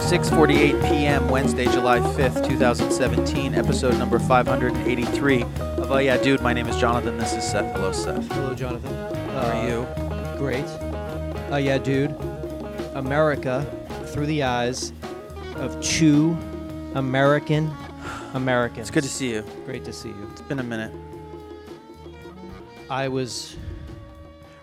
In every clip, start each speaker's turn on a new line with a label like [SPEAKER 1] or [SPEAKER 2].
[SPEAKER 1] 6:48 p.m. Wednesday, July 5th, 2017, episode number 583 of Oh Yeah, Dude. My name is Jonathan. This is Seth. Hello, Seth.
[SPEAKER 2] Hello, Jonathan. Uh,
[SPEAKER 1] How are you?
[SPEAKER 2] Great. Oh, yeah, dude. America through the eyes of two American Americans.
[SPEAKER 1] It's good to see you.
[SPEAKER 2] Great to see you.
[SPEAKER 1] It's been a minute.
[SPEAKER 2] I was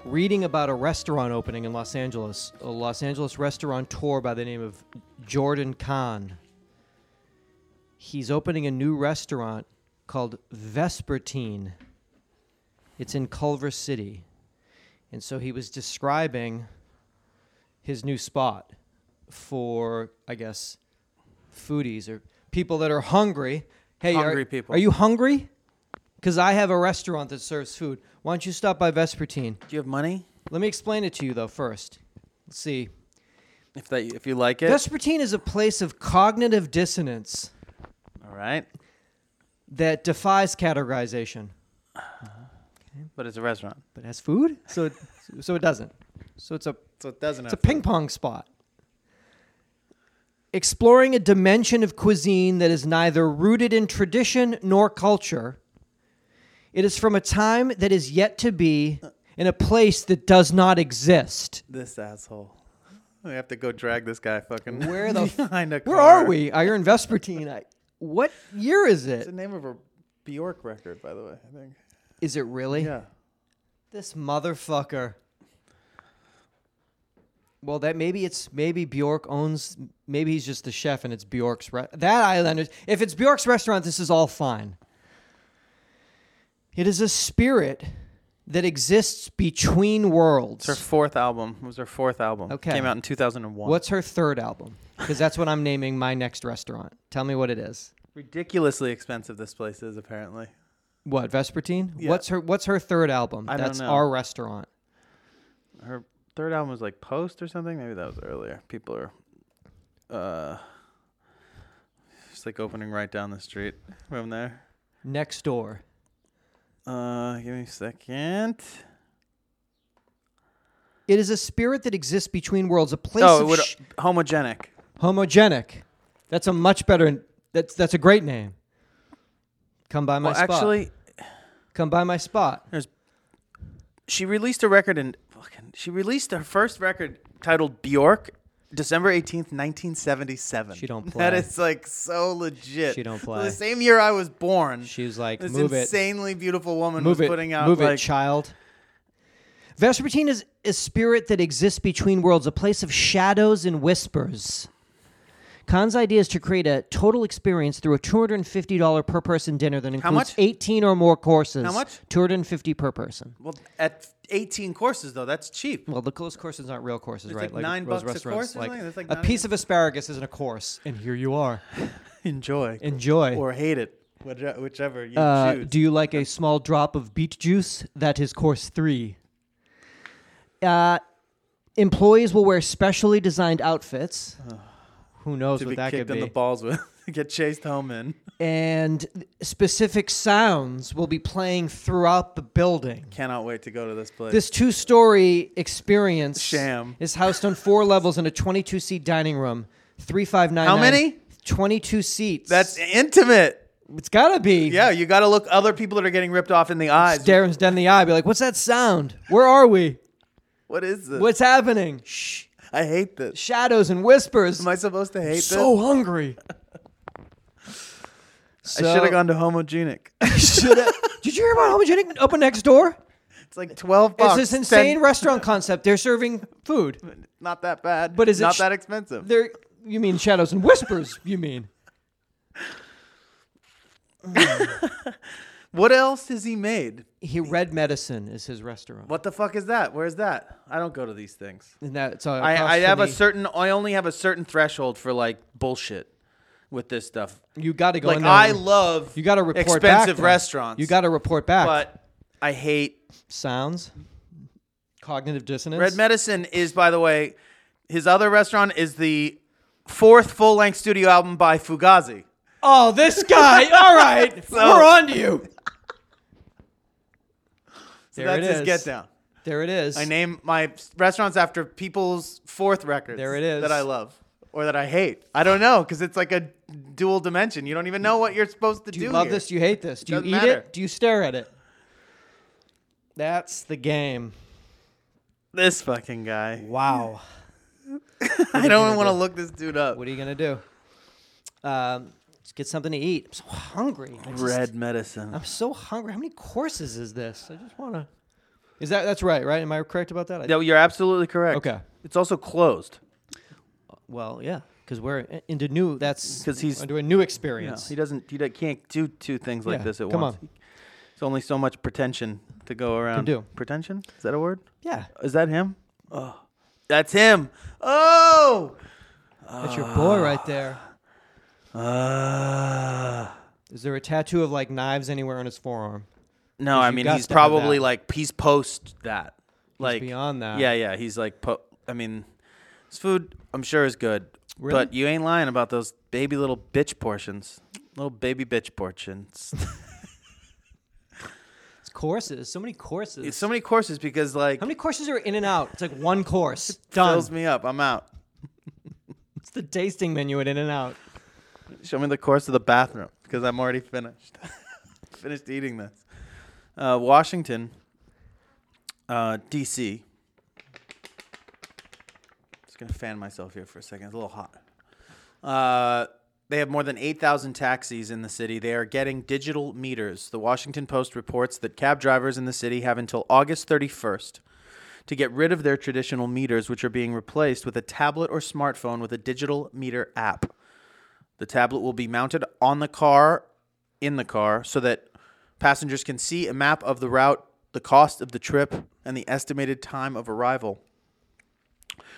[SPEAKER 2] reading about a restaurant opening in Los Angeles, a Los Angeles restaurateur by the name of Jordan Kahn. He's opening a new restaurant called Vespertine. It's in Culver City. And so he was describing his new spot for, I guess, foodies or people that are hungry. Hey, are-
[SPEAKER 1] Hungry people.
[SPEAKER 2] Are you hungry? Because I have a restaurant that serves food. Why don't you stop by Vespertine?
[SPEAKER 1] Do you have money?
[SPEAKER 2] Let me explain it to you, though, first. Let's see.
[SPEAKER 1] If that, if you like it.
[SPEAKER 2] Vespertine is a place of cognitive dissonance
[SPEAKER 1] All right.
[SPEAKER 2] that defies categorization,
[SPEAKER 1] But it's a restaurant,
[SPEAKER 2] but has food, so it, so it doesn't. So it's a
[SPEAKER 1] so it doesn't.
[SPEAKER 2] It's a ping pong spot. Exploring a dimension of cuisine that is neither rooted in tradition nor culture. It is from a time that is yet to be in a place that does not exist.
[SPEAKER 1] This asshole. We have to go drag this guy fucking.
[SPEAKER 2] Where the f-
[SPEAKER 1] behind a
[SPEAKER 2] Where are we? Iron Vespertine. I, what year is
[SPEAKER 1] It's
[SPEAKER 2] it?
[SPEAKER 1] name of a Bjork record, by the way. I think.
[SPEAKER 2] Is it really?
[SPEAKER 1] Yeah.
[SPEAKER 2] This motherfucker. Well, that maybe it's maybe Bjork owns. Maybe he's just the chef, and it's Bjork's. Re- that Islanders. If it's Bjork's restaurant, this is all fine. It is a spirit that exists between worlds.
[SPEAKER 1] It's her fourth album. It was her fourth album.
[SPEAKER 2] Okay.
[SPEAKER 1] Came out in 2001.
[SPEAKER 2] What's her third album? Because that's what I'm naming my next restaurant. Tell me what it is.
[SPEAKER 1] ridiculously expensive this place is apparently.
[SPEAKER 2] What Vespertine?
[SPEAKER 1] Yeah.
[SPEAKER 2] What's her What's her third album?
[SPEAKER 1] I don't
[SPEAKER 2] that's
[SPEAKER 1] know.
[SPEAKER 2] our restaurant.
[SPEAKER 1] Her third album was like Post or something. Maybe that was earlier. People are uh just like opening right down the street from there.
[SPEAKER 2] Next door.
[SPEAKER 1] Uh give me a second.
[SPEAKER 2] It is a spirit that exists between worlds. A place.
[SPEAKER 1] oh, it
[SPEAKER 2] of
[SPEAKER 1] would
[SPEAKER 2] sh-
[SPEAKER 1] homogenic.
[SPEAKER 2] Homogenic. That's a much better. That's that's a great name. Come by my
[SPEAKER 1] Well,
[SPEAKER 2] spot.
[SPEAKER 1] actually,
[SPEAKER 2] come by my spot.
[SPEAKER 1] she released a record in fucking she released her first record titled Bjork December 18th, 1977.
[SPEAKER 2] She don't
[SPEAKER 1] That
[SPEAKER 2] play.
[SPEAKER 1] is like so legit.
[SPEAKER 2] She don't
[SPEAKER 1] The
[SPEAKER 2] play.
[SPEAKER 1] same year I was born.
[SPEAKER 2] She was like,
[SPEAKER 1] this
[SPEAKER 2] "Move it,
[SPEAKER 1] insanely beautiful woman
[SPEAKER 2] move
[SPEAKER 1] was
[SPEAKER 2] it,
[SPEAKER 1] putting out
[SPEAKER 2] move
[SPEAKER 1] like
[SPEAKER 2] it, child." Vespertine is a spirit that exists between worlds, a place of shadows and whispers. Khan's idea is to create a total experience through a $250 per person dinner that includes
[SPEAKER 1] much?
[SPEAKER 2] 18 or more courses.
[SPEAKER 1] How much?
[SPEAKER 2] 250 per person.
[SPEAKER 1] Well, at 18 courses though, that's cheap.
[SPEAKER 2] Well, the close courses aren't real courses,
[SPEAKER 1] It's
[SPEAKER 2] right?
[SPEAKER 1] like nine bucks
[SPEAKER 2] those
[SPEAKER 1] a
[SPEAKER 2] restaurants,
[SPEAKER 1] course or
[SPEAKER 2] like,
[SPEAKER 1] something? It's like
[SPEAKER 2] a
[SPEAKER 1] not
[SPEAKER 2] piece of asparagus isn't a course, and here you are.
[SPEAKER 1] Enjoy
[SPEAKER 2] Enjoy.
[SPEAKER 1] or hate it, whichever, whichever you
[SPEAKER 2] Uh,
[SPEAKER 1] choose.
[SPEAKER 2] do you like a small drop of beet juice? That is course three. Uh, employees will wear specially designed outfits. Who knows
[SPEAKER 1] to
[SPEAKER 2] what
[SPEAKER 1] be
[SPEAKER 2] that could
[SPEAKER 1] kicked in
[SPEAKER 2] be?
[SPEAKER 1] the balls with, get chased home in.
[SPEAKER 2] and specific sounds will be playing throughout the building.
[SPEAKER 1] Cannot wait to go to this place.
[SPEAKER 2] This two story experience
[SPEAKER 1] Sham.
[SPEAKER 2] is housed on four levels in a 22 seat dining room. 359.
[SPEAKER 1] How many?
[SPEAKER 2] 22 seats.
[SPEAKER 1] that's intimate.
[SPEAKER 2] It's gotta be.
[SPEAKER 1] Yeah, you got to look other people that are getting ripped off in the eyes.
[SPEAKER 2] Stare us down the eye, be like, what's that sound? Where are we?
[SPEAKER 1] what is this?
[SPEAKER 2] What's happening? Shh.
[SPEAKER 1] I hate this.
[SPEAKER 2] Shadows and whispers.
[SPEAKER 1] Am I supposed to hate
[SPEAKER 2] so hungry.
[SPEAKER 1] this? I should have gone to homogenic.
[SPEAKER 2] Shoulda- Did you hear about homogenic open next door?
[SPEAKER 1] It's like 12 bucks.
[SPEAKER 2] it's this
[SPEAKER 1] 10
[SPEAKER 2] insane restaurant concept. They're serving food.
[SPEAKER 1] not that bad.
[SPEAKER 2] But is it
[SPEAKER 1] not
[SPEAKER 2] sh-
[SPEAKER 1] that expensive?
[SPEAKER 2] They're, you mean shadows and whispers? You mean?
[SPEAKER 1] What else has he made?
[SPEAKER 2] He Red Medicine is his restaurant.
[SPEAKER 1] What the fuck is that? Where's that? I don't go to these things.
[SPEAKER 2] And that's uh, across
[SPEAKER 1] I, I
[SPEAKER 2] from
[SPEAKER 1] have a
[SPEAKER 2] the-
[SPEAKER 1] certain. I only have a certain threshold for like bullshit with this stuff.
[SPEAKER 2] You got to go
[SPEAKER 1] Like
[SPEAKER 2] in there.
[SPEAKER 1] I love.
[SPEAKER 2] you got to report back,
[SPEAKER 1] expensive
[SPEAKER 2] though.
[SPEAKER 1] restaurants.
[SPEAKER 2] You got to report back.
[SPEAKER 1] but I hate
[SPEAKER 2] sounds, cognitive dissonance.
[SPEAKER 1] Red Medicine. Is by the way, his other restaurant is the fourth full length studio album by Fugazi.
[SPEAKER 2] oh, this guy. All right, we're on to you.
[SPEAKER 1] So
[SPEAKER 2] There
[SPEAKER 1] that's
[SPEAKER 2] it
[SPEAKER 1] his
[SPEAKER 2] is.
[SPEAKER 1] get down.
[SPEAKER 2] There it is.
[SPEAKER 1] I name my s- restaurants after people's fourth records.
[SPEAKER 2] There it is.
[SPEAKER 1] That I love or that I hate. I don't know because it's like a dual dimension. You don't even know what you're supposed to do.
[SPEAKER 2] Do you love
[SPEAKER 1] here.
[SPEAKER 2] this? Do you hate this? Do you
[SPEAKER 1] Doesn't
[SPEAKER 2] eat
[SPEAKER 1] matter.
[SPEAKER 2] it? Do you stare at it? That's the game.
[SPEAKER 1] This fucking guy.
[SPEAKER 2] Wow.
[SPEAKER 1] I don't even
[SPEAKER 2] gonna
[SPEAKER 1] want to
[SPEAKER 2] do?
[SPEAKER 1] look this dude up.
[SPEAKER 2] What are you gonna do? Um, let's get something to eat. I'm so hungry. I just-
[SPEAKER 1] Red medicine.
[SPEAKER 2] I'm so hungry. How many courses is this? I just wanna. Is that that's right? Right? Am I correct about that? I,
[SPEAKER 1] No, you're absolutely correct.
[SPEAKER 2] Okay.
[SPEAKER 1] It's also closed.
[SPEAKER 2] Well, yeah, because we're in- into new. That's
[SPEAKER 1] 'Cause he's-
[SPEAKER 2] into a new
[SPEAKER 1] You know,
[SPEAKER 2] experience.
[SPEAKER 1] he doesn't. He can't do two things like
[SPEAKER 2] Yeah,
[SPEAKER 1] this at
[SPEAKER 2] come
[SPEAKER 1] once.
[SPEAKER 2] on.
[SPEAKER 1] It's only so much pretension to go around.
[SPEAKER 2] do.
[SPEAKER 1] Pretension? Is that a word?
[SPEAKER 2] yeah,
[SPEAKER 1] Is that him? Oh, that's him. Oh.
[SPEAKER 2] that's your boy
[SPEAKER 1] Ah.
[SPEAKER 2] right there.
[SPEAKER 1] Uh,
[SPEAKER 2] Is there a tattoo of like knives anywhere on his forearm?
[SPEAKER 1] no, I
[SPEAKER 2] you
[SPEAKER 1] mean
[SPEAKER 2] got
[SPEAKER 1] he's
[SPEAKER 2] to have
[SPEAKER 1] probably
[SPEAKER 2] that.
[SPEAKER 1] like he's post that. Like
[SPEAKER 2] beyond that.
[SPEAKER 1] Yeah, yeah. He's like po- I mean, his food I'm sure is good,
[SPEAKER 2] Really?
[SPEAKER 1] but you ain't lying about those baby little bitch portions. Little baby bitch portions.
[SPEAKER 2] It's courses. So many courses.
[SPEAKER 1] It's so many courses because like
[SPEAKER 2] How many courses are in and out? It's like one course. Done.
[SPEAKER 1] fills me up. I'm out.
[SPEAKER 2] It's the tasting menu at In and Out.
[SPEAKER 1] Show me the course of the bathroom because I'm already finished. finished eating this. Uh, Washington, uh, D.C. Just gonna fan myself here for a second. It's a little hot. Uh, they have more than 8,000 taxis in the city. They are getting digital meters. The Washington Post reports that cab drivers in the city have until August 31st to get rid of their traditional meters, which are being replaced with a tablet or smartphone with a digital meter app. The tablet will be mounted on the car, in the car, so that passengers can see a map of the route, the cost of the trip, and the estimated time of arrival.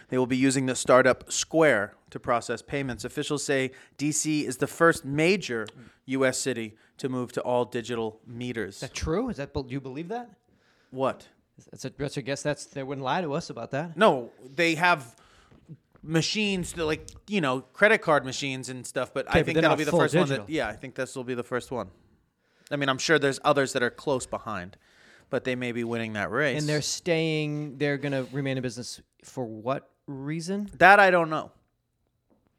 [SPEAKER 1] They will be using the startup Square to process payments. Officials say DC is the first major U.S. city to move to all digital meters.
[SPEAKER 2] Is that true? Is that do you believe that?
[SPEAKER 1] What?
[SPEAKER 2] That's a, that's a guess. That's they wouldn't lie to us about that.
[SPEAKER 1] No, they have machines that like you know credit card machines and stuff. But I
[SPEAKER 2] but
[SPEAKER 1] think
[SPEAKER 2] they're
[SPEAKER 1] that'll
[SPEAKER 2] not
[SPEAKER 1] be the
[SPEAKER 2] full
[SPEAKER 1] first one. That,
[SPEAKER 2] digital.
[SPEAKER 1] yeah, I think this will be the first one. I mean, I'm sure there's others that are close behind, but they may be winning that race.
[SPEAKER 2] And they're staying. They're gonna remain in business for what reason?
[SPEAKER 1] that I don't know.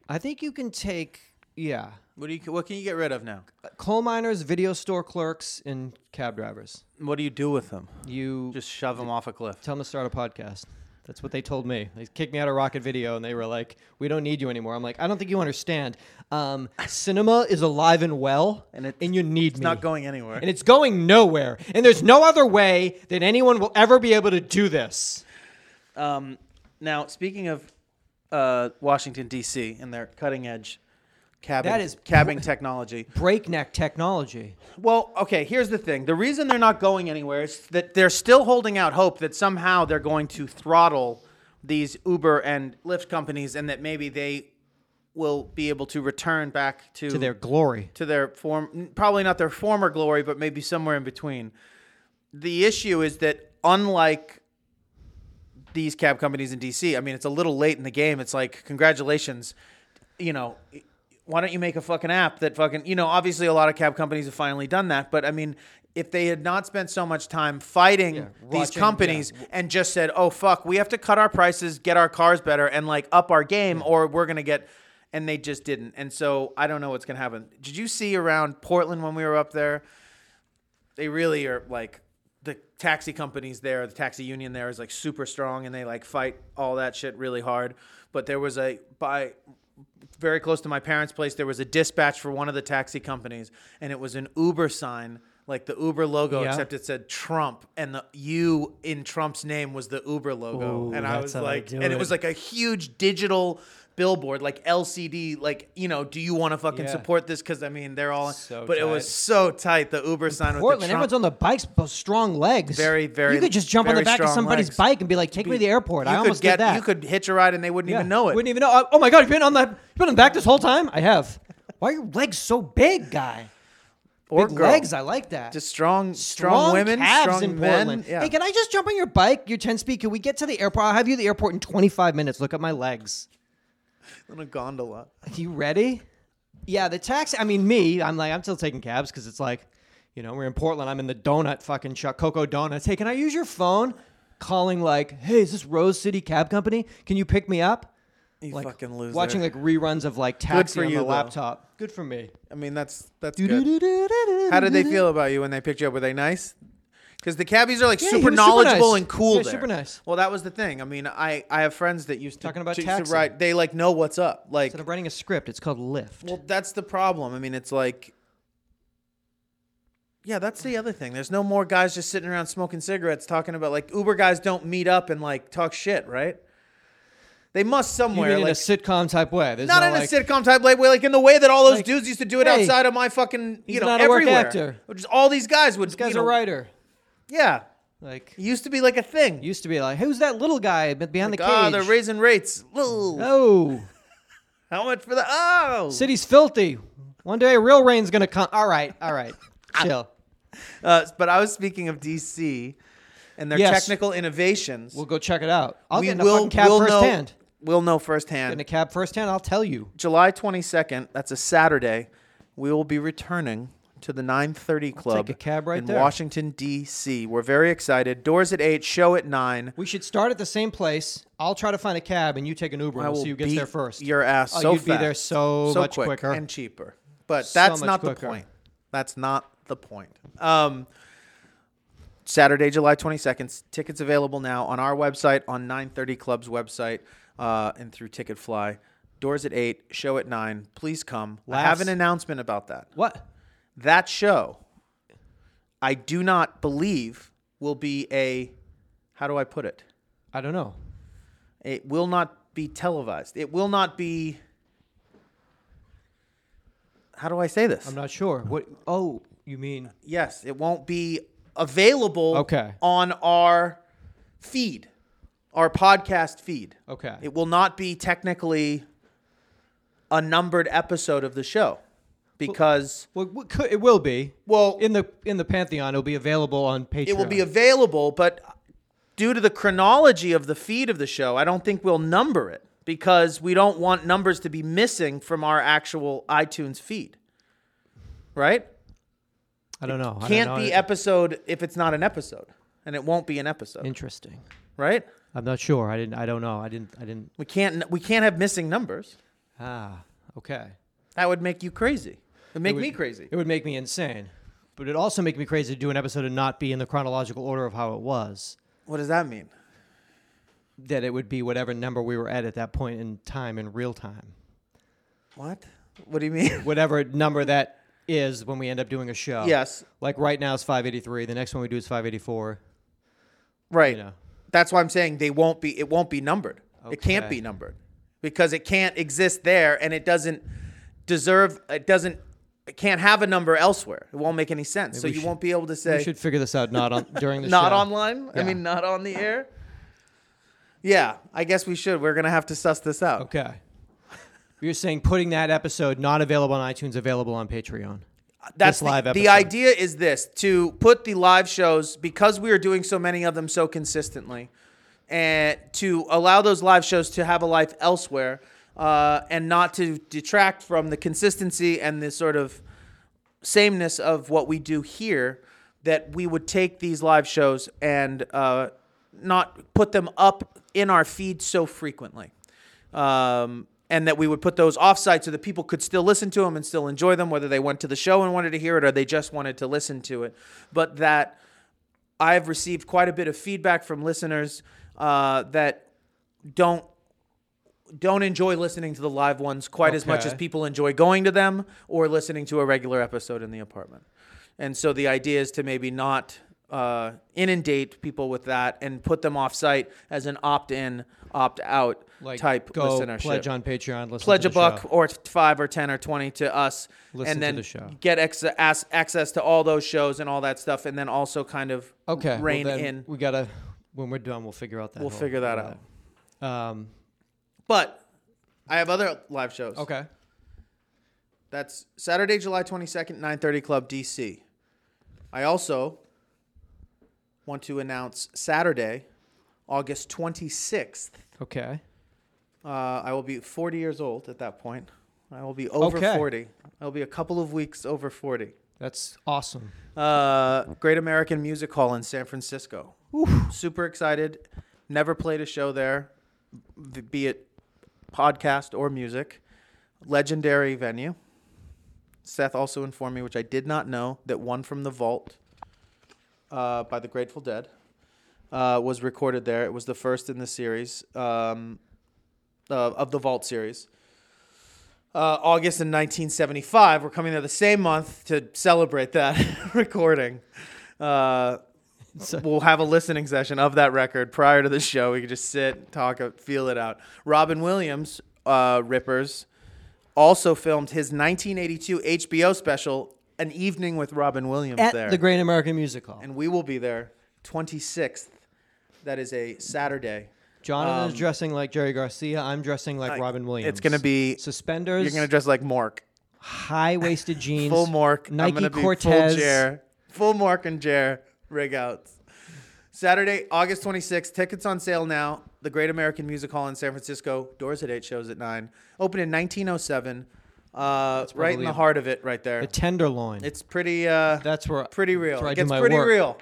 [SPEAKER 2] I think you can take yeah,
[SPEAKER 1] What do you? What can you get rid of now?
[SPEAKER 2] coal miners, video store clerks, and cab drivers.
[SPEAKER 1] What do you do with them?
[SPEAKER 2] You
[SPEAKER 1] Just shove them off a cliff.
[SPEAKER 2] tell them to start a podcast. That's what they told me. They kicked me out of Rocket Video, and they were like, "We don't need you anymore." I'm like, "I don't think you understand. Um, cinema is alive and well,
[SPEAKER 1] And
[SPEAKER 2] and,
[SPEAKER 1] it's-
[SPEAKER 2] you need
[SPEAKER 1] It's
[SPEAKER 2] me.
[SPEAKER 1] not going anywhere.
[SPEAKER 2] and it's going nowhere. And there's no other way that anyone will ever be able to do this.
[SPEAKER 1] Um, now, speaking of uh, Washington D.C. and their cutting edge cabbing,
[SPEAKER 2] That is-
[SPEAKER 1] cabbing technology.
[SPEAKER 2] Breakneck technology.
[SPEAKER 1] Well, okay, here's the thing. The reason they're not going anywhere is that they're still holding out hope that somehow they're going to throttle these Uber and Lyft companies and that maybe they will be able to return back to,
[SPEAKER 2] to their glory.
[SPEAKER 1] to their form probably not their former glory, but maybe somewhere in between. The issue is that unlike these cab companies in DC, I mean, it's a little late in the game. It's like, congratulations, you know, why don't you make a fucking app that fucking, you know, obviously a lot of cab companies have finally done that, but I mean, if they had not spent so much time fighting these
[SPEAKER 2] watching,
[SPEAKER 1] companies and just said, "Oh fuck, we have to cut our prices, get our cars better, and like up our game, or we're gonna get," and they just didn't. And so I don't know what's gonna happen. Did you see around Portland when we were up there? They really are like the taxi companies there, the taxi union there is like super strong, and they like fight all that shit really hard. But there was a by very close to my parents' place, there was a dispatch for one of the taxi companies, and it was an Uber sign, like the Uber logo,
[SPEAKER 2] Yeah.
[SPEAKER 1] except it said Trump, and the U in Trump's name was the Uber logo.
[SPEAKER 2] Ooh,
[SPEAKER 1] and I
[SPEAKER 2] that's
[SPEAKER 1] was
[SPEAKER 2] how they
[SPEAKER 1] like,
[SPEAKER 2] do
[SPEAKER 1] and it
[SPEAKER 2] it.
[SPEAKER 1] was like a huge digital billboard, like LCD, like, you know, do you want to fucking
[SPEAKER 2] Yeah.
[SPEAKER 1] support this? Because, I mean, they're all,
[SPEAKER 2] So
[SPEAKER 1] but it
[SPEAKER 2] tight.
[SPEAKER 1] was so tight, the Uber sign with the
[SPEAKER 2] Portland,
[SPEAKER 1] Trump.
[SPEAKER 2] everyone's on the bikes, but strong legs.
[SPEAKER 1] Very, very-
[SPEAKER 2] You could just jump on
[SPEAKER 1] very
[SPEAKER 2] the back of
[SPEAKER 1] strong
[SPEAKER 2] somebody's
[SPEAKER 1] legs.
[SPEAKER 2] bike and be like, "Take me to the airport."
[SPEAKER 1] you
[SPEAKER 2] I
[SPEAKER 1] could
[SPEAKER 2] almost
[SPEAKER 1] get,
[SPEAKER 2] did that.
[SPEAKER 1] You could hitch a ride and they wouldn't
[SPEAKER 2] Yeah.
[SPEAKER 1] even know it.
[SPEAKER 2] Wouldn't even know. Oh, oh my god, you've been on the, you've been on the back this whole time. I have. Why are your legs so big, guy?
[SPEAKER 1] or
[SPEAKER 2] big
[SPEAKER 1] girl.
[SPEAKER 2] legs. I like that.
[SPEAKER 1] Just strong, strong, women,
[SPEAKER 2] calves
[SPEAKER 1] strong
[SPEAKER 2] in
[SPEAKER 1] men.
[SPEAKER 2] Portland.
[SPEAKER 1] Yeah.
[SPEAKER 2] Hey, can I just jump on your bike? Your 10 speed. Can we get to the airport? I'll have you at the airport in 25 minutes. Look at my legs.
[SPEAKER 1] in a gondola.
[SPEAKER 2] You ready? Yeah, the taxi. I mean, me, I'm like, I'm still taking cabs because it's like, you know, we're in Portland. I'm in the donut fucking shop, Coco Donuts. Hey, can I use your phone? Calling like, hey, is this Rose City Cab Company? Can you pick me up?
[SPEAKER 1] You
[SPEAKER 2] like
[SPEAKER 1] fucking loser.
[SPEAKER 2] watching like reruns of like Taxi
[SPEAKER 1] for
[SPEAKER 2] on
[SPEAKER 1] you,
[SPEAKER 2] the
[SPEAKER 1] though.
[SPEAKER 2] laptop. Good for me.
[SPEAKER 1] I mean, that's that's good. How did they feel about you when they picked you up? Were they nice? Because the cabbies are like
[SPEAKER 2] Yeah, he
[SPEAKER 1] super
[SPEAKER 2] was super
[SPEAKER 1] knowledgeable
[SPEAKER 2] nice.
[SPEAKER 1] and cool.
[SPEAKER 2] Yeah,
[SPEAKER 1] there.
[SPEAKER 2] super nice.
[SPEAKER 1] Well, that was the thing. I mean, I I have friends that used to
[SPEAKER 2] Talking about
[SPEAKER 1] to, to
[SPEAKER 2] taxing.
[SPEAKER 1] write. They like know what's up. Like,
[SPEAKER 2] Instead of writing a script, it's called Lift.
[SPEAKER 1] well, that's the problem. I mean, it's like. Yeah, that's the other thing. There's no more guys just sitting around smoking cigarettes talking about like Uber guys don't meet up and like talk shit, right? They must
[SPEAKER 2] you
[SPEAKER 1] somewhere.
[SPEAKER 2] mean in a
[SPEAKER 1] like,
[SPEAKER 2] sitcom type way. There's
[SPEAKER 1] not
[SPEAKER 2] no,
[SPEAKER 1] in
[SPEAKER 2] like-
[SPEAKER 1] a sitcom type way, like in the way that all those
[SPEAKER 2] Like,
[SPEAKER 1] dudes used to do it
[SPEAKER 2] hey,
[SPEAKER 1] outside of my fucking, you
[SPEAKER 2] he's
[SPEAKER 1] know,
[SPEAKER 2] not a work
[SPEAKER 1] everywhere.
[SPEAKER 2] actor.
[SPEAKER 1] Which is all these guys would.
[SPEAKER 2] This guy's
[SPEAKER 1] you know,
[SPEAKER 2] a writer.
[SPEAKER 1] Yeah,
[SPEAKER 2] Like
[SPEAKER 1] it used to be like a thing.
[SPEAKER 2] used to be like, who's that little guy be- behind the cage?
[SPEAKER 1] Ah, they're raising rates. Whoa.
[SPEAKER 2] oh,
[SPEAKER 1] How much for the oh?
[SPEAKER 2] city's filthy. One day, real rain's gonna come. All right, all right, chill.
[SPEAKER 1] Uh, but I was speaking of DC and their
[SPEAKER 2] Yes.
[SPEAKER 1] technical innovations.
[SPEAKER 2] We'll go check it out. I'll
[SPEAKER 1] we
[SPEAKER 2] get in a
[SPEAKER 1] will
[SPEAKER 2] fucking cab
[SPEAKER 1] we'll
[SPEAKER 2] firsthand.
[SPEAKER 1] know. We'll know
[SPEAKER 2] Get in
[SPEAKER 1] firsthand.
[SPEAKER 2] a cab firsthand. I'll tell you.
[SPEAKER 1] July twenty second. That's a Saturday. We will be returning to the nine thirty club
[SPEAKER 2] take a cab right
[SPEAKER 1] in
[SPEAKER 2] there.
[SPEAKER 1] Washington D.C. We're very excited. Doors at eight. Show at nine.
[SPEAKER 2] We should start at the same place. I'll try to find a cab, and you take an Uber.
[SPEAKER 1] I
[SPEAKER 2] and
[SPEAKER 1] will
[SPEAKER 2] We'll see who gets
[SPEAKER 1] beat
[SPEAKER 2] there first.
[SPEAKER 1] Your ass
[SPEAKER 2] Oh,
[SPEAKER 1] so
[SPEAKER 2] you'd be
[SPEAKER 1] fast,
[SPEAKER 2] there so much
[SPEAKER 1] quick
[SPEAKER 2] quicker.
[SPEAKER 1] and cheaper. But
[SPEAKER 2] So
[SPEAKER 1] that's
[SPEAKER 2] much
[SPEAKER 1] not the
[SPEAKER 2] quicker.
[SPEAKER 1] point. That's not the point. Um, Saturday, July twenty second. Tickets available now on our website, on nine thirty Club's website, uh, and through Ticketfly. Doors at eight, show at nine. Please come. I have
[SPEAKER 2] Laughs.
[SPEAKER 1] an announcement about that.
[SPEAKER 2] what?
[SPEAKER 1] That show, I do not believe will be a. How do I put it?
[SPEAKER 2] I don't know.
[SPEAKER 1] It will not be televised. It will not be. How do I say this?
[SPEAKER 2] I'm not sure. What? Oh, you mean?
[SPEAKER 1] yes, it won't be available
[SPEAKER 2] Okay.
[SPEAKER 1] on our feed, our podcast feed.
[SPEAKER 2] Okay.
[SPEAKER 1] It will not be technically a numbered episode of the show because
[SPEAKER 2] Well, it could- it will be.
[SPEAKER 1] Well-
[SPEAKER 2] in the in the pantheon, it'll be available on Patreon.
[SPEAKER 1] it will be available, but due to the chronology of the feed of the show, I don't think we'll number it because we don't want numbers to be missing from our actual iTunes feed. Right?
[SPEAKER 2] I don't know. I
[SPEAKER 1] Can't
[SPEAKER 2] don't know.
[SPEAKER 1] be episode if it's not an episode, and it won't be an episode,
[SPEAKER 2] Interesting.
[SPEAKER 1] right?
[SPEAKER 2] I'm not sure. I didn't. I don't know. I didn't. I didn't.
[SPEAKER 1] We can't we can't have missing numbers.
[SPEAKER 2] Ah. Okay.
[SPEAKER 1] That would make you crazy. It'd make
[SPEAKER 2] would-
[SPEAKER 1] me crazy.
[SPEAKER 2] It would make me insane, but it also make me crazy to do an episode and not be in the chronological order of how it was.
[SPEAKER 1] What does that mean?
[SPEAKER 2] That it would be whatever number we were at at that point in time in real time,
[SPEAKER 1] What? What do you mean?
[SPEAKER 2] whatever number that is when we end up doing a show.
[SPEAKER 1] yes.
[SPEAKER 2] Like right now is 583. The next one we do is 584.
[SPEAKER 1] Right.
[SPEAKER 2] You know.
[SPEAKER 1] That's why I'm saying they won't be. It won't be numbered. It can't
[SPEAKER 2] Okay.
[SPEAKER 1] be numbered because it can't exist there, and it doesn't deserve. It doesn't. It can't have a number elsewhere. It won't make any sense. so
[SPEAKER 2] we
[SPEAKER 1] you
[SPEAKER 2] should-
[SPEAKER 1] won't be able to
[SPEAKER 2] We
[SPEAKER 1] say
[SPEAKER 2] should figure this out. Not on during the
[SPEAKER 1] not
[SPEAKER 2] show.
[SPEAKER 1] online. I
[SPEAKER 2] Yeah.
[SPEAKER 1] mean, not on the air. Yeah, I guess we should. We're gonna have to suss this out.
[SPEAKER 2] Okay. You're saying putting that episode not available on iTunes, available on Patreon.
[SPEAKER 1] That's
[SPEAKER 2] this live
[SPEAKER 1] the, the
[SPEAKER 2] episode.
[SPEAKER 1] idea is this to put the live shows because we are doing so many of them so consistently, and to allow those live shows to have a life elsewhere, uh, and not to detract from the consistency and the sort of sameness of what we do here. That we would take these live shows and uh, not put them up in our feed so frequently um, and that we would put those offsite so that people could still listen to them and still enjoy them, whether they went to the show and wanted to hear it or they just wanted to listen to it. But that I've received quite a bit of feedback from listeners uh, that don't don't enjoy listening to the live ones quite as much
[SPEAKER 2] Okay.
[SPEAKER 1] as people enjoy going to them or listening to a regular episode in the apartment. And so the idea is to maybe not uh, inundate people with that and put them off site as an opt in, opt out
[SPEAKER 2] Like
[SPEAKER 1] type
[SPEAKER 2] go
[SPEAKER 1] listenership.
[SPEAKER 2] pledge on Patreon. Listen
[SPEAKER 1] Pledge
[SPEAKER 2] to
[SPEAKER 1] a
[SPEAKER 2] the
[SPEAKER 1] buck
[SPEAKER 2] show.
[SPEAKER 1] or t- five or ten or twenty to us,
[SPEAKER 2] Listen to
[SPEAKER 1] and then
[SPEAKER 2] the show.
[SPEAKER 1] get ex- as- access to all those shows and all that stuff, and then also kind of
[SPEAKER 2] Okay. well,
[SPEAKER 1] rein
[SPEAKER 2] then
[SPEAKER 1] in.
[SPEAKER 2] We gotta. When we're done, we'll figure out that.
[SPEAKER 1] We'll figure that out.
[SPEAKER 2] out. Um.
[SPEAKER 1] But I have other live shows.
[SPEAKER 2] Okay.
[SPEAKER 1] That's Saturday, July 22nd, 9:30 Club DC. I also want to announce Saturday, August 26th.
[SPEAKER 2] Okay.
[SPEAKER 1] Uh, I will be 40 years old at that point. I will be over
[SPEAKER 2] Okay.
[SPEAKER 1] 40. I'll be a couple of weeks over 40.
[SPEAKER 2] That's awesome.
[SPEAKER 1] Uh, Great American Music Hall in San Francisco. Super excited. Never played a show there, v- be it podcast, or music. Legendary venue. Seth also informed me, which I did not know, that one from the vault uh, by the Grateful Dead uh, was recorded there. It was the first in the series um, uh, of the Vault series. Uh, August in 1975. We're coming there the same month to celebrate that recording. Uh,
[SPEAKER 2] So-
[SPEAKER 1] we'll have a listening session of that record prior to the show. We can just sit, talk, uh, feel it out. Robin Williams, uh, Rippers, also filmed his 1982 HBO special, An Evening with Robin Williams,
[SPEAKER 2] At
[SPEAKER 1] there.
[SPEAKER 2] the Great American Music Hall.
[SPEAKER 1] and we will be there 26th. That is a Saturday.
[SPEAKER 2] Jonathan is dressing like Jerry Garcia. I'm dressing like Robin Williams.
[SPEAKER 1] um, It's going to be,
[SPEAKER 2] suspenders,
[SPEAKER 1] you're going to dress like Mork.
[SPEAKER 2] high waisted jeans,
[SPEAKER 1] full Mork. I'm
[SPEAKER 2] Nike
[SPEAKER 1] gonna be
[SPEAKER 2] Cortez.
[SPEAKER 1] full Jer, full Mork and Jer rig outs. Saturday, August 26th. Tickets on sale now. The Great American Music Hall in San Francisco. Doors at eight, shows at nine. Open in 1907. Uh, right in
[SPEAKER 2] probably
[SPEAKER 1] the
[SPEAKER 2] a-
[SPEAKER 1] heart of it, right there.
[SPEAKER 2] The tenderloin.
[SPEAKER 1] It's pretty. Uh,
[SPEAKER 2] That's where
[SPEAKER 1] pretty real.
[SPEAKER 2] That's where I
[SPEAKER 1] It
[SPEAKER 2] do
[SPEAKER 1] gets
[SPEAKER 2] my
[SPEAKER 1] pretty
[SPEAKER 2] work.
[SPEAKER 1] real.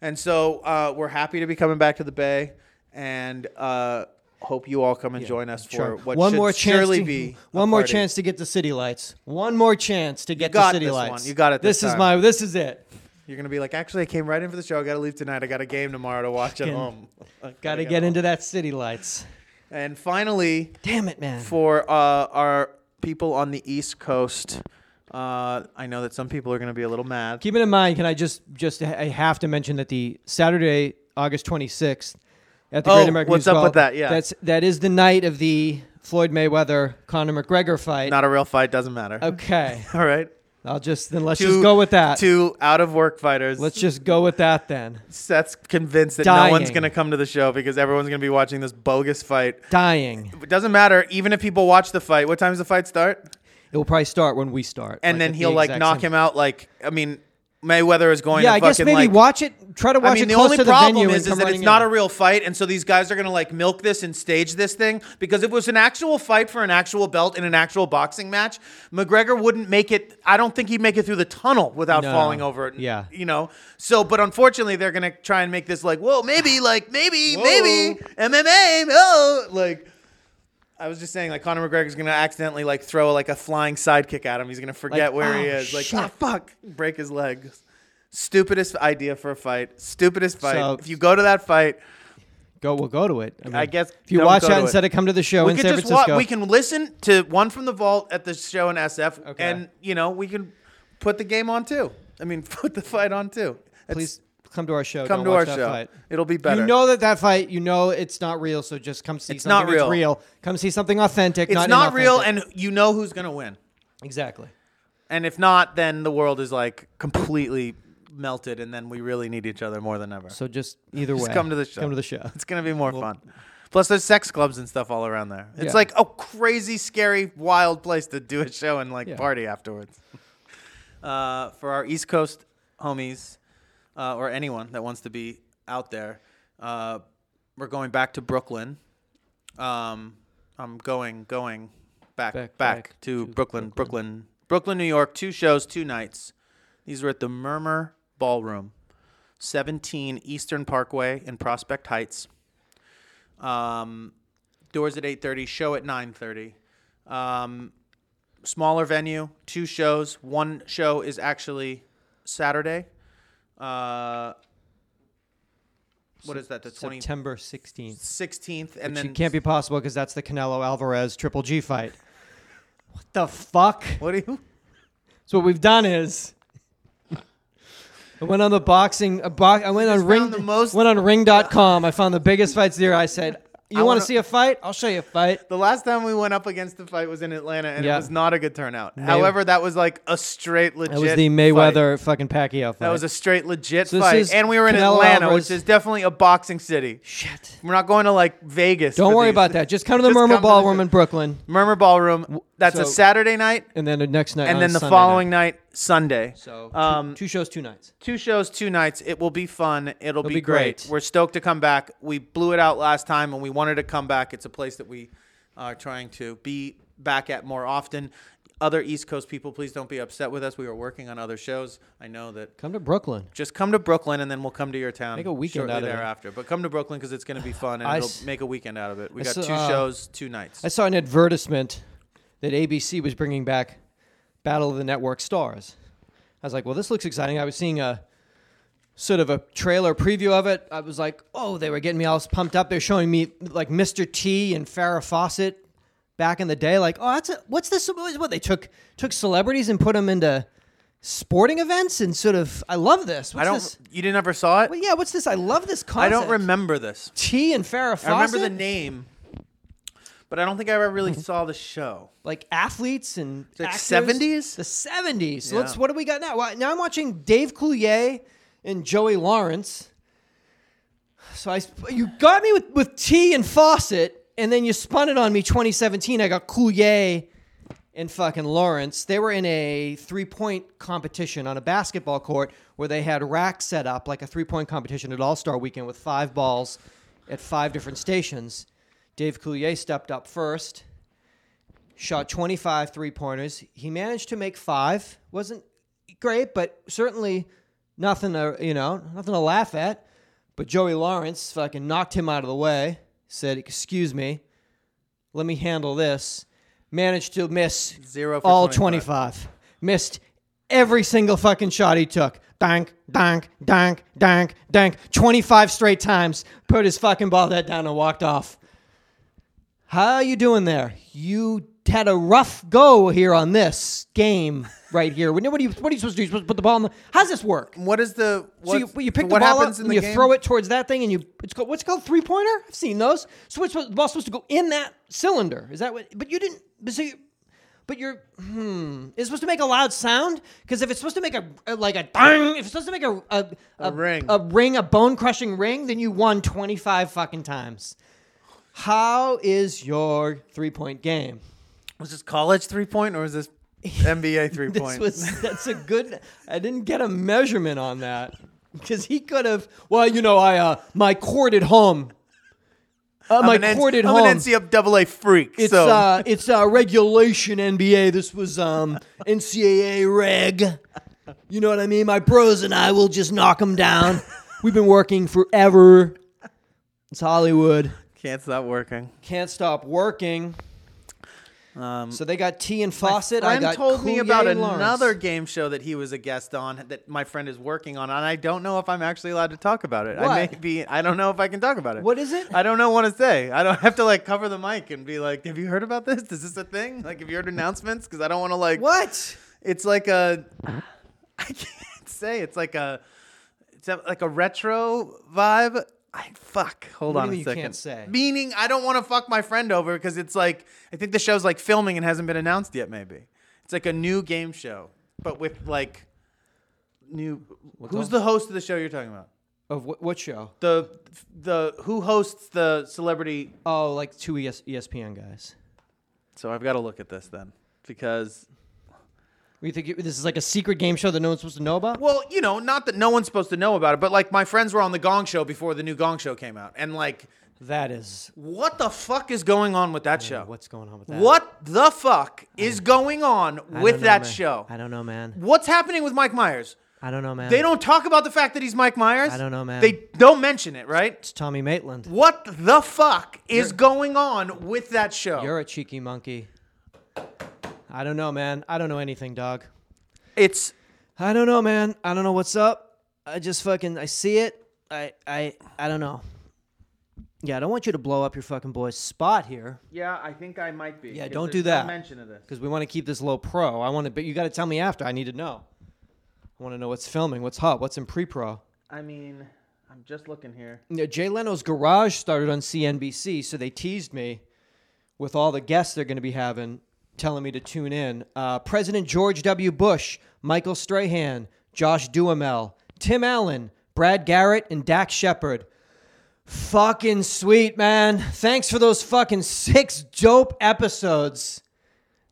[SPEAKER 1] And so uh, we're happy to be coming back to the Bay, and uh, hope you all come and join us for
[SPEAKER 2] Sure.
[SPEAKER 1] what
[SPEAKER 2] one
[SPEAKER 1] should
[SPEAKER 2] more chance
[SPEAKER 1] surely
[SPEAKER 2] to,
[SPEAKER 1] be a
[SPEAKER 2] one more
[SPEAKER 1] party.
[SPEAKER 2] chance to get the city lights. One more chance to get
[SPEAKER 1] got
[SPEAKER 2] the city
[SPEAKER 1] this one.
[SPEAKER 2] lights.
[SPEAKER 1] You got it this
[SPEAKER 2] is
[SPEAKER 1] time.
[SPEAKER 2] my. This is it.
[SPEAKER 1] You're gonna be like, actually, I came right in for the show. I gotta leave tonight. I got a game tomorrow to watch at
[SPEAKER 2] Fucking-
[SPEAKER 1] home. I
[SPEAKER 2] Got to
[SPEAKER 1] gotta
[SPEAKER 2] get
[SPEAKER 1] home.
[SPEAKER 2] into that city lights.
[SPEAKER 1] And finally,
[SPEAKER 2] Damn it, man.
[SPEAKER 1] for uh, our people on the East Coast, uh, I know that some people are gonna be a little mad.
[SPEAKER 2] Keep it in mind. Can I just just I have to mention that the Saturday, August twenty sixth, at the
[SPEAKER 1] Oh,
[SPEAKER 2] Great American
[SPEAKER 1] what's
[SPEAKER 2] Music
[SPEAKER 1] up
[SPEAKER 2] Hall,
[SPEAKER 1] with that? Yeah.
[SPEAKER 2] that's that is the night of the Floyd Mayweather Conor McGregor fight.
[SPEAKER 1] Not a real fight. Doesn't matter.
[SPEAKER 2] okay,
[SPEAKER 1] All right.
[SPEAKER 2] I'll just then let's
[SPEAKER 1] Two-
[SPEAKER 2] just go with that.
[SPEAKER 1] Two out of work fighters.
[SPEAKER 2] Let's just go with that then.
[SPEAKER 1] Seth's convinced that no one's
[SPEAKER 2] Dying.
[SPEAKER 1] going to come to the show because everyone's going to be watching this bogus fight.
[SPEAKER 2] Dying.
[SPEAKER 1] It doesn't matter. Even if people watch the fight, what time does the fight start?
[SPEAKER 2] It will probably start when we start,
[SPEAKER 1] And
[SPEAKER 2] like,
[SPEAKER 1] then
[SPEAKER 2] at the
[SPEAKER 1] he'll like
[SPEAKER 2] exact
[SPEAKER 1] knock
[SPEAKER 2] same-
[SPEAKER 1] him out. Like, I mean, Mayweather is going
[SPEAKER 2] Yeah,
[SPEAKER 1] to
[SPEAKER 2] I
[SPEAKER 1] fucking
[SPEAKER 2] guess maybe
[SPEAKER 1] like.
[SPEAKER 2] watch it. Try to watch
[SPEAKER 1] I mean,
[SPEAKER 2] it
[SPEAKER 1] the
[SPEAKER 2] close
[SPEAKER 1] only
[SPEAKER 2] to the
[SPEAKER 1] problem
[SPEAKER 2] venue
[SPEAKER 1] is,
[SPEAKER 2] and
[SPEAKER 1] is
[SPEAKER 2] come
[SPEAKER 1] that it's
[SPEAKER 2] running
[SPEAKER 1] not
[SPEAKER 2] in.
[SPEAKER 1] a real fight, and so these guys are gonna like milk this and stage this thing. Because if it was an actual fight for an actual belt in an actual boxing match, McGregor wouldn't make it. I don't think he'd make it through the tunnel without
[SPEAKER 2] No.
[SPEAKER 1] falling over. it,
[SPEAKER 2] Yeah.
[SPEAKER 1] you know. So, but unfortunately, they're gonna try and make this like, whoa, maybe, like, maybe,
[SPEAKER 2] Whoa.
[SPEAKER 1] maybe MMA, oh, like. I was just saying, like Conor McGregor's gonna accidentally like throw like a flying sidekick at him. He's gonna forget where he
[SPEAKER 2] "Oh,
[SPEAKER 1] is. Like,
[SPEAKER 2] shit."
[SPEAKER 1] "Ah, fuck, break his leg. Stupidest idea for a fight. Stupidest fight.
[SPEAKER 2] So-
[SPEAKER 1] if you go to that fight,
[SPEAKER 2] Go, we'll go to it. I,
[SPEAKER 1] I guess
[SPEAKER 2] if you
[SPEAKER 1] don't
[SPEAKER 2] watch
[SPEAKER 1] go
[SPEAKER 2] that
[SPEAKER 1] to it.
[SPEAKER 2] instead of come to the show
[SPEAKER 1] we
[SPEAKER 2] in
[SPEAKER 1] can
[SPEAKER 2] San
[SPEAKER 1] just
[SPEAKER 2] Francisco,
[SPEAKER 1] wa- we can listen to one from the vault at the show in SF,
[SPEAKER 2] Okay.
[SPEAKER 1] and you know we can put the game on too. I mean, put the fight on too. It's-
[SPEAKER 2] please come to our show.
[SPEAKER 1] come
[SPEAKER 2] Don't
[SPEAKER 1] to
[SPEAKER 2] watch
[SPEAKER 1] our
[SPEAKER 2] that
[SPEAKER 1] show.
[SPEAKER 2] Fight.
[SPEAKER 1] It'll be better.
[SPEAKER 2] You know that that fight, you know it's not real. So just come see
[SPEAKER 1] It's
[SPEAKER 2] something
[SPEAKER 1] not real.
[SPEAKER 2] that's real. Come see something authentic.
[SPEAKER 1] it's not,
[SPEAKER 2] inauthentic.
[SPEAKER 1] real, and you know who's gonna win.
[SPEAKER 2] exactly.
[SPEAKER 1] And if not, then the world is like completely melted, and then we really need each other more than ever.
[SPEAKER 2] So just either
[SPEAKER 1] Just
[SPEAKER 2] way,
[SPEAKER 1] come to the show.
[SPEAKER 2] Come to the show.
[SPEAKER 1] It's gonna be more fun. Plus, there's sex clubs and stuff all around there. It's
[SPEAKER 2] Yeah.
[SPEAKER 1] like a crazy, scary, wild place to do a show and like
[SPEAKER 2] Yeah.
[SPEAKER 1] party afterwards. Uh, for our East Coast homies uh, or anyone that wants to be out there, uh, we're going back to Brooklyn. Um, I'm going, going back, back,
[SPEAKER 2] Back, back
[SPEAKER 1] to,
[SPEAKER 2] to
[SPEAKER 1] Brooklyn, Brooklyn, Brooklyn, New York. Two shows, two nights. These were at the Murmur Ballroom, 17 Eastern Parkway in Prospect Heights. Um, doors at 8:30, show at 9:30. Um, smaller venue, two shows. One show is actually Saturday. Uh, what is that? The 20,
[SPEAKER 2] September sixteenth.
[SPEAKER 1] 16th, and
[SPEAKER 2] It
[SPEAKER 1] then
[SPEAKER 2] can't be possible because that's the Canelo Alvarez Triple G fight. What the fuck?
[SPEAKER 1] what do you?
[SPEAKER 2] So what we've done is, I went on the boxing. A box, I went on
[SPEAKER 1] just
[SPEAKER 2] ring.
[SPEAKER 1] found the most-
[SPEAKER 2] went on Ring.com. I found the biggest fights there. I said, "You want
[SPEAKER 1] wanna-
[SPEAKER 2] to see a fight? I'll show you a fight."
[SPEAKER 1] The last time we went up against the fight was in Atlanta, and it
[SPEAKER 2] Yeah.
[SPEAKER 1] was not a good turnout. However, that was like a straight legit.
[SPEAKER 2] That was the
[SPEAKER 1] fight.
[SPEAKER 2] Mayweather fucking Pacquiao fight.
[SPEAKER 1] That was a straight legit
[SPEAKER 2] So this
[SPEAKER 1] fight,
[SPEAKER 2] is
[SPEAKER 1] and we were in
[SPEAKER 2] Canelo
[SPEAKER 1] Atlanta,
[SPEAKER 2] Alvarez-
[SPEAKER 1] which is definitely a boxing city.
[SPEAKER 2] shit.
[SPEAKER 1] We're not going to like Vegas.
[SPEAKER 2] Don't
[SPEAKER 1] for
[SPEAKER 2] worry
[SPEAKER 1] these.
[SPEAKER 2] about that. Just come to the
[SPEAKER 1] Just
[SPEAKER 2] Murmur
[SPEAKER 1] come to
[SPEAKER 2] Ballroom in Brooklyn,
[SPEAKER 1] Murmur Ballroom. That's a
[SPEAKER 2] So-
[SPEAKER 1] Saturday night,
[SPEAKER 2] and then the next night,
[SPEAKER 1] and
[SPEAKER 2] on
[SPEAKER 1] then the
[SPEAKER 2] Sunday
[SPEAKER 1] following
[SPEAKER 2] night.
[SPEAKER 1] night, Sunday.
[SPEAKER 2] So
[SPEAKER 1] um,
[SPEAKER 2] two, two shows, two nights.
[SPEAKER 1] two shows, two nights. It will be fun. It'll, be,
[SPEAKER 2] be
[SPEAKER 1] great.
[SPEAKER 2] great.
[SPEAKER 1] We're stoked to come back. We blew it out last time, and we wanted to come back. It's a place that we are trying to be back at more often. other East Coast people, please don't be upset with us. We are working on other shows. I know that.
[SPEAKER 2] Come to Brooklyn.
[SPEAKER 1] Just come to Brooklyn, and then we'll come to your town.
[SPEAKER 2] Make a weekend
[SPEAKER 1] shortly
[SPEAKER 2] out of it.
[SPEAKER 1] thereafter. But come to Brooklyn because it's going to be fun, and
[SPEAKER 2] I
[SPEAKER 1] it'll
[SPEAKER 2] s-
[SPEAKER 1] make a weekend out of it. We
[SPEAKER 2] I
[SPEAKER 1] got
[SPEAKER 2] saw-
[SPEAKER 1] two
[SPEAKER 2] uh,
[SPEAKER 1] shows, two nights.
[SPEAKER 2] I saw an advertisement that ABC was bringing back Battle of the Network Stars. I was like, well, this looks exciting. I was seeing a sort of a trailer preview of it. I was like, oh, they were getting me all pumped up. They're showing me like Mr. T and Farrah Fawcett back in the day. Like, oh, that's a, what's this? What they took took celebrities and put them into sporting events and sort of. I love this. What's
[SPEAKER 1] I don't.
[SPEAKER 2] This?
[SPEAKER 1] You didn't ever saw it.
[SPEAKER 2] Well, yeah, what's this? I love this
[SPEAKER 1] I
[SPEAKER 2] concept.
[SPEAKER 1] don't remember this.
[SPEAKER 2] T and Farrah Fawcett.
[SPEAKER 1] I remember the name, but I don't think I ever really saw the show.
[SPEAKER 2] like athletes and
[SPEAKER 1] Like
[SPEAKER 2] actors.
[SPEAKER 1] 70s?
[SPEAKER 2] the 70s so
[SPEAKER 1] Yeah.
[SPEAKER 2] let's what do we got now well, now i'm watching dave coulier and joey lawrence so i sp- you got me with with t and fawcett and then you spun it on me 2017 i got coulier and fucking lawrence they were in a three-point competition on a basketball court where they had racks set up like a three-point competition at all-star weekend with five balls at five different stations dave coulier stepped up first shot 25 three pointers. He managed to make five. Wasn't great, but certainly nothing to, you know, nothing to laugh at. But Joey Lawrence fucking knocked him out of the way, said, Excuse me, let me handle this. Managed to miss
[SPEAKER 1] Zero for
[SPEAKER 2] all
[SPEAKER 1] 25.
[SPEAKER 2] 25. Missed every single fucking shot he took. Dank, dank, dank, dank, dank. 25 straight times. Put his fucking ball head down and walked off. How you doing there? You had a rough go here on this game right here. What are you, what are you supposed to do? You're supposed to put the ball in the. How's this work?
[SPEAKER 1] What is the? What,
[SPEAKER 2] so you, you pick
[SPEAKER 1] what
[SPEAKER 2] the ball up
[SPEAKER 1] happens
[SPEAKER 2] and
[SPEAKER 1] in the
[SPEAKER 2] you
[SPEAKER 1] game?
[SPEAKER 2] throw it towards that thing, and you it's called what's it called three pointer. I've seen those. So it's, supposed- the ball's supposed to go in that cylinder. Is that what? But you didn't. But so you, but you're hmm. Is it supposed to make a loud sound? Because if it's supposed to make a, a- like a dang, if it's supposed to make a a,
[SPEAKER 1] A ring.
[SPEAKER 2] a ring, a bone crushing ring, then you won twenty five fucking times. How is your three point game?
[SPEAKER 1] Was this college three point or was this NBA three
[SPEAKER 2] This
[SPEAKER 1] point?
[SPEAKER 2] was that's a good. I didn't get a measurement on that because he could have. Well, you know, I uh, my cord at home. Uh, my
[SPEAKER 1] I'm an,
[SPEAKER 2] cord at
[SPEAKER 1] I'm
[SPEAKER 2] home.
[SPEAKER 1] an NCAA freak.
[SPEAKER 2] it's
[SPEAKER 1] so
[SPEAKER 2] uh, it's uh, regulation NBA. This was um NCAA reg. You know what I mean? My bros and I will just knock them down. We've been working forever. It's Hollywood.
[SPEAKER 1] can't stop working.
[SPEAKER 2] Can't stop working.
[SPEAKER 1] Um,
[SPEAKER 2] So they got T and Fawcett. I
[SPEAKER 1] Friend
[SPEAKER 2] got
[SPEAKER 1] told me about
[SPEAKER 2] Coulier Lawrence.
[SPEAKER 1] another game show that he was a guest on that my friend is working on, and I don't know if I'm actually allowed to talk about it. I may
[SPEAKER 2] What?
[SPEAKER 1] be. I don't know if I can talk about it.
[SPEAKER 2] What is it?
[SPEAKER 1] I don't know what to say. I don't have to like cover the mic and be like, "Have you heard about this? Is this a thing? Like, have you heard announcements?" Because I don't want to like.
[SPEAKER 2] What?
[SPEAKER 1] It's like a. I can't say. It's like a. It's a, like a retro vibe. I fuck. Hold
[SPEAKER 2] What
[SPEAKER 1] on
[SPEAKER 2] do you
[SPEAKER 1] a
[SPEAKER 2] mean you
[SPEAKER 1] second.
[SPEAKER 2] can't say?
[SPEAKER 1] Meaning I don't want to fuck my friend over because it's like I think the show's like filming and hasn't been announced yet. Maybe it's like a new game show, but with like new. who's
[SPEAKER 2] all-
[SPEAKER 1] the host of the show you're talking about?
[SPEAKER 2] Of what, what show?
[SPEAKER 1] The the who hosts the celebrity?
[SPEAKER 2] Oh, like two ES- ESPN guys.
[SPEAKER 1] So I've got to look at this then because
[SPEAKER 2] You think it- this is like a secret game show that no one's supposed to know about?
[SPEAKER 1] Well, you know, not that no one's supposed to know about it, but like my friends were on the Gong Show before the new Gong Show came out, and like,
[SPEAKER 2] That is
[SPEAKER 1] what the fuck is going on with that show?
[SPEAKER 2] what's going on with that.
[SPEAKER 1] What the fuck is going on
[SPEAKER 2] I
[SPEAKER 1] with
[SPEAKER 2] don't know,
[SPEAKER 1] that
[SPEAKER 2] man.
[SPEAKER 1] show?
[SPEAKER 2] I don't know, man.
[SPEAKER 1] What's happening with Mike Myers?
[SPEAKER 2] I don't know, man.
[SPEAKER 1] They don't talk about the fact that he's Mike Myers.
[SPEAKER 2] I don't know, man.
[SPEAKER 1] They don't mention it, right?
[SPEAKER 2] It's Tommy Maitland.
[SPEAKER 1] What the fuck is going on with that show?
[SPEAKER 2] You're a cheeky monkey. I don't know, man. I don't know anything, dog.
[SPEAKER 1] it's
[SPEAKER 2] I don't know, man. I don't know what's up. I just fucking I see it. I I I don't know. Yeah, I don't want you to blow up your fucking boy's spot here
[SPEAKER 1] yeah. I think I might be.
[SPEAKER 2] Yeah, 'cause don't do there's no that. mention
[SPEAKER 1] mention of this.
[SPEAKER 2] because we want to keep this low pro. I want to, but you got to tell me after. I need to know. I want to know what's filming, what's hot, what's in pre-pro.
[SPEAKER 1] I mean, I'm just looking here.
[SPEAKER 2] you know, Jay Leno's Garage started on CNBC, so they teased me with all the guests they're going to be having, telling me to tune in. Uh, President George W. Bush, Michael Strahan, Josh Duhamel, Tim Allen, Brad Garrett, and Dak Shepard. Fucking sweet, man. Thanks for those fucking six dope episodes.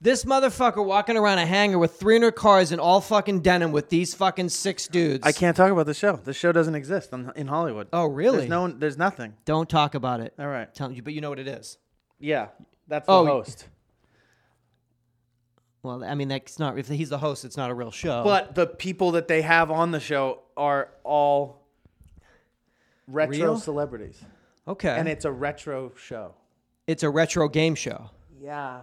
[SPEAKER 2] This motherfucker walking around a hangar with 300 cars in all fucking denim with these fucking six dudes.
[SPEAKER 1] I can't talk about the show. The show doesn't exist on, in Hollywood.
[SPEAKER 2] Oh, really?
[SPEAKER 1] There's no. There's nothing.
[SPEAKER 2] Don't talk about it.
[SPEAKER 1] All right. Oh,
[SPEAKER 2] Tell you, but you know what it is.
[SPEAKER 1] Yeah, that's
[SPEAKER 2] Oh, y-
[SPEAKER 1] the host.
[SPEAKER 2] Well, I mean, that's not if he's the host, it's not a real show.
[SPEAKER 1] But the people that they have on the show are all retro
[SPEAKER 2] Real?
[SPEAKER 1] celebrities.
[SPEAKER 2] okay,
[SPEAKER 1] And it's a retro show.
[SPEAKER 2] it's a retro game show.
[SPEAKER 1] Yeah.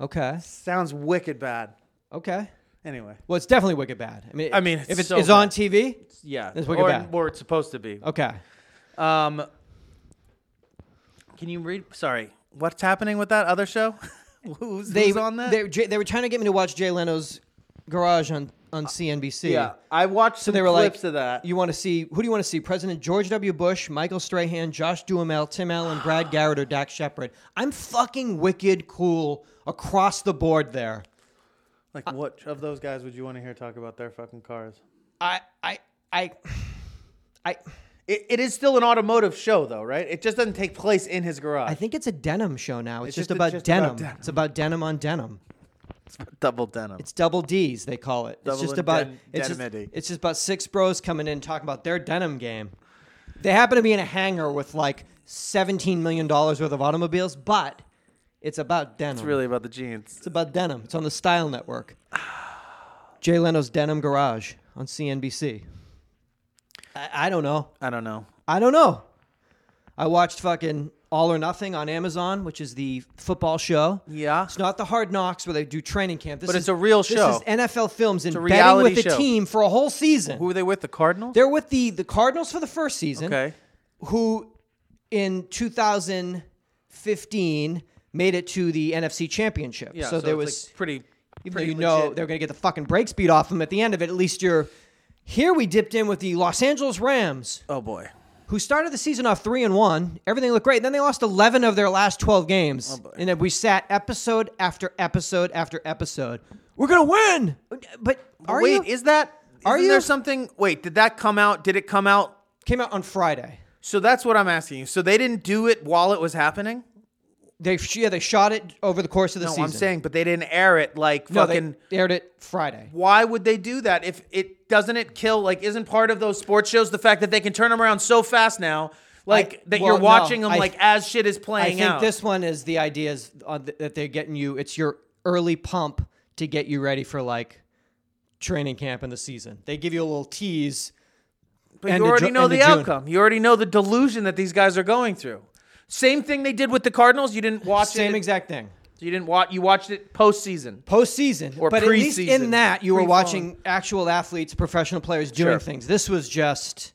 [SPEAKER 2] Okay,
[SPEAKER 1] Sounds wicked bad.
[SPEAKER 2] okay.
[SPEAKER 1] Anyway.
[SPEAKER 2] Well, it's definitely wicked bad. I mean,
[SPEAKER 1] I mean,
[SPEAKER 2] if
[SPEAKER 1] it's
[SPEAKER 2] it's,
[SPEAKER 1] so
[SPEAKER 2] it's
[SPEAKER 1] bad.
[SPEAKER 2] on TV,
[SPEAKER 1] Yeah.
[SPEAKER 2] It's wicked
[SPEAKER 1] or,
[SPEAKER 2] bad.
[SPEAKER 1] or it's supposed to be.
[SPEAKER 2] okay.
[SPEAKER 1] Um Can you read sorry, what's happening with that other show? who's,
[SPEAKER 2] They
[SPEAKER 1] who's on that?
[SPEAKER 2] They, Jay- they were trying to get me to watch Jay Leno's Garage on on CNBC.
[SPEAKER 1] yeah. I watched some
[SPEAKER 2] they were like,
[SPEAKER 1] clips of that.
[SPEAKER 2] You want to see who do you want to see? President George W. Bush, Michael Strahan, Josh Duhamel, Tim Allen, Brad Garrett, or Dak Shepard? I'm fucking wicked cool across the board there.
[SPEAKER 1] Like, what of those guys would you want to hear talk about their fucking cars?
[SPEAKER 2] I I I I
[SPEAKER 1] It, it is still an automotive show, though, right? It just doesn't take place in his garage.
[SPEAKER 2] I think it's a denim show now. It's, just,
[SPEAKER 1] just-
[SPEAKER 2] about,
[SPEAKER 1] it's just about
[SPEAKER 2] denim.
[SPEAKER 1] denim.
[SPEAKER 2] It's about denim on denim.
[SPEAKER 1] double denim.
[SPEAKER 2] It's double D's they call it.
[SPEAKER 1] Double
[SPEAKER 2] it's just
[SPEAKER 1] and
[SPEAKER 2] about
[SPEAKER 1] den-
[SPEAKER 2] it's just,
[SPEAKER 1] denimity.
[SPEAKER 2] it's just about six bros coming in talking about their denim game. They happen to be in a hangar with like seventeen million dollars worth of automobiles, but it's about denim.
[SPEAKER 1] It's really about the jeans.
[SPEAKER 2] It's about denim. It's on the Style Network. Jay Leno's Denim Garage on CNBC. I, I don't know.
[SPEAKER 1] I don't know.
[SPEAKER 2] I don't know. I watched fucking All or Nothing on Amazon, which is the football show.
[SPEAKER 1] Yeah.
[SPEAKER 2] It's not the Hard Knocks where they do training camp. This
[SPEAKER 1] But
[SPEAKER 2] is,
[SPEAKER 1] it's a real show.
[SPEAKER 2] This is NFL films and
[SPEAKER 1] a
[SPEAKER 2] betting with
[SPEAKER 1] reality
[SPEAKER 2] the
[SPEAKER 1] show.
[SPEAKER 2] team for a whole season.
[SPEAKER 1] Who were they with? The Cardinals?
[SPEAKER 2] They're with the the Cardinals for the first season
[SPEAKER 1] okay.
[SPEAKER 2] who in 2015 made it to the NFC Championship.
[SPEAKER 1] Yeah.
[SPEAKER 2] so, there
[SPEAKER 1] it's,
[SPEAKER 2] was,
[SPEAKER 1] like, pretty.
[SPEAKER 2] even though
[SPEAKER 1] pretty
[SPEAKER 2] you know
[SPEAKER 1] legit.
[SPEAKER 2] they're going to get the fucking brakes beat off them at the end of it, at least you're here. We dipped in with the Los Angeles Rams,
[SPEAKER 1] Oh boy.
[SPEAKER 2] who started the season off three and one. Everything looked great. Then they lost 11 of their last 12
[SPEAKER 1] Oh,
[SPEAKER 2] games, and then we sat episode after episode after episode. We're gonna win, but are
[SPEAKER 1] Wait,
[SPEAKER 2] you?
[SPEAKER 1] is that?
[SPEAKER 2] Are
[SPEAKER 1] Are there
[SPEAKER 2] you-
[SPEAKER 1] something? Wait, did that come out? Did it come out?
[SPEAKER 2] came out on Friday.
[SPEAKER 1] So that's what I'm asking you. So they didn't do it while it was happening.
[SPEAKER 2] They yeah they shot it over the course of the
[SPEAKER 1] No,
[SPEAKER 2] season.
[SPEAKER 1] I'm saying, but they didn't air it. Like
[SPEAKER 2] no,
[SPEAKER 1] fucking.
[SPEAKER 2] they aired it Friday.
[SPEAKER 1] why would they do that if it doesn't it kill like isn't part of those sports shows the fact that they can turn them around so fast now like
[SPEAKER 2] I-
[SPEAKER 1] that
[SPEAKER 2] well,
[SPEAKER 1] you're watching
[SPEAKER 2] no,
[SPEAKER 1] them
[SPEAKER 2] I-
[SPEAKER 1] like as shit is
[SPEAKER 2] I
[SPEAKER 1] playing
[SPEAKER 2] think
[SPEAKER 1] out
[SPEAKER 2] this one is the idea is uh, th- that they're getting you. It's your early pump to get you ready for like training camp and the season. They give you a little tease.
[SPEAKER 1] but
[SPEAKER 2] end
[SPEAKER 1] you
[SPEAKER 2] of
[SPEAKER 1] already
[SPEAKER 2] Ju-
[SPEAKER 1] know
[SPEAKER 2] end
[SPEAKER 1] the
[SPEAKER 2] of June.
[SPEAKER 1] outcome you already know the delusion that these guys are going through same thing they did with the cardinals you didn't watch
[SPEAKER 2] Same
[SPEAKER 1] it
[SPEAKER 2] exact thing.
[SPEAKER 1] you didn't watch you watched it postseason
[SPEAKER 2] Postseason,
[SPEAKER 1] Or
[SPEAKER 2] but at least in
[SPEAKER 1] preseason.
[SPEAKER 2] that you were
[SPEAKER 1] Pre-fall.
[SPEAKER 2] watching actual athletes, professional players doing
[SPEAKER 1] Sure.
[SPEAKER 2] things. This was just.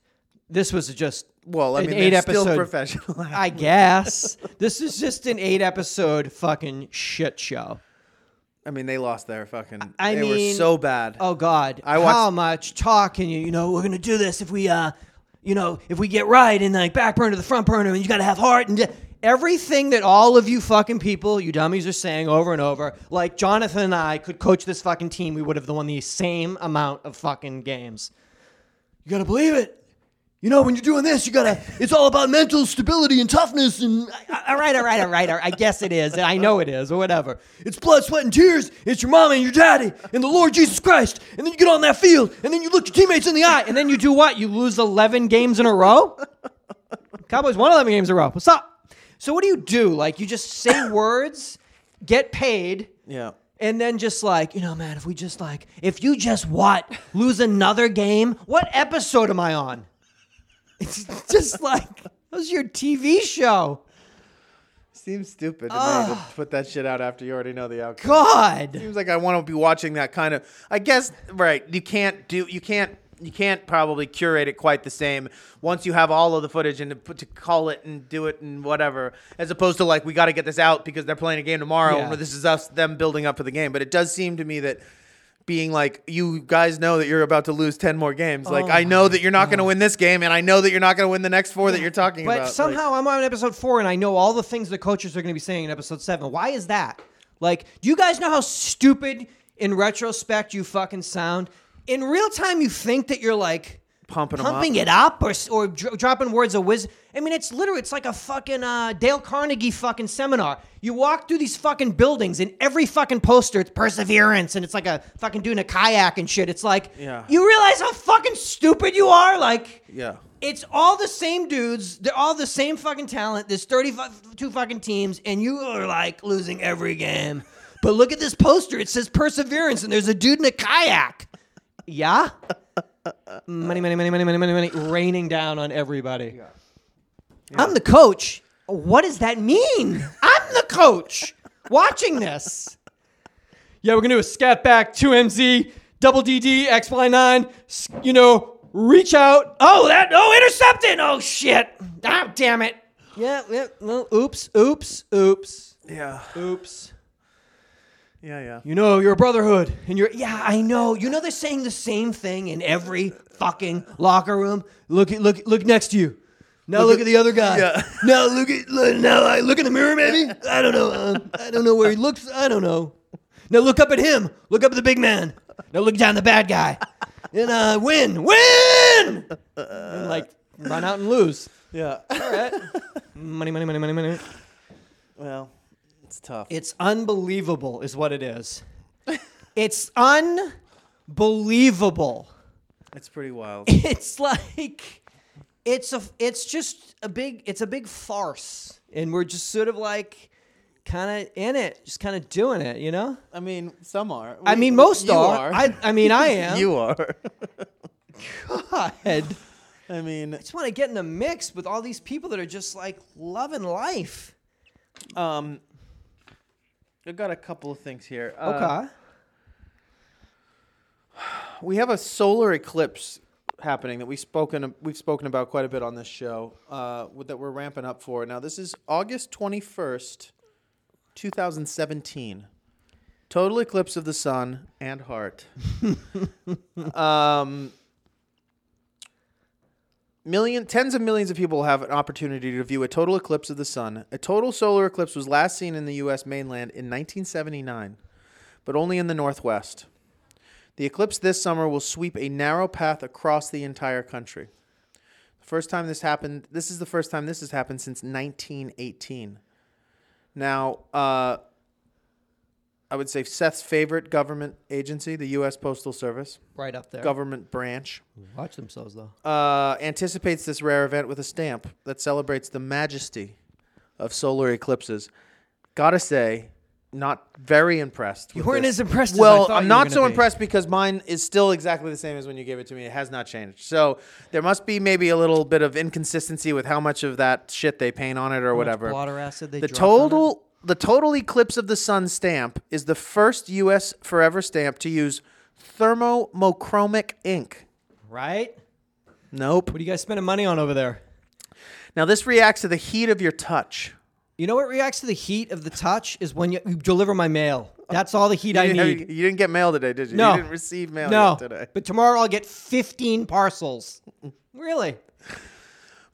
[SPEAKER 2] This was just
[SPEAKER 1] well i
[SPEAKER 2] an
[SPEAKER 1] mean
[SPEAKER 2] eight
[SPEAKER 1] they're
[SPEAKER 2] episode
[SPEAKER 1] still professional
[SPEAKER 2] I guess this is just an eight episode fucking shit show.
[SPEAKER 1] i mean they lost their fucking
[SPEAKER 2] I
[SPEAKER 1] they
[SPEAKER 2] mean-
[SPEAKER 1] were so bad
[SPEAKER 2] Oh God!
[SPEAKER 1] I
[SPEAKER 2] how
[SPEAKER 1] watched-
[SPEAKER 2] much talk can you? You know, we're gonna do this if we, uh, you know, if we get right and like back burner to the front burner, and you gotta have heart and d- everything that all of you fucking people, you dummies, are saying over and over. Like Jonathan and I could coach this fucking team, we would have won the same amount of fucking games. You gotta believe it. You know, when you're doing this, you gotta. It's all about mental stability and toughness. And all right, all right, all right. all right, I guess it is. and I know it is, or whatever. It's blood, sweat, and tears. It's your mama and your daddy and the Lord Jesus Christ. And then you get on that field, and then you look your teammates in the eye, and then you do what? You lose 11 games in a row. Cowboys won 11 games in a row. What's up? So what do you do? Like you just say words, get paid.
[SPEAKER 1] yeah
[SPEAKER 2] And then just like, you know, man, if we just like, if you just what, lose another game, what episode am I on? It's just like, that was your TV show.
[SPEAKER 1] seems stupid to me to put that shit out after you already know the outcome
[SPEAKER 2] God.
[SPEAKER 1] seems like I want to be watching that kind of. I guess right. You can't do. You can't. You can't probably curate it quite the same once you have all of the footage and to, put, to call it and do it and whatever, as opposed to like we got to get this out because they're playing a game tomorrow
[SPEAKER 2] Yeah.
[SPEAKER 1] and this is us them building up for the game. But it does seem to me that being like you guys know that you're about to lose ten more games. like I know that you're not going to win this game and I know that you're not going to win the next four that you're talking about.
[SPEAKER 2] But
[SPEAKER 1] Like,
[SPEAKER 2] somehow I'm on episode four and I know all the things the coaches are going to be saying in episode seven. Why is that? Like, do you guys know how stupid in retrospect you fucking sound? In real time, you think that you're like,
[SPEAKER 1] pumping 'em
[SPEAKER 2] pumping
[SPEAKER 1] up.
[SPEAKER 2] it up or, s- or dro- dropping words of wisdom. I mean, it's literally, it's like a fucking uh, Dale Carnegie fucking seminar. You walk through these fucking buildings and every fucking poster, it's perseverance and it's like a fucking doing a kayak and shit. It's like,
[SPEAKER 1] Yeah.
[SPEAKER 2] you realize how fucking stupid you are? Like,
[SPEAKER 1] Yeah.
[SPEAKER 2] it's all the same dudes. They're all the same fucking talent. There's 32 fucking teams, and you are like losing every game But look at this poster. It says perseverance, and there's a dude in a kayak. Yeah? Money, money, money, money, money, money, money, raining down on everybody. I'm the coach. What does that mean? I'm the coach watching this. Yeah, we're going to do a scat back, 2MZ, double DD, X Y 9, s- you know, reach out. Oh, that, oh, intercepted. Oh, shit. Ah, damn it. Yeah, yeah, well, oops, oops, oops,
[SPEAKER 1] Yeah.
[SPEAKER 2] oops.
[SPEAKER 1] Yeah, yeah.
[SPEAKER 2] You know, you're a brotherhood, and you're yeah, I know. You know they're saying the same thing in every fucking locker room. Look at look look next to you. Now look, at the other guy.
[SPEAKER 1] yeah.
[SPEAKER 2] Now look at look, now I look in the mirror maybe. I don't know. Um, I don't know where he looks. I don't know. Now look up at him. Look up at the big man. Now look down at the bad guy. And uh, win, win. And, like run out and lose.
[SPEAKER 1] Yeah.
[SPEAKER 2] All right. Money, money, money, money, money.
[SPEAKER 1] well, it's tough.
[SPEAKER 2] It's unbelievable, is what it is. it's unbelievable.
[SPEAKER 1] it's pretty wild.
[SPEAKER 2] It's like it's a it's just a big it's a big farce, and we're just sort of like kind of in it, just kind of doing it, you know.
[SPEAKER 1] I mean, some are.
[SPEAKER 2] I mean, most are. I I mean, I am.
[SPEAKER 1] You are.
[SPEAKER 2] God.
[SPEAKER 1] I mean,
[SPEAKER 2] I just want to get in the mix with all these people that are just like loving life.
[SPEAKER 1] um, I've got a couple of things here. Uh,
[SPEAKER 2] Okay.
[SPEAKER 1] we have a solar eclipse happening that we've spoken we've spoken about quite a bit on this show uh, with- that we're ramping up for. Now this is August twenty first, two thousand seventeen. Total eclipse of the sun and heart. um, million, tens of millions of people will have an opportunity to view a total eclipse of the sun. A total solar eclipse was last seen in the U.S. mainland in 1979, but only in the northwest. The eclipse this summer will sweep a narrow path across the entire country. The first time this happened, this is the first time this has happened since 1918. Now, uh, I would say Seth's favorite government agency, the U.S. Postal Service,
[SPEAKER 2] right up there.
[SPEAKER 1] government branch,
[SPEAKER 2] Watch themselves though.
[SPEAKER 1] uh, anticipates this rare event with a stamp that celebrates the majesty of solar eclipses. Gotta say, not very impressed.
[SPEAKER 2] You
[SPEAKER 1] with
[SPEAKER 2] weren't
[SPEAKER 1] this.
[SPEAKER 2] as impressed as I
[SPEAKER 1] Well,
[SPEAKER 2] thought
[SPEAKER 1] I'm
[SPEAKER 2] you
[SPEAKER 1] not
[SPEAKER 2] were
[SPEAKER 1] so
[SPEAKER 2] gonna be.
[SPEAKER 1] impressed because mine is still exactly the same as when you gave it to me. It has not changed. So there must be maybe a little bit of inconsistency with how much of that shit they paint on it or whatever.
[SPEAKER 2] Blotter acid. They
[SPEAKER 1] The
[SPEAKER 2] dropped on it.
[SPEAKER 1] total the total eclipse of the sun stamp is the first U.S. forever stamp to use thermomochromic ink.
[SPEAKER 2] right?
[SPEAKER 1] Nope.
[SPEAKER 2] What are you guys spending money on over there?
[SPEAKER 1] Now this reacts to the heat of your touch.
[SPEAKER 2] You know what reacts to the heat of the touch is when you, you deliver my mail. That's all the heat I
[SPEAKER 1] you, didn't-
[SPEAKER 2] need.
[SPEAKER 1] you didn't get mail today, did you?
[SPEAKER 2] No.
[SPEAKER 1] You didn't receive mail
[SPEAKER 2] No,
[SPEAKER 1] yet today.
[SPEAKER 2] but tomorrow I'll get 15 parcels. Really?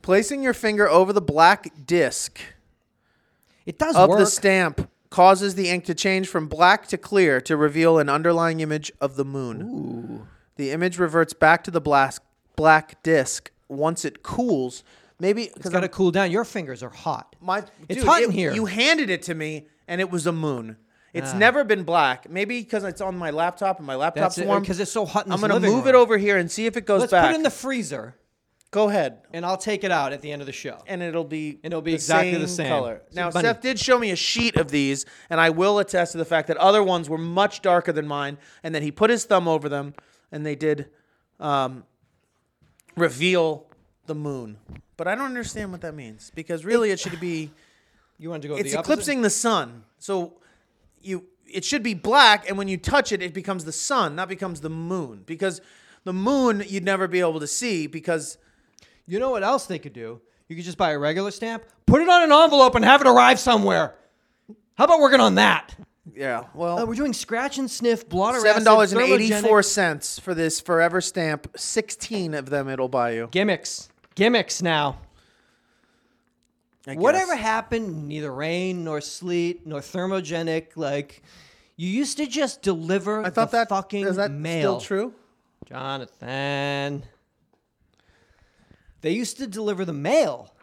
[SPEAKER 1] Placing your finger over the black disc
[SPEAKER 2] It does
[SPEAKER 1] of
[SPEAKER 2] work.
[SPEAKER 1] the stamp causes the ink to change from black to clear to reveal an underlying image of the moon. The image reverts back to the black black disc once it cools. Maybe
[SPEAKER 2] it's
[SPEAKER 1] because
[SPEAKER 2] got to cool down. Your fingers are hot.
[SPEAKER 1] my
[SPEAKER 2] It's
[SPEAKER 1] dude,
[SPEAKER 2] hot
[SPEAKER 1] it-
[SPEAKER 2] in here. Ah.
[SPEAKER 1] You handed it to me and it was a moon. It's never been black. Maybe because it's on my laptop and my laptop's
[SPEAKER 2] That's it,
[SPEAKER 1] warm.
[SPEAKER 2] because it's so hot in
[SPEAKER 1] I'm
[SPEAKER 2] going
[SPEAKER 1] gonna
[SPEAKER 2] to
[SPEAKER 1] move it over here and see if it goes
[SPEAKER 2] Let's
[SPEAKER 1] back.
[SPEAKER 2] put it in the freezer,
[SPEAKER 1] Go ahead.
[SPEAKER 2] and I'll take it out at the end of the show.
[SPEAKER 1] and it'll be
[SPEAKER 2] And it'll be exactly the same.
[SPEAKER 1] color.
[SPEAKER 2] It's
[SPEAKER 1] Now
[SPEAKER 2] funny.
[SPEAKER 1] Seth did show me a sheet of these, and I will attest to the fact that other ones were much darker than mine, and that he put his thumb over them, and they did um, reveal the moon. But I don't understand what that means because really it should be
[SPEAKER 2] You wanted to go
[SPEAKER 1] it's
[SPEAKER 2] the opposite?
[SPEAKER 1] eclipsing the sun, so you it should be black, and when you touch it, it becomes the sun, not becomes the moon, because the moon you'd never be able to see because
[SPEAKER 2] You know what else they could do? You could just buy a regular stamp, put it on an envelope, and have it arrive somewhere. How about working on that?
[SPEAKER 1] yeah well
[SPEAKER 2] Uh, we're doing scratch and sniff blotter.
[SPEAKER 1] Seven dollars and eighty-four
[SPEAKER 2] thermogenic-
[SPEAKER 1] cents for this forever stamp. Sixteen of them it'll buy you.
[SPEAKER 2] gimmicks. Gimmicks now.
[SPEAKER 1] I guess.
[SPEAKER 2] Whatever happened, neither rain nor sleet nor thermogenic, like you used to just deliver
[SPEAKER 1] I thought
[SPEAKER 2] the
[SPEAKER 1] that
[SPEAKER 2] fucking
[SPEAKER 1] is that still
[SPEAKER 2] mail.
[SPEAKER 1] true?
[SPEAKER 2] Jonathan. They used to deliver the mail.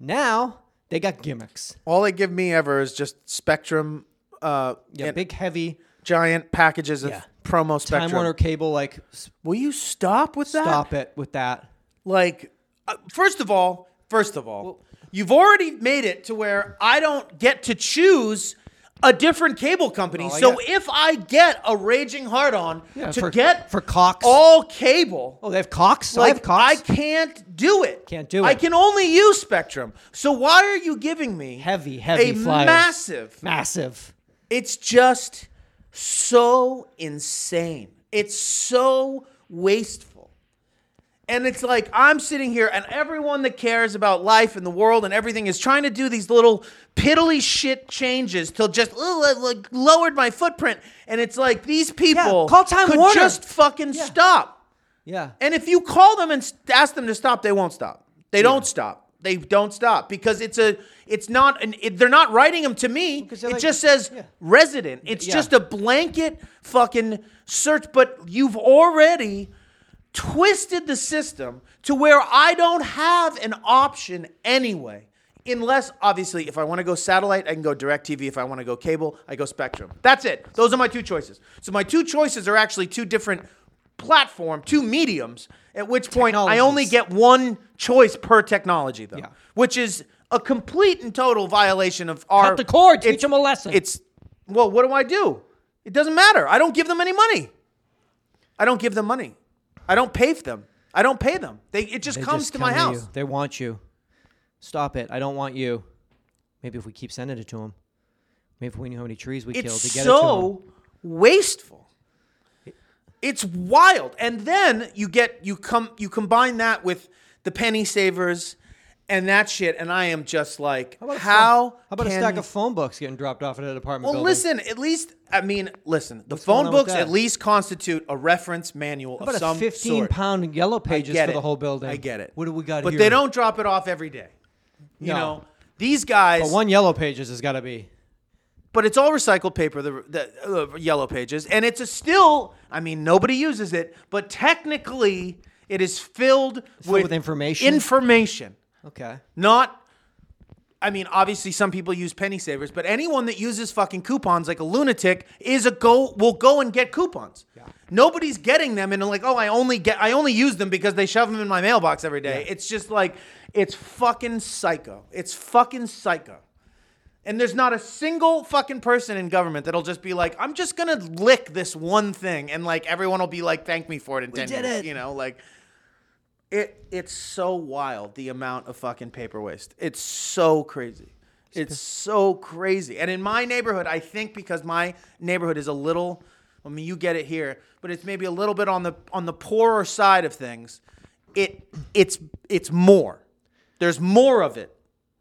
[SPEAKER 2] Now they got gimmicks.
[SPEAKER 1] All they give me ever is just Spectrum, uh,
[SPEAKER 2] Yeah,
[SPEAKER 1] and
[SPEAKER 2] big heavy
[SPEAKER 1] giant packages of
[SPEAKER 2] Yeah.
[SPEAKER 1] promo Spectrum.
[SPEAKER 2] Time Warner cable, like s-
[SPEAKER 1] Will you stop with that?
[SPEAKER 2] stop it with that.
[SPEAKER 1] Like, uh, first of all, first of all, you've already made it to where I don't get to choose. a different cable company.
[SPEAKER 2] Oh, I
[SPEAKER 1] so
[SPEAKER 2] got-
[SPEAKER 1] if I get a raging hard on
[SPEAKER 2] Yeah,
[SPEAKER 1] to
[SPEAKER 2] for-
[SPEAKER 1] get
[SPEAKER 2] for Cox.
[SPEAKER 1] all cable,
[SPEAKER 2] Oh, they have Cox. I have
[SPEAKER 1] like I
[SPEAKER 2] Cox.
[SPEAKER 1] can't do it.
[SPEAKER 2] Can't do
[SPEAKER 1] I
[SPEAKER 2] it.
[SPEAKER 1] can only use Spectrum. So why are you giving me
[SPEAKER 2] Heavy, heavy
[SPEAKER 1] a
[SPEAKER 2] flyers.
[SPEAKER 1] massive?
[SPEAKER 2] Massive.
[SPEAKER 1] It's just so insane. It's so wasteful. And it's like I'm sitting here, and everyone that cares about life and the world and everything is trying to do these little piddly shit changes till just "Ooh, I, like, lowered my footprint. And it's like these people
[SPEAKER 2] call Time
[SPEAKER 1] could
[SPEAKER 2] Warner.
[SPEAKER 1] just fucking stop.
[SPEAKER 2] Yeah.
[SPEAKER 1] And if you call them and s- ask them to stop, they won't stop. They don't stop. They don't stop because it's a. It's not an. It, they're not writing them to me. It
[SPEAKER 2] 'cause they're like-
[SPEAKER 1] just says
[SPEAKER 2] yeah.
[SPEAKER 1] resident. It's
[SPEAKER 2] Yeah.
[SPEAKER 1] just a blanket fucking search. But you've already twisted the system to where I don't have an option anyway. Unless obviously, if I want to go satellite, I can go direct TV. If I want to go cable, I go Spectrum. That's it. Those are my two choices. So my two choices are actually two different platform, two mediums. At which point, I only
[SPEAKER 2] Technologies.
[SPEAKER 1] get one choice per technology, though,
[SPEAKER 2] Yeah.
[SPEAKER 1] which is a complete and total violation of our.
[SPEAKER 2] the cord. Teach
[SPEAKER 1] it's-
[SPEAKER 2] them a lesson.
[SPEAKER 1] It's well, what do I do? It doesn't matter. I don't give them any money. I don't give them money. I don't pay for them. I don't pay them. They it just
[SPEAKER 2] They
[SPEAKER 1] comes
[SPEAKER 2] just
[SPEAKER 1] to my
[SPEAKER 2] come
[SPEAKER 1] house.
[SPEAKER 2] you. They want you. Stop it. I don't want you. Maybe if we keep sending it to them. Maybe if we knew how many trees we killed to
[SPEAKER 1] It's
[SPEAKER 2] get it to
[SPEAKER 1] so wasteful. It's wild. And then you get you come you combine that with the penny savers and that shit, and I am just like, how?
[SPEAKER 2] them.
[SPEAKER 1] how
[SPEAKER 2] How about a
[SPEAKER 1] can-
[SPEAKER 2] stack of phone books getting dropped off at an apartment
[SPEAKER 1] Well,
[SPEAKER 2] building?
[SPEAKER 1] listen. At least I mean, listen. The
[SPEAKER 2] going
[SPEAKER 1] phone
[SPEAKER 2] on with
[SPEAKER 1] books
[SPEAKER 2] that?
[SPEAKER 1] at least constitute a reference manual
[SPEAKER 2] How
[SPEAKER 1] of
[SPEAKER 2] about
[SPEAKER 1] some
[SPEAKER 2] a 15
[SPEAKER 1] sort.
[SPEAKER 2] pound yellow pages
[SPEAKER 1] get
[SPEAKER 2] for the
[SPEAKER 1] it.
[SPEAKER 2] whole building?
[SPEAKER 1] I get it.
[SPEAKER 2] What do we got
[SPEAKER 1] But
[SPEAKER 2] here?
[SPEAKER 1] they don't drop it off every day. You
[SPEAKER 2] No.
[SPEAKER 1] know, these guys.
[SPEAKER 2] But Oh, one yellow pages has got to be.
[SPEAKER 1] but it's all recycled paper, the, the uh, yellow pages, and it's a still. I mean, nobody uses it, but technically, it is filled,
[SPEAKER 2] filled with information?
[SPEAKER 1] Information,
[SPEAKER 2] Okay.
[SPEAKER 1] not. I mean, obviously, some people use penny savers, but anyone that uses fucking coupons like a lunatic is a go will go and get coupons. Nobody's getting them, and they're like, oh, I only get I only use them because they shove them in my mailbox every day. It's just like it's fucking psycho. It's fucking psycho. And there's not a single fucking person in government that'll just be like, I'm just gonna lick this one thing, and like everyone will be like, thank me for it in ten
[SPEAKER 2] did
[SPEAKER 1] years.
[SPEAKER 2] it.
[SPEAKER 1] You know, like it. It's so wild the amount of fucking paper waste. It's so crazy. It's so crazy. And in my neighborhood, I think because my neighborhood is a little, I mean, you get it here, but it's maybe a little bit on the on the poorer side of things. It it's it's more. There's more of it.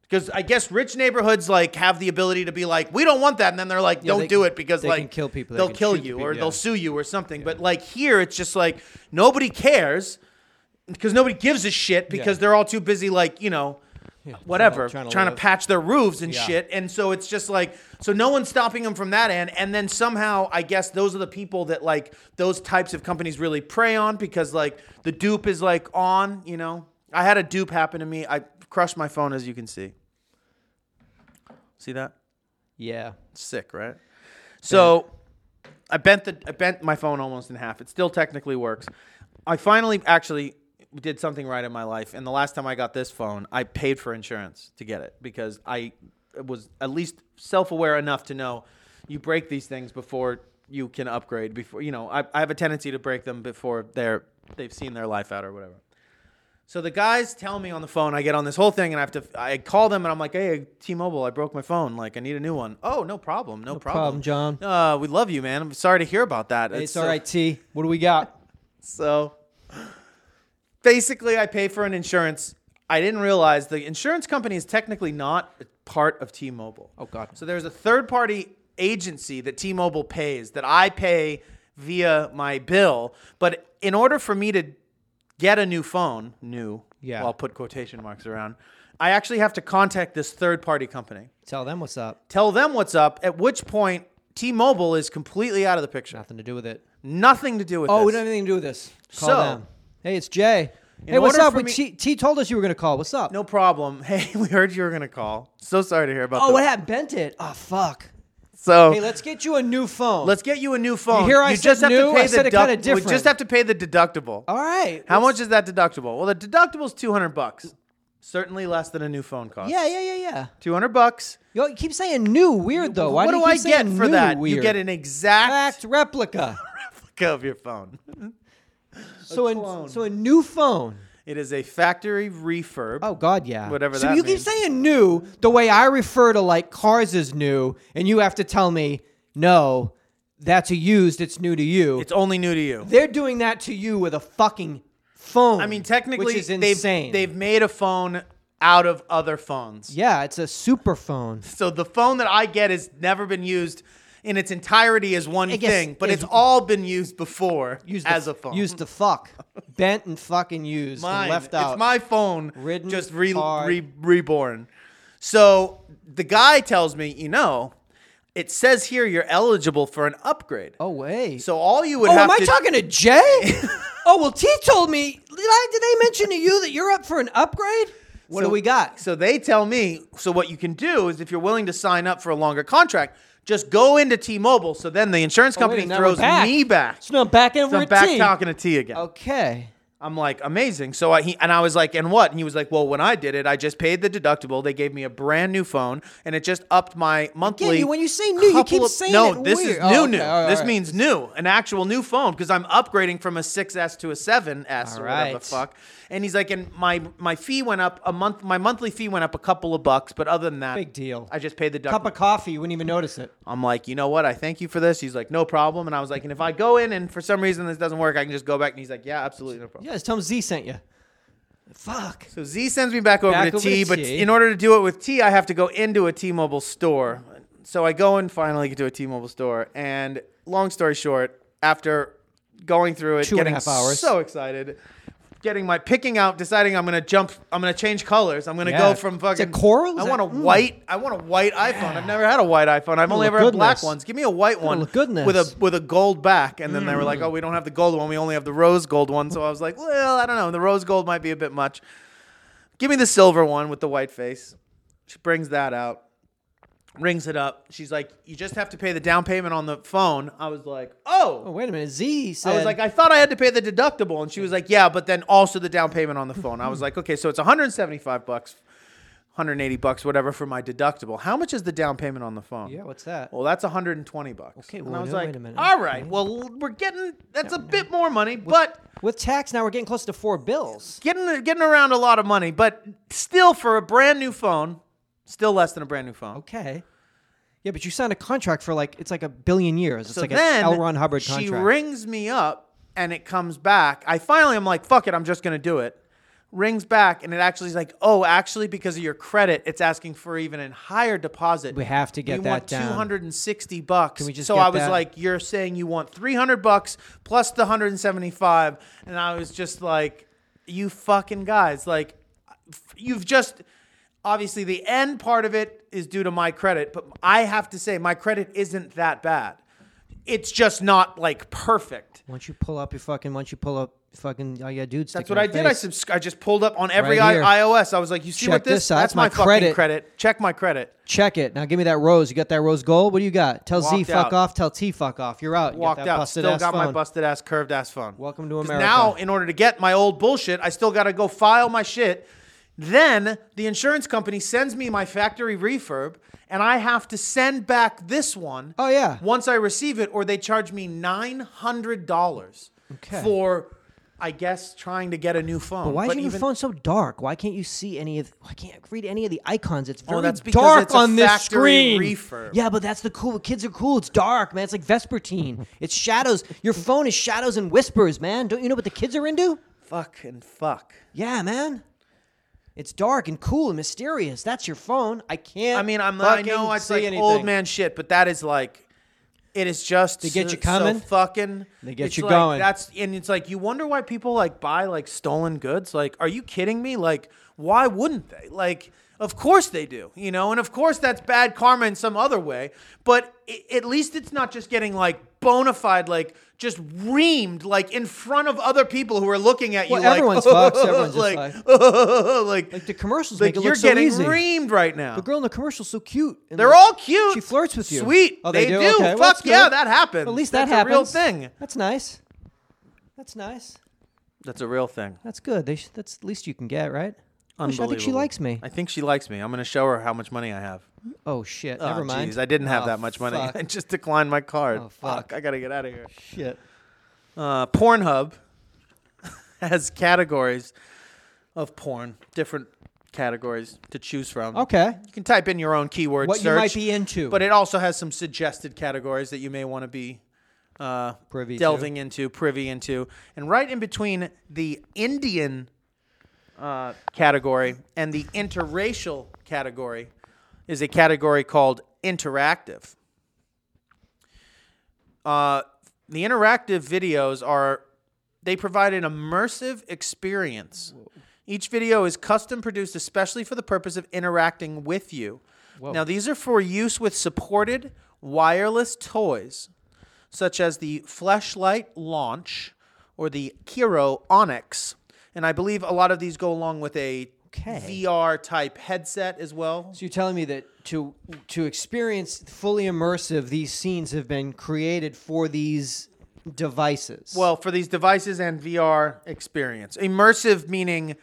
[SPEAKER 1] Because I guess rich neighborhoods like have the ability to be like, we don't want that, and then they're like, don't
[SPEAKER 2] they
[SPEAKER 1] do
[SPEAKER 2] can-
[SPEAKER 1] it because
[SPEAKER 2] they
[SPEAKER 1] like
[SPEAKER 2] can kill people, they
[SPEAKER 1] they'll
[SPEAKER 2] can
[SPEAKER 1] kill
[SPEAKER 2] shoot
[SPEAKER 1] you
[SPEAKER 2] people,
[SPEAKER 1] or
[SPEAKER 2] yeah.
[SPEAKER 1] they'll sue you or something. But like here, it's just like nobody cares because nobody gives a shit because
[SPEAKER 2] Yeah.
[SPEAKER 1] they're all too busy like you know, whatever,
[SPEAKER 2] trying
[SPEAKER 1] trying
[SPEAKER 2] to
[SPEAKER 1] to,
[SPEAKER 2] live.
[SPEAKER 1] patch their roofs and
[SPEAKER 2] Yeah.
[SPEAKER 1] shit. And so it's just like so no one's stopping them from that end. And then somehow I guess those are the people that like those types of companies really prey on because like the dupe is like on. You know, I had a dupe happen to me. I crushed my phone as you can see. See that?
[SPEAKER 2] Yeah.
[SPEAKER 1] Sick, right? So I bent the I bent my phone almost in half. It still technically works. I finally actually did something right in my life. And the last time I got this phone, I paid for insurance to get it because I was at least self-aware enough to know you break these things before you can upgrade before you know I, I have a tendency to break them before they're they've seen their life out or whatever so the guys tell me on the phone, I get on this whole thing and I have to, I call them and I'm like, hey, T-Mobile, I broke my phone. Like, I need a new one. Oh, no problem. No, problem.
[SPEAKER 2] problem, John.
[SPEAKER 1] Uh, we love you, man. I'm sorry to hear about that.
[SPEAKER 2] It's
[SPEAKER 1] so-
[SPEAKER 2] all right, T. What do we got?
[SPEAKER 1] So basically, I pay for an insurance. I didn't realize the insurance company is technically not a part of T-Mobile.
[SPEAKER 2] Oh, God.
[SPEAKER 1] So there's a third-party agency that T-Mobile pays that I pay via my bill, but in order for me to get a new phone, new,
[SPEAKER 2] Yeah.
[SPEAKER 1] well, I'll put quotation marks around, I actually have to contact this third-party company.
[SPEAKER 2] Tell them what's up.
[SPEAKER 1] Tell them what's up, at which point T-Mobile is completely out of the picture.
[SPEAKER 2] Nothing to do with it.
[SPEAKER 1] Nothing to do with
[SPEAKER 2] Oh,
[SPEAKER 1] this.
[SPEAKER 2] we don't have anything to do with this. Call
[SPEAKER 1] So-
[SPEAKER 2] them. Hey, it's Jay. Hey, what's
[SPEAKER 1] order
[SPEAKER 2] up?
[SPEAKER 1] for
[SPEAKER 2] We-
[SPEAKER 1] me-
[SPEAKER 2] T-, T told us you were going to call. What's up?
[SPEAKER 1] No problem. Hey, we heard you were gonna call. So sorry to hear about.
[SPEAKER 2] Oh,
[SPEAKER 1] that.
[SPEAKER 2] what happened? Bent it. Oh, fuck.
[SPEAKER 1] So
[SPEAKER 2] Hey, let's get you a new phone.
[SPEAKER 1] let's get you a new phone.
[SPEAKER 2] You hear I said
[SPEAKER 1] just have
[SPEAKER 2] new?
[SPEAKER 1] to pay
[SPEAKER 2] I
[SPEAKER 1] the
[SPEAKER 2] said it
[SPEAKER 1] duct-
[SPEAKER 2] kinda different. Oh,
[SPEAKER 1] We just have to pay the deductible.
[SPEAKER 2] All right.
[SPEAKER 1] How much is that deductible? Well, the deductible is two hundred bucks. Certainly less than a new phone costs.
[SPEAKER 2] Yeah, yeah, yeah, yeah.
[SPEAKER 1] Two hundred bucks.
[SPEAKER 2] Yo, you keep saying new weird though. Oh, Why
[SPEAKER 1] what
[SPEAKER 2] do,
[SPEAKER 1] do
[SPEAKER 2] you
[SPEAKER 1] I
[SPEAKER 2] keep
[SPEAKER 1] get
[SPEAKER 2] saying
[SPEAKER 1] for
[SPEAKER 2] new
[SPEAKER 1] that?
[SPEAKER 2] Weird?
[SPEAKER 1] You get an exact
[SPEAKER 2] Exact replica.
[SPEAKER 1] replica of your phone.
[SPEAKER 2] so
[SPEAKER 1] clone.
[SPEAKER 2] a so a new phone.
[SPEAKER 1] It is a factory refurb.
[SPEAKER 2] Oh God, yeah.
[SPEAKER 1] Whatever
[SPEAKER 2] So
[SPEAKER 1] that
[SPEAKER 2] you
[SPEAKER 1] means.
[SPEAKER 2] keep saying new the way I refer to like cars is new, and you have to tell me no, that's a used. It's new to you.
[SPEAKER 1] It's only new to you.
[SPEAKER 2] They're doing that to you with a fucking phone.
[SPEAKER 1] I mean, technically,
[SPEAKER 2] which is insane.
[SPEAKER 1] they've they've made a phone out of other phones.
[SPEAKER 2] yeah, it's a super phone.
[SPEAKER 1] So the phone that I get has never been used in its entirety as one
[SPEAKER 2] I guess-
[SPEAKER 1] thing, but
[SPEAKER 2] yeah,
[SPEAKER 1] it's
[SPEAKER 2] you-
[SPEAKER 1] all been used before
[SPEAKER 2] Used
[SPEAKER 1] as
[SPEAKER 2] to,
[SPEAKER 1] a phone.
[SPEAKER 2] Used to fuck, bent and fucking used, and
[SPEAKER 1] Mine.
[SPEAKER 2] left out.
[SPEAKER 1] It's my phone,
[SPEAKER 2] Ridden
[SPEAKER 1] just re-
[SPEAKER 2] hard.
[SPEAKER 1] re- reborn. So the guy tells me, you know, it says here you're eligible for an upgrade.
[SPEAKER 2] oh wait.
[SPEAKER 1] So all you would
[SPEAKER 2] oh,
[SPEAKER 1] have
[SPEAKER 2] am I
[SPEAKER 1] to
[SPEAKER 2] talking to Jay? oh well, T told me. Did, I, did they mention to you that you're up for an upgrade? What
[SPEAKER 1] So-
[SPEAKER 2] do we got?
[SPEAKER 1] So they tell me, so what you can do is if you're willing to sign up for a longer contract, just go into T-Mobile. So then the insurance
[SPEAKER 2] Oh, wait,
[SPEAKER 1] company
[SPEAKER 2] now we're
[SPEAKER 1] throws
[SPEAKER 2] back.
[SPEAKER 1] me back.
[SPEAKER 2] So now back over
[SPEAKER 1] So I'm
[SPEAKER 2] at
[SPEAKER 1] back
[SPEAKER 2] T.
[SPEAKER 1] talking to T again.
[SPEAKER 2] Okay.
[SPEAKER 1] I'm like, amazing. So I, he, and I was like, and what? And he was like, well, when I did it, I just paid the deductible. They gave me a brand new phone, and it just upped my monthly.
[SPEAKER 2] Again, you- when you say new, you
[SPEAKER 1] couple
[SPEAKER 2] keep
[SPEAKER 1] of-
[SPEAKER 2] saying
[SPEAKER 1] no.
[SPEAKER 2] it
[SPEAKER 1] this
[SPEAKER 2] weird.
[SPEAKER 1] is new,
[SPEAKER 2] Oh, okay,
[SPEAKER 1] new.
[SPEAKER 2] all right,
[SPEAKER 1] this
[SPEAKER 2] all right.
[SPEAKER 1] means new, an actual new phone, because I'm upgrading from a 6S to a 7S or whatever the
[SPEAKER 2] right.
[SPEAKER 1] fuck. And he's like, and my my fee went up a month. My monthly fee went up a couple of bucks, but other than that,
[SPEAKER 2] Big deal.
[SPEAKER 1] I just paid the
[SPEAKER 2] Cup
[SPEAKER 1] deductible.
[SPEAKER 2] of coffee, you wouldn't even notice it.
[SPEAKER 1] I'm like, you know what? I thank you for this. He's like, no problem. And I was like, and if I go in and for some reason this doesn't work, I can just go back. And he's like, yeah, absolutely, no problem.
[SPEAKER 2] Yeah, just tell him Z sent you. Fuck.
[SPEAKER 1] So Z sends me back over
[SPEAKER 2] Back
[SPEAKER 1] to
[SPEAKER 2] over
[SPEAKER 1] T,
[SPEAKER 2] to
[SPEAKER 1] but
[SPEAKER 2] T.
[SPEAKER 1] in order to do it with T, I have to go into a T-Mobile store. So I go and finally get to a T-Mobile store, and long story short, after going through it,
[SPEAKER 2] Two and a
[SPEAKER 1] getting
[SPEAKER 2] half hours.
[SPEAKER 1] so excited, getting my picking out, deciding I'm gonna jump, I'm gonna change colors, I'm gonna
[SPEAKER 2] Yeah.
[SPEAKER 1] go from fucking
[SPEAKER 2] It's a coral?
[SPEAKER 1] I
[SPEAKER 2] Is
[SPEAKER 1] want a
[SPEAKER 2] that- mm.
[SPEAKER 1] white, I want a white iPhone. I've never had a white iPhone. I've only
[SPEAKER 2] look
[SPEAKER 1] ever had black
[SPEAKER 2] Oh goodness.
[SPEAKER 1] ones. Give me a white one
[SPEAKER 2] look goodness. Mm.
[SPEAKER 1] with a with a gold back, and then they were like, "Oh, we don't have the gold one. We only have the rose gold one." So I was like, "Well, I don't know. The rose gold might be a bit much. Give me the silver one with the white face." She brings that out, rings it up. She's like, "You just have to pay the down payment on the phone." I was like,
[SPEAKER 2] Oh,
[SPEAKER 1] "Oh."
[SPEAKER 2] wait a minute. Z said.
[SPEAKER 1] I was like, "I thought I had to pay the deductible," and she was like, "Yeah, but then also the down payment on the phone." I was like, "Okay, so it's 175 bucks." 180 bucks whatever for my deductible. How much is the down payment on the phone?
[SPEAKER 2] yeah, what's that?
[SPEAKER 1] Well, that's 120 bucks.
[SPEAKER 2] Okay,
[SPEAKER 1] and
[SPEAKER 2] well,
[SPEAKER 1] I was
[SPEAKER 2] no,
[SPEAKER 1] like,
[SPEAKER 2] wait a minute.
[SPEAKER 1] all right, well, we're getting that's a bit more money, but
[SPEAKER 2] With tax, now we're getting close to four bills.
[SPEAKER 1] getting getting around a lot of money, but still for a brand new phone, still less than a brand new phone.
[SPEAKER 2] Okay. Yeah, but you signed a contract for like, it's like a billion years. It's
[SPEAKER 1] So
[SPEAKER 2] like
[SPEAKER 1] then
[SPEAKER 2] an L. Ron Hubbard
[SPEAKER 1] she
[SPEAKER 2] contract.
[SPEAKER 1] rings me up and it comes back. I finally am like, fuck it, I'm just gonna do it. Rings back and it actually is like, oh, actually because of your credit, it's asking for even a higher deposit.
[SPEAKER 2] we have to get
[SPEAKER 1] you
[SPEAKER 2] that
[SPEAKER 1] want
[SPEAKER 2] down.
[SPEAKER 1] 260 bucks.
[SPEAKER 2] we just
[SPEAKER 1] so
[SPEAKER 2] get
[SPEAKER 1] I was
[SPEAKER 2] that?
[SPEAKER 1] like, you're saying you want 300 bucks plus the 175. And I was just like, you fucking guys, like, f- you've just. Obviously, the end part of it is due to my credit, but I have to say, my credit isn't that bad. It's just not like perfect.
[SPEAKER 2] Once you pull up your fucking, once you pull up fucking, oh yeah, dude,
[SPEAKER 1] That's what I did. I subs- I just pulled up on every
[SPEAKER 2] Right here.
[SPEAKER 1] I- iOS. I was like, you see
[SPEAKER 2] Check
[SPEAKER 1] what this?
[SPEAKER 2] this out.
[SPEAKER 1] That's
[SPEAKER 2] That's my
[SPEAKER 1] my, fucking
[SPEAKER 2] credit.
[SPEAKER 1] credit. Check my credit.
[SPEAKER 2] Check it. Now give me that rose. You got that rose gold? What do you got? Tell Z
[SPEAKER 1] Walked
[SPEAKER 2] fuck
[SPEAKER 1] out.
[SPEAKER 2] off. Tell T fuck off. You're out. You got
[SPEAKER 1] walked
[SPEAKER 2] that
[SPEAKER 1] out.
[SPEAKER 2] busted
[SPEAKER 1] Still
[SPEAKER 2] ass
[SPEAKER 1] got my
[SPEAKER 2] phone.
[SPEAKER 1] busted ass curved ass phone.
[SPEAKER 2] Welcome to
[SPEAKER 1] 'Cause
[SPEAKER 2] America.
[SPEAKER 1] Now, in order to get my old bullshit, I still got to go file my shit. Then the insurance company sends me my factory refurb, and I have to send back this one.
[SPEAKER 2] Oh, yeah.
[SPEAKER 1] Once I receive it, or they charge me nine hundred dollars
[SPEAKER 2] Okay.
[SPEAKER 1] for, I guess, trying to get a new phone.
[SPEAKER 2] Why
[SPEAKER 1] But
[SPEAKER 2] is your
[SPEAKER 1] even-
[SPEAKER 2] phone so dark? Why can't you see any of? Why can't I read any of the icons? It's very
[SPEAKER 1] Oh, that's because
[SPEAKER 2] dark
[SPEAKER 1] it's a
[SPEAKER 2] on this
[SPEAKER 1] factory
[SPEAKER 2] screen.
[SPEAKER 1] refurb.
[SPEAKER 2] Yeah, but that's the cool. Kids are cool. It's dark, man. It's like Vespertine. It's shadows. Your phone is shadows and whispers, man. Don't you know what the kids are into?
[SPEAKER 1] Fuck and fuck.
[SPEAKER 2] Yeah, man. It's dark and cool and mysterious. That's your phone. I can't.
[SPEAKER 1] I mean, I'm not. I
[SPEAKER 2] fucking
[SPEAKER 1] know it's
[SPEAKER 2] see
[SPEAKER 1] like
[SPEAKER 2] anything.
[SPEAKER 1] old man shit, but that is like, it is just they
[SPEAKER 2] get you
[SPEAKER 1] so,
[SPEAKER 2] coming.
[SPEAKER 1] so fucking.
[SPEAKER 2] They get
[SPEAKER 1] it's
[SPEAKER 2] you
[SPEAKER 1] like,
[SPEAKER 2] going.
[SPEAKER 1] That's and it's like you wonder why people like buy like stolen goods. Like, are you kidding me? Like, why wouldn't they? Like, of course they do. You know, and of course that's bad karma in some other way. But i at least it's not just getting like bona fide like. Just reamed like in front of other people who are looking at you.
[SPEAKER 2] Well,
[SPEAKER 1] like,
[SPEAKER 2] everyone's fucked. Everyone's just
[SPEAKER 1] like,
[SPEAKER 2] Like the commercials
[SPEAKER 1] like
[SPEAKER 2] make it
[SPEAKER 1] you're
[SPEAKER 2] look so
[SPEAKER 1] getting
[SPEAKER 2] easy.
[SPEAKER 1] reamed right now.
[SPEAKER 2] the girl in the commercial's so cute. and
[SPEAKER 1] They're
[SPEAKER 2] like-
[SPEAKER 1] all cute.
[SPEAKER 2] She flirts with you.
[SPEAKER 1] Sweet.
[SPEAKER 2] Oh,
[SPEAKER 1] they,
[SPEAKER 2] they
[SPEAKER 1] do.
[SPEAKER 2] do? Okay, well,
[SPEAKER 1] Fuck
[SPEAKER 2] that's
[SPEAKER 1] yeah,
[SPEAKER 2] good.
[SPEAKER 1] that happens.
[SPEAKER 2] At least
[SPEAKER 1] That's
[SPEAKER 2] that happens.
[SPEAKER 1] a real thing.
[SPEAKER 2] That's nice. That's nice.
[SPEAKER 1] That's a real thing.
[SPEAKER 2] That's good. They sh- that's the least you can get, right? Oh, she- I think she
[SPEAKER 1] Unbelievable.
[SPEAKER 2] likes me.
[SPEAKER 1] I think she likes me. I'm going to show her how much money I have.
[SPEAKER 2] Oh shit!
[SPEAKER 1] Oh,
[SPEAKER 2] Never mind.
[SPEAKER 1] jeez, I didn't have
[SPEAKER 2] Oh,
[SPEAKER 1] that much money.
[SPEAKER 2] fuck.
[SPEAKER 1] I just declined my card.
[SPEAKER 2] Oh,
[SPEAKER 1] fuck.
[SPEAKER 2] fuck.
[SPEAKER 1] I got to get out of here.
[SPEAKER 2] Shit.
[SPEAKER 1] Uh, Pornhub has categories of porn, different categories to choose from.
[SPEAKER 2] Okay.
[SPEAKER 1] You can type in your own keyword
[SPEAKER 2] Oh. What
[SPEAKER 1] search.
[SPEAKER 2] you might be into,
[SPEAKER 1] But it also has some suggested categories that you may want to be uh,
[SPEAKER 2] Privy to.
[SPEAKER 1] delving into, privy into. And right in between the Indian uh, category and the interracial category is a category called interactive. Uh, the interactive videos are they provide an immersive experience. Each video is custom produced especially for the purpose of interacting with you. Now, these are for use with supported wireless toys, such as the Fleshlight Launch or the Kiro Onyx. And I believe a lot of these go along with a
[SPEAKER 2] Okay.
[SPEAKER 1] VR type headset as well.
[SPEAKER 2] so you're telling me that to to experience fully immersive, these scenes have been created for these devices.
[SPEAKER 1] Well, for these devices and VR experience, immersive meaning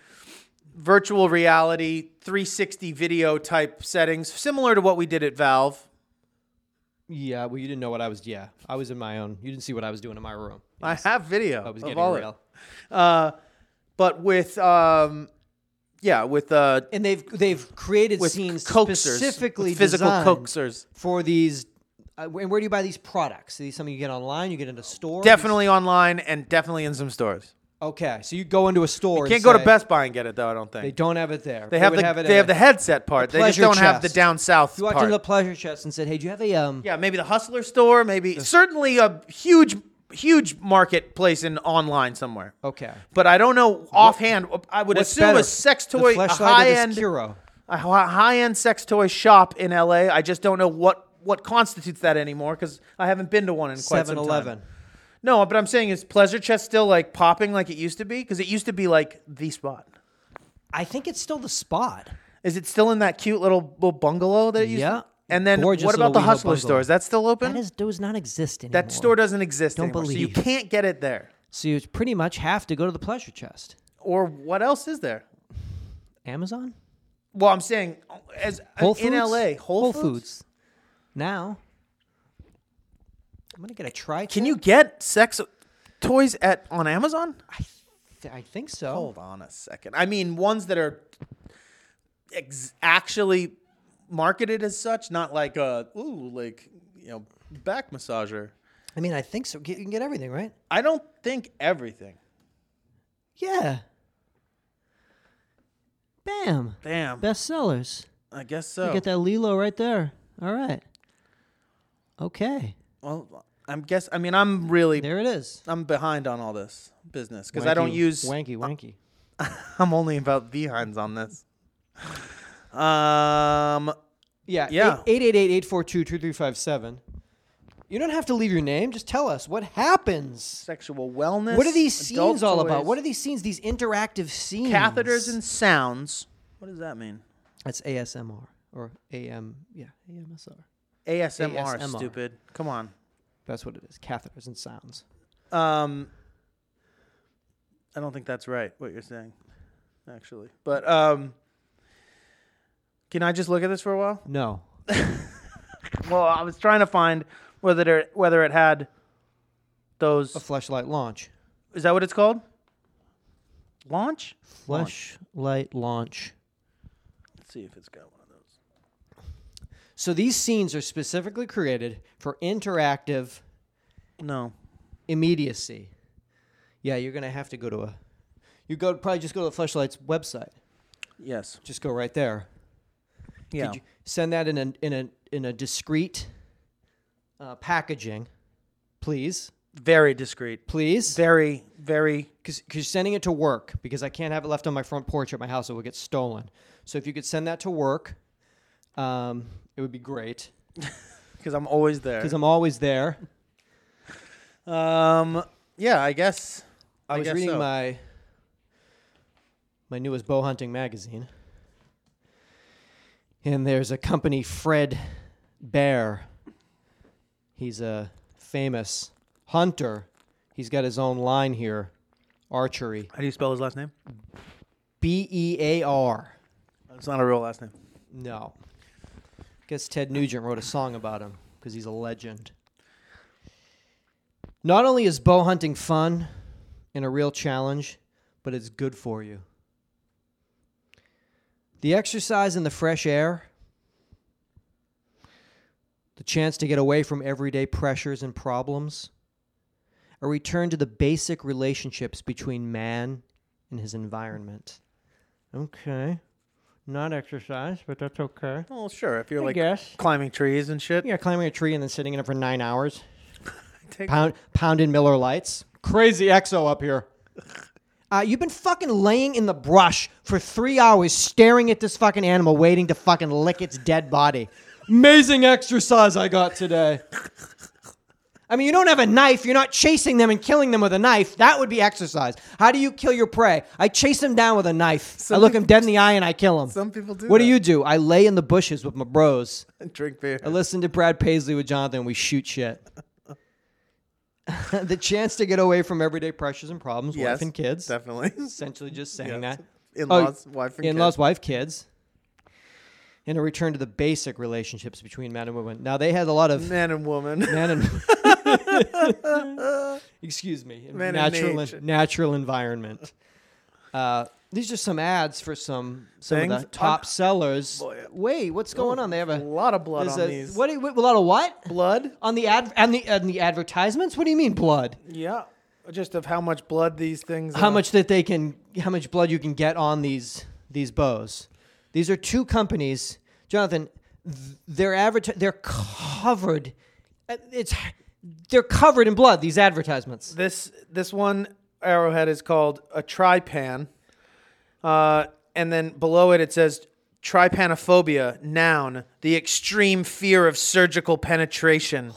[SPEAKER 1] virtual reality, 360 video type settings, similar to what we did at Valve.
[SPEAKER 2] yeah. Well, you didn't know what I was. Yeah, I was in my own. You didn't see what I was doing in my room.
[SPEAKER 1] I have video
[SPEAKER 2] I was
[SPEAKER 1] of
[SPEAKER 2] getting
[SPEAKER 1] all
[SPEAKER 2] real.
[SPEAKER 1] it. Uh, but with um, yeah, with uh,
[SPEAKER 2] And they've they've created
[SPEAKER 1] with
[SPEAKER 2] scenes
[SPEAKER 1] coaxers,
[SPEAKER 2] specifically
[SPEAKER 1] with physical
[SPEAKER 2] designed
[SPEAKER 1] coaxers.
[SPEAKER 2] for these. Uh, and where do you buy these products? Are these something you get online? You get in a store?
[SPEAKER 1] Definitely online and definitely in some stores.
[SPEAKER 2] Okay, so you go into a store.
[SPEAKER 1] Can't
[SPEAKER 2] and
[SPEAKER 1] go to
[SPEAKER 2] say-
[SPEAKER 1] Best Buy and get it though. I don't
[SPEAKER 2] They
[SPEAKER 1] think
[SPEAKER 2] don't have it there.
[SPEAKER 1] they, have
[SPEAKER 2] would
[SPEAKER 1] the
[SPEAKER 2] it
[SPEAKER 1] they
[SPEAKER 2] at
[SPEAKER 1] have the
[SPEAKER 2] a-
[SPEAKER 1] headset part. They just
[SPEAKER 2] pleasure
[SPEAKER 1] don't have the
[SPEAKER 2] chest.
[SPEAKER 1] down south
[SPEAKER 2] You walked
[SPEAKER 1] part.
[SPEAKER 2] into the pleasure chest and said, "Hey, do you have a um?"
[SPEAKER 1] yeah, maybe the Hustler store. Maybe certainly a huge huge marketplace in online somewhere.
[SPEAKER 2] Okay.
[SPEAKER 1] But I don't know offhand. uh, I would
[SPEAKER 2] What's
[SPEAKER 1] assume
[SPEAKER 2] better,
[SPEAKER 1] a sex
[SPEAKER 2] the
[SPEAKER 1] toy, a
[SPEAKER 2] Fleshlight or this
[SPEAKER 1] high end
[SPEAKER 2] Kiro?
[SPEAKER 1] a high end sex toy shop in LA. I just don't know what what constitutes that anymore because I haven't been to one in quite some time.
[SPEAKER 2] 7-Eleven.
[SPEAKER 1] No, but I'm saying is Pleasure Chest still like popping like it used to be? Because it used to be like the spot.
[SPEAKER 2] I think it's still the spot.
[SPEAKER 1] Is it still in that cute little little bungalow that it used? to-
[SPEAKER 2] Yeah.
[SPEAKER 1] And then
[SPEAKER 2] Gorgeous
[SPEAKER 1] what about
[SPEAKER 2] little
[SPEAKER 1] the
[SPEAKER 2] wee
[SPEAKER 1] Hustler
[SPEAKER 2] bungalow.
[SPEAKER 1] store? Is that still open?
[SPEAKER 2] That is does not exist anymore.
[SPEAKER 1] That store doesn't exist
[SPEAKER 2] Don't
[SPEAKER 1] anymore, so you
[SPEAKER 2] believe.
[SPEAKER 1] can't get it there.
[SPEAKER 2] So you pretty much have to go to the pleasure chest.
[SPEAKER 1] Or what else is there?
[SPEAKER 2] Amazon,
[SPEAKER 1] Well, I'm saying uh, as
[SPEAKER 2] Whole
[SPEAKER 1] in
[SPEAKER 2] Foods,
[SPEAKER 1] LA, Whole, Foods.
[SPEAKER 2] Now, I'm gonna get a try.
[SPEAKER 1] Can you get sex toys at on Amazon?
[SPEAKER 2] I, th- I think so.
[SPEAKER 1] Hold on a second. I mean, ones that are ex- actually marketed as such, not like a ooh, like you know, back massager.
[SPEAKER 2] I mean, I think so. You can get everything, right?
[SPEAKER 1] I don't think everything.
[SPEAKER 2] Yeah. Bam.
[SPEAKER 1] Damn,
[SPEAKER 2] Best sellers.
[SPEAKER 1] I guess so.
[SPEAKER 2] You get that Lilo right there. All right. Okay.
[SPEAKER 1] Well, I'm guess. I mean, I'm really
[SPEAKER 2] There it is.
[SPEAKER 1] I'm behind on all this business because I don't
[SPEAKER 2] Wanky-
[SPEAKER 1] use.
[SPEAKER 2] wanky wanky.
[SPEAKER 1] I'm only about behinds on this. Um,
[SPEAKER 2] Yeah.
[SPEAKER 1] yeah.
[SPEAKER 2] 888-842-2357. You don't have to leave your name. Just tell us what happens.
[SPEAKER 1] sexual wellness.
[SPEAKER 2] What are these
[SPEAKER 1] adult
[SPEAKER 2] scenes all about?
[SPEAKER 1] toys,
[SPEAKER 2] What are these scenes? These interactive scenes.
[SPEAKER 1] catheters and sounds? What does that mean?
[SPEAKER 2] that's ASMR or AM. Yeah, AMSR.
[SPEAKER 1] ASMR.
[SPEAKER 2] ASMR.
[SPEAKER 1] stupid. Come on.
[SPEAKER 2] That's what it is. Catheters and sounds.
[SPEAKER 1] Um, I don't think that's right what you're saying, actually. But um, can I just look at this for a while?
[SPEAKER 2] No.
[SPEAKER 1] Well, I was trying to find whether it, whether it had
[SPEAKER 2] A
[SPEAKER 1] those.
[SPEAKER 2] flashlight launch.
[SPEAKER 1] Is that what it's called? Launch.
[SPEAKER 2] Flashlight launch.
[SPEAKER 1] Let's see if it's got one of those.
[SPEAKER 2] So these scenes are specifically created for interactive
[SPEAKER 1] No.
[SPEAKER 2] immediacy. Yeah, you're gonna have to go to a. You go probably just go to the Fleshlight's website.
[SPEAKER 1] Yes.
[SPEAKER 2] Just go right there.
[SPEAKER 1] Yeah.
[SPEAKER 2] Could you send that in a in a in a discreet uh, packaging, please,
[SPEAKER 1] very discreet.
[SPEAKER 2] please,
[SPEAKER 1] Very very.
[SPEAKER 2] because you're sending it to work because I can't have it left on my front porch at my house. It will get stolen. So if you could send that to work, um, it would be great
[SPEAKER 1] Because I'm always there.
[SPEAKER 2] because I'm always there.
[SPEAKER 1] Um. Yeah. I guess.
[SPEAKER 2] I, was
[SPEAKER 1] guess
[SPEAKER 2] reading
[SPEAKER 1] so.
[SPEAKER 2] my my newest bow hunting magazine, and there's a company, Fred Bear. He's a famous hunter. He's got his own line here, archery.
[SPEAKER 1] How do you spell his last name?
[SPEAKER 2] B E A R.
[SPEAKER 1] It's not a real last name.
[SPEAKER 2] No. Guess Ted Nugent wrote a song about him because he's a legend. Not only is bow hunting fun and a real challenge, but it's good for you. The exercise and the fresh air, the chance to get away from everyday pressures and problems, a return to the basic relationships between man and his environment. Okay. Not exercise, but that's okay.
[SPEAKER 1] Well, Oh, sure. If you're
[SPEAKER 2] I
[SPEAKER 1] like
[SPEAKER 2] guess.
[SPEAKER 1] climbing trees and shit,
[SPEAKER 2] Yeah, climbing a tree and then sitting in it for nine hours.
[SPEAKER 1] Take-
[SPEAKER 2] Pound, pounding Miller Lights. Crazy exo up here. Uh, you've been fucking laying in the brush for three hours, staring at this fucking animal, waiting to fucking lick its dead body. Amazing exercise I got today. I mean, you don't have a knife. You're not chasing them and killing them with a knife. That would be exercise. How do you kill your prey? I chase them down with a knife. I look them dead in the eye and I kill them.
[SPEAKER 1] Some people do
[SPEAKER 2] What do
[SPEAKER 1] that.
[SPEAKER 2] you do? I lay in the bushes with my bros.
[SPEAKER 1] drink beer.
[SPEAKER 2] I listen to Brad Paisley with Jonathan. and We shoot shit. the chance to get away from everyday pressures and problems, wife and kids. Oh,
[SPEAKER 1] Definitely.
[SPEAKER 2] Essentially, just saying
[SPEAKER 1] Yes.
[SPEAKER 2] that.
[SPEAKER 1] In-laws, wife and
[SPEAKER 2] in-laws,
[SPEAKER 1] kids.
[SPEAKER 2] wife, kids. And a return to the basic relationships between man and woman. Now they had a lot of
[SPEAKER 1] Man and woman.
[SPEAKER 2] man and excuse me,
[SPEAKER 1] Man and
[SPEAKER 2] natural
[SPEAKER 1] nature.
[SPEAKER 2] natural environment. Uh, these are some ads for some some of
[SPEAKER 1] Things?
[SPEAKER 2] the top
[SPEAKER 1] I'm-
[SPEAKER 2] sellers.
[SPEAKER 1] Boy.
[SPEAKER 2] Wait, what's going on? They have
[SPEAKER 1] a
[SPEAKER 2] a
[SPEAKER 1] lot of blood
[SPEAKER 2] there's
[SPEAKER 1] on
[SPEAKER 2] a-
[SPEAKER 1] these.
[SPEAKER 2] What, do you- what? A lot of what?
[SPEAKER 1] blood?
[SPEAKER 2] On the ad and the on the advertisements. What do you mean blood?
[SPEAKER 1] Yeah. Just of how much blood these things.
[SPEAKER 2] How
[SPEAKER 1] are.
[SPEAKER 2] much that they can? How much blood you can get on these these bows? These are two companies, Jonathan. th- They're adverti- They're covered. uh, It's they're covered in blood. These advertisements.
[SPEAKER 1] This this one arrowhead is called a tripan, uh, and then below it it says tripanophobia, noun, the extreme fear of surgical penetration.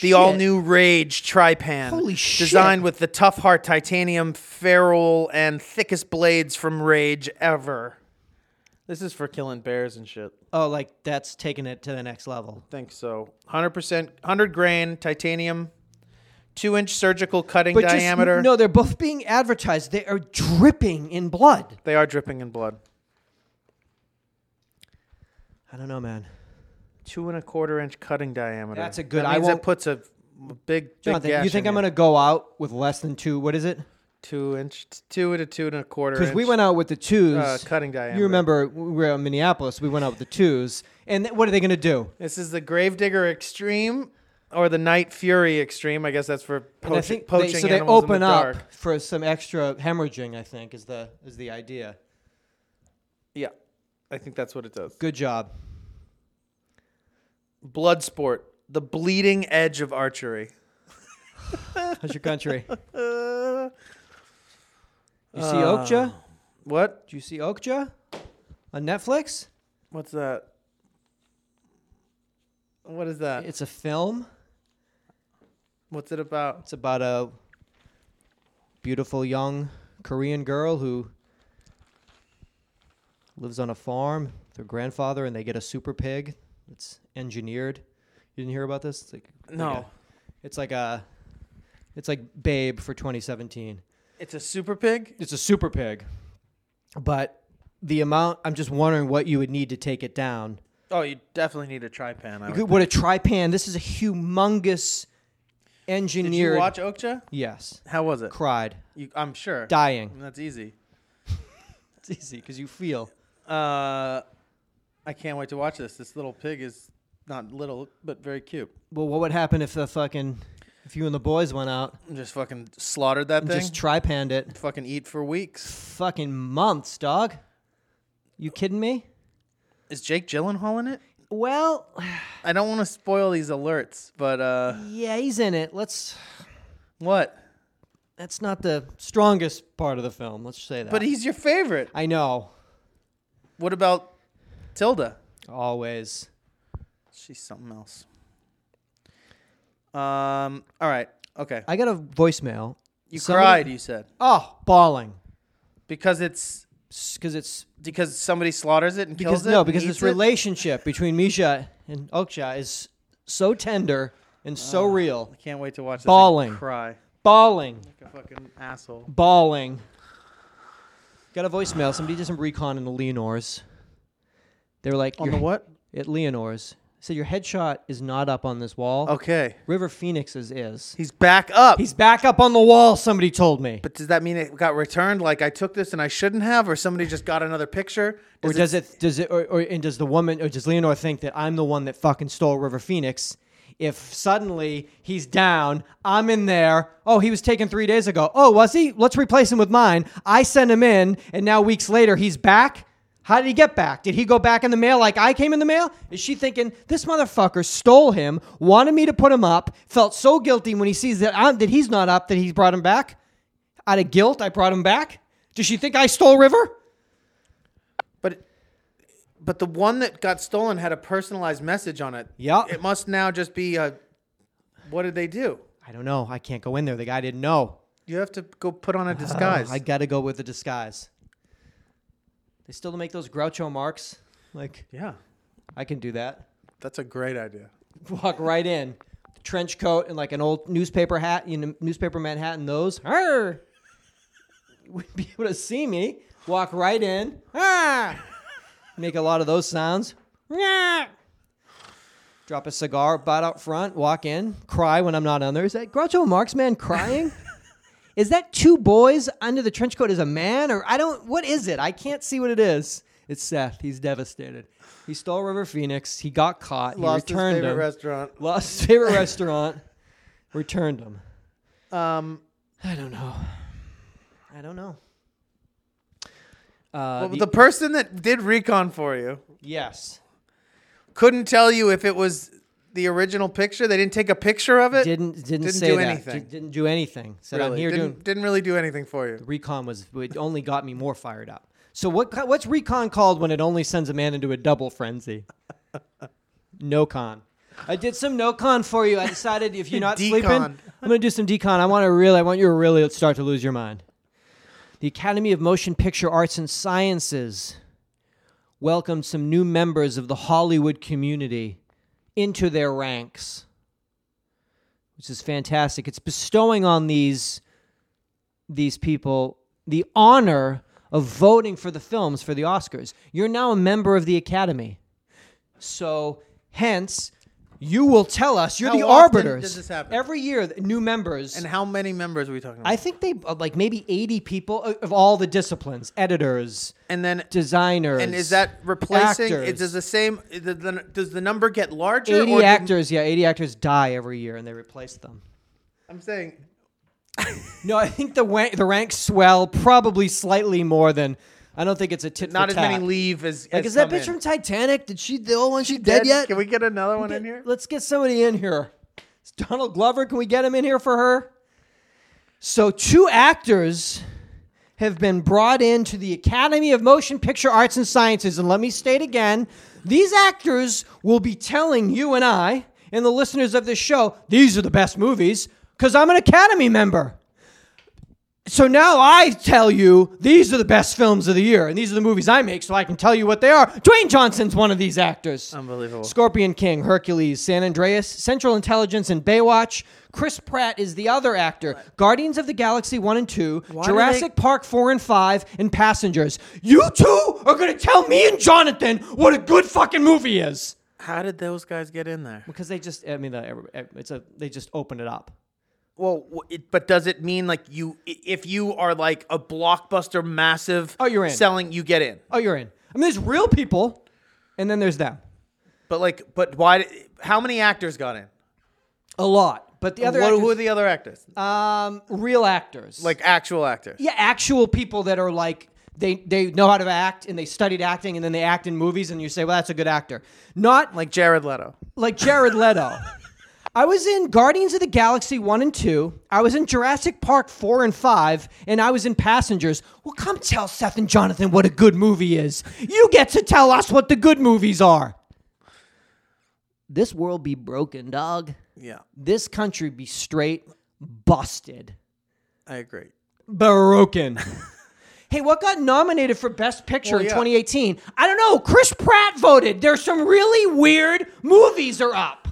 [SPEAKER 1] The all new Rage Tripan.
[SPEAKER 2] Holy shit.
[SPEAKER 1] Designed with the tough heart titanium ferrule and thickest blades from Rage ever. This is for killing bears and shit.
[SPEAKER 2] Oh, like that's taking it to the next level.
[SPEAKER 1] think so. 100%, 100 grain titanium, two inch surgical cutting
[SPEAKER 2] But
[SPEAKER 1] diameter.
[SPEAKER 2] Just, no, they're both being advertised. They are dripping in blood.
[SPEAKER 1] They are dripping in blood.
[SPEAKER 2] I don't know, man.
[SPEAKER 1] Two and a quarter inch cutting diameter.
[SPEAKER 2] That's a good-
[SPEAKER 1] That
[SPEAKER 2] I
[SPEAKER 1] means
[SPEAKER 2] won't-
[SPEAKER 1] it puts a big. big
[SPEAKER 2] Jonathan,
[SPEAKER 1] gash
[SPEAKER 2] you think
[SPEAKER 1] in
[SPEAKER 2] I'm
[SPEAKER 1] you.
[SPEAKER 2] gonna go out with less than two? What is it?
[SPEAKER 1] two inch, two to two and a quarter?
[SPEAKER 2] Because we
[SPEAKER 1] inch,
[SPEAKER 2] went out with the twos.
[SPEAKER 1] uh, cutting diameter.
[SPEAKER 2] You remember we were in Minneapolis. We went out with the twos, and th- what are they gonna do?
[SPEAKER 1] This is the Gravedigger Extreme or the Night Fury Extreme. I guess that's for
[SPEAKER 2] And I
[SPEAKER 1] poach,
[SPEAKER 2] think
[SPEAKER 1] poaching
[SPEAKER 2] they, so they
[SPEAKER 1] animals in
[SPEAKER 2] open
[SPEAKER 1] the dark.
[SPEAKER 2] up for some extra hemorrhaging. I think is the is the idea.
[SPEAKER 1] Yeah, I think that's what it does.
[SPEAKER 2] Good job.
[SPEAKER 1] Blood sport, the bleeding edge of archery.
[SPEAKER 2] How's your country?
[SPEAKER 1] Uh,
[SPEAKER 2] You see Okja?
[SPEAKER 1] what?
[SPEAKER 2] Did you see Okja on Netflix?
[SPEAKER 1] What's that? What is that?
[SPEAKER 2] It's a film.
[SPEAKER 1] What's it about?
[SPEAKER 2] It's about a beautiful young Korean girl who lives on a farm with her grandfather, and they get a super pig that's engineered. You didn't hear about this? It's like like
[SPEAKER 1] No.
[SPEAKER 2] a- it's like a, it's like Babe for 2017.
[SPEAKER 1] It's a super pig.
[SPEAKER 2] It's a super pig, but the amount. I'm just wondering what you would need to take it down.
[SPEAKER 1] Oh, you definitely need a tripan. I would-
[SPEAKER 2] Good- What a tripan! This is a humongous
[SPEAKER 1] Did
[SPEAKER 2] engineered.
[SPEAKER 1] you watch Okja?
[SPEAKER 2] Yes,
[SPEAKER 1] How was it?
[SPEAKER 2] cried,
[SPEAKER 1] You, I'm sure.
[SPEAKER 2] dying.
[SPEAKER 1] That's easy.
[SPEAKER 2] It's easy because you feel.
[SPEAKER 1] Uh, I can't wait to watch this. This little pig is not little, but very cute.
[SPEAKER 2] Well, what would happen if the fucking if you and the boys went out
[SPEAKER 1] Just fucking slaughtered that
[SPEAKER 2] and
[SPEAKER 1] thing.
[SPEAKER 2] just tripanned it?
[SPEAKER 1] fucking eat for weeks.
[SPEAKER 2] Fucking months, dog. You kidding me?
[SPEAKER 1] Is Jake Gyllenhaal in it?
[SPEAKER 2] Well,
[SPEAKER 1] I don't want to spoil these alerts, but uh,
[SPEAKER 2] yeah, he's in it. Let's.
[SPEAKER 1] what?
[SPEAKER 2] That's not the strongest part of the film. Let's say that.
[SPEAKER 1] But he's your favorite.
[SPEAKER 2] I know.
[SPEAKER 1] What about Tilda?
[SPEAKER 2] Always.
[SPEAKER 1] She's something else. Um. All right. Okay.
[SPEAKER 2] I got a voicemail.
[SPEAKER 1] You
[SPEAKER 2] Somebody-
[SPEAKER 1] cried. You said
[SPEAKER 2] Oh, bawling.
[SPEAKER 1] because it's
[SPEAKER 2] Because it's
[SPEAKER 1] because somebody slaughters it and
[SPEAKER 2] because
[SPEAKER 1] kills it.
[SPEAKER 2] no
[SPEAKER 1] and
[SPEAKER 2] because
[SPEAKER 1] eats
[SPEAKER 2] this
[SPEAKER 1] it?
[SPEAKER 2] relationship between Misha and Okja is so tender and so real.
[SPEAKER 1] I can't wait to watch this. and
[SPEAKER 2] Bawling.
[SPEAKER 1] Cry.
[SPEAKER 2] Bawling.
[SPEAKER 1] Like a fucking asshole.
[SPEAKER 2] bawling. Got a voicemail. Somebody did some recon in the Leonores. They were like,
[SPEAKER 1] On
[SPEAKER 2] "Your
[SPEAKER 1] the
[SPEAKER 2] he-
[SPEAKER 1] what?
[SPEAKER 2] At Leonores. Said your headshot is not up on this wall.
[SPEAKER 1] Okay.
[SPEAKER 2] River Phoenix's is.
[SPEAKER 1] He's back up.
[SPEAKER 2] He's back up on the wall. Somebody told me.
[SPEAKER 1] but does that mean it got returned? Like I took this and I shouldn't have, or somebody just got another picture?
[SPEAKER 2] or does it, does it or, or and does the woman or does Leonor think that I'm the one that fucking stole River Phoenix? If suddenly he's down, I'm in there. Oh, he was taken three days ago. Oh, was he? Let's replace him with mine. I send him in, and now weeks later he's back. How did he get back? Did he go back in the mail like I came in the mail? Is she thinking this motherfucker stole him, wanted me to put him up, felt so guilty when he sees that I'm, that he's not up that he brought him back? Out of guilt, I brought him back. Does she think I stole River?
[SPEAKER 1] But but the one that got stolen had a personalized message on it.
[SPEAKER 2] Yeah.
[SPEAKER 1] It must now just be a. What did they do?
[SPEAKER 2] I don't know. I can't go in there. The guy didn't know.
[SPEAKER 1] You have to go put on a disguise.
[SPEAKER 2] Uh, I got to go with the disguise. They still make those Groucho marks. Like
[SPEAKER 1] yeah,
[SPEAKER 2] I can do that.
[SPEAKER 1] that's a great idea.
[SPEAKER 2] Walk right in, trench coat and like an old newspaper hat, you know, newspaper Manhattan. Those, Arr! You wouldn't be able to see me. Walk right in. Ah! Make a lot of those sounds. Yeah. Drop a cigar butt out front. Walk in. Cry when I'm not on there. Is that Groucho Marx man crying? Is that two boys under the trench coat as a man? Or I don't, what is it? I can't see what it is. It's Seth. He's devastated. He stole River Phoenix. He got caught. He
[SPEAKER 1] Lost his
[SPEAKER 2] returned
[SPEAKER 1] favorite
[SPEAKER 2] him.
[SPEAKER 1] restaurant.
[SPEAKER 2] Lost his favorite restaurant. Returned him.
[SPEAKER 1] Um,
[SPEAKER 2] I don't know. I don't know. Uh,
[SPEAKER 1] well,
[SPEAKER 2] the-
[SPEAKER 1] the person that did recon for you
[SPEAKER 2] yes.
[SPEAKER 1] couldn't tell you if it was the original picture. They didn't take a picture of it.
[SPEAKER 2] Didn't didn't,
[SPEAKER 1] didn't
[SPEAKER 2] say
[SPEAKER 1] do
[SPEAKER 2] that.
[SPEAKER 1] anything.
[SPEAKER 2] Di- Didn't do anything. Said
[SPEAKER 1] really.
[SPEAKER 2] I'm here
[SPEAKER 1] didn't,
[SPEAKER 2] doing
[SPEAKER 1] didn't really do anything for you.
[SPEAKER 2] recon was it only got me more fired up. So what ki- what's recon called when it only sends a man into a double frenzy? no con. I did some no con for you. I decided if you're not sleeping,
[SPEAKER 1] Decon.
[SPEAKER 2] I'm gonna do some decon. I want to really, I want you to really start to lose your mind. The Academy of Motion Picture Arts and Sciences welcomed some new members of the Hollywood community into their ranks, which is fantastic. It's bestowing on these these people the honor of voting for the films for the Oscars. You're now a member of the Academy. So, hence, you will tell us you're
[SPEAKER 1] How
[SPEAKER 2] the
[SPEAKER 1] often
[SPEAKER 2] arbiters.
[SPEAKER 1] does this happen?
[SPEAKER 2] Every year, th- new members.
[SPEAKER 1] And how many members are we talking about?
[SPEAKER 2] I think they uh, like maybe 80 people uh, of all the disciplines, editors,
[SPEAKER 1] and then
[SPEAKER 2] designers.
[SPEAKER 1] and is that replacing?
[SPEAKER 2] actors.
[SPEAKER 1] It does the same. Does the, does the number get larger?
[SPEAKER 2] 80
[SPEAKER 1] or did-
[SPEAKER 2] actors, yeah, 80 actors die every year and they replace them.
[SPEAKER 1] I'm saying
[SPEAKER 2] No, I think the rank, the ranks swell probably slightly more than I don't think it's a tit
[SPEAKER 1] not as
[SPEAKER 2] for
[SPEAKER 1] many
[SPEAKER 2] tat.
[SPEAKER 1] leave as.
[SPEAKER 2] Like,
[SPEAKER 1] as
[SPEAKER 2] is that
[SPEAKER 1] come
[SPEAKER 2] bitch
[SPEAKER 1] in.
[SPEAKER 2] from Titanic? Did she the old one? She dead, yet?
[SPEAKER 1] Can we get another one in here?
[SPEAKER 2] Let's get somebody in here. Is Donald Glover? Can we get him in here for her? So two actors have been brought into the Academy of Motion Picture Arts and Sciences, and let me state again: these actors will be telling you and I and the listeners of this show these are the best movies because I'm an Academy member. So now I tell you these are the best films of the year, and these are the movies I make, so I can tell you what they are. Dwayne Johnson's one of these actors.
[SPEAKER 1] Unbelievable.
[SPEAKER 2] Scorpion King, Hercules, San Andreas, Central Intelligence, and Baywatch. Chris Pratt is the other actor. Guardians of the Galaxy 1 and 2,
[SPEAKER 1] do
[SPEAKER 2] Jurassic Park 4 and 5, and Passengers. You two are going to tell me and Jonathan what a good fucking movie is.
[SPEAKER 1] How did those guys get in there?
[SPEAKER 2] Because they just, I mean, the, eh, it's a, they just opened it up.
[SPEAKER 1] Well, w- it, but does it mean like you, i- if you are like a blockbuster massive,
[SPEAKER 2] Oh, you're in.
[SPEAKER 1] selling, you get in.
[SPEAKER 2] Oh, you're in. I mean, there's real people, and then there's them.
[SPEAKER 1] But like, but why? d- How many actors got in?
[SPEAKER 2] A lot. But the other
[SPEAKER 1] What- who are
[SPEAKER 2] actors-
[SPEAKER 1] the other actors?
[SPEAKER 2] um, real actors.
[SPEAKER 1] like actual actors.
[SPEAKER 2] Yeah, actual people that are like they they know how to act and they studied acting and then they act in movies and you say, well, that's a good actor. Not like
[SPEAKER 1] Like Jared Leto.
[SPEAKER 2] like Jared Leto. I was in Guardians of the Galaxy 1 and 2. I was in Jurassic Park 4 and 5. And I was in Passengers. Well, come tell Seth and Jonathan what a good movie is. You get to tell us what the good movies are. This world be broken, dog.
[SPEAKER 1] Yeah,
[SPEAKER 2] This country be straight busted
[SPEAKER 1] I agree.
[SPEAKER 2] broken. hey, what got nominated for Best Picture
[SPEAKER 1] Well,
[SPEAKER 2] in
[SPEAKER 1] yeah.
[SPEAKER 2] 2018? I don't know. Chris Pratt voted. There's some really weird movies are up.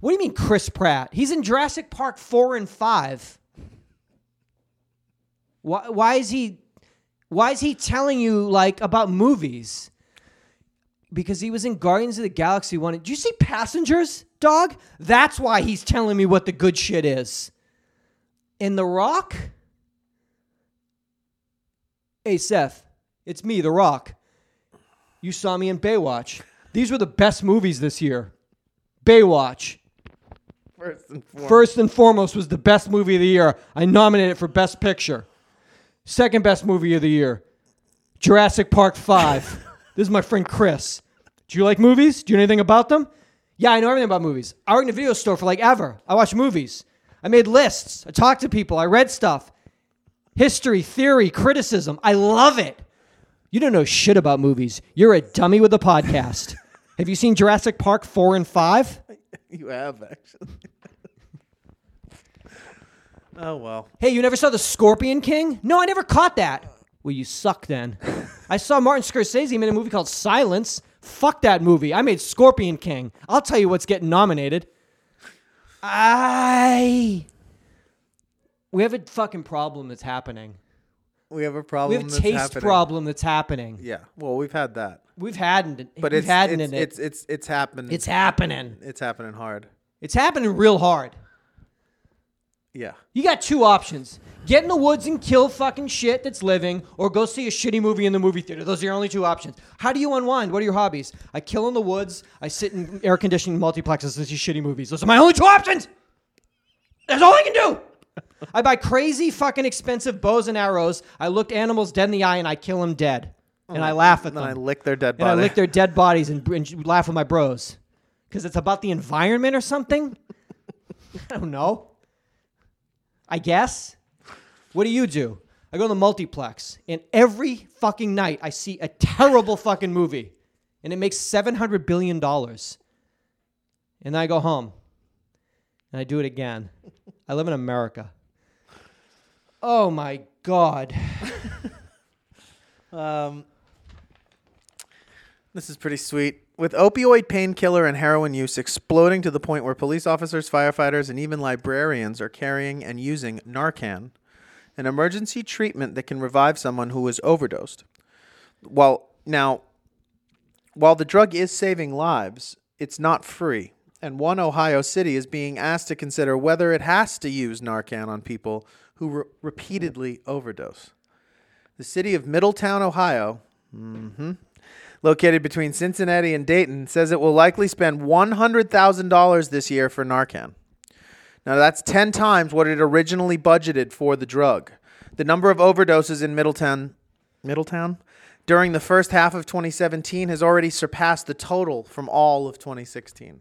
[SPEAKER 2] What do you mean, Chris Pratt? He's in Jurassic Park 4 and 5. Why, why is he. Why is he telling you like about movies? Because he was in Guardians of the Galaxy one. Did you see Passengers, dog? That's why he's telling me what the good shit is. In The Rock? Hey Seth, it's me, The Rock. You saw me in Baywatch. These were the best movies this year. Baywatch,
[SPEAKER 1] First and foremost.
[SPEAKER 2] first and foremost, was the best movie of the year. I nominated it for Best Picture. Second best movie of the year, Jurassic Park 5. this is my friend Chris. Do you like movies? Do you know anything about them? Yeah, I know everything about movies. I worked in a video store for like ever. I watched movies. I made lists. I talked to people. I read stuff. History, theory, criticism. I love it. You don't know shit about movies. You're a dummy with a podcast. Have you seen Jurassic Park 4 and 5?
[SPEAKER 1] You have actually. oh well.
[SPEAKER 2] Hey, you never saw The Scorpion King? No, I never caught that. Well, you suck then. I saw Martin Scorsese made a movie called Silence. Fuck that movie. I made Scorpion King. I'll tell you what's getting nominated. I. We have a fucking problem that's happening.
[SPEAKER 1] We have a problem.
[SPEAKER 2] We have a
[SPEAKER 1] that's
[SPEAKER 2] taste
[SPEAKER 1] happening.
[SPEAKER 2] problem that's happening.
[SPEAKER 1] Yeah. Well, we've had that,
[SPEAKER 2] We've had it.
[SPEAKER 1] but
[SPEAKER 2] we've
[SPEAKER 1] it's
[SPEAKER 2] had
[SPEAKER 1] it's,
[SPEAKER 2] it. in it.
[SPEAKER 1] it's it's it's happened.
[SPEAKER 2] it's happening.
[SPEAKER 1] it's happening hard.
[SPEAKER 2] It's happening real hard.
[SPEAKER 1] Yeah.
[SPEAKER 2] You got two options. Get in the woods and kill fucking shit that's living, or go see a shitty movie in the movie theater. Those are your only two options. How do you unwind? What are your hobbies? I kill in the woods, I sit in air conditioning multiplexes and see shitty movies. Those are my only two options! That's all I can do! I buy crazy fucking expensive bows and arrows, I look animals dead in the eye, and I kill them dead. And I laugh at
[SPEAKER 1] Oh, And I
[SPEAKER 2] them.
[SPEAKER 1] lick their dead
[SPEAKER 2] And
[SPEAKER 1] body.
[SPEAKER 2] I lick their dead bodies and, and laugh with my bros. Because it's about the environment or something? I don't know. I guess. What do you do? I go to the multiplex, and every fucking night I see a terrible fucking movie, and it makes $700 billion. And then I go home, and I do it again. I live in America. Oh my God.
[SPEAKER 1] Um, this is pretty sweet. With opioid painkiller and heroin use exploding to the point where police officers, firefighters, and even librarians are carrying and using Narcan, an emergency treatment that can revive someone who is overdosed. While now, while the drug is saving lives, it's not free. And one Ohio city is being asked to consider whether it has to use Narcan on people who re- repeatedly overdose. The city of Middletown, Ohio, mhm, located between Cincinnati and Dayton, says it will likely spend $100,000 this year for Narcan. Now, that's 10 times what it originally budgeted for the drug. The number of overdoses in Middletown, Middletown during the first half of 2017 has already surpassed the total from all of 2016.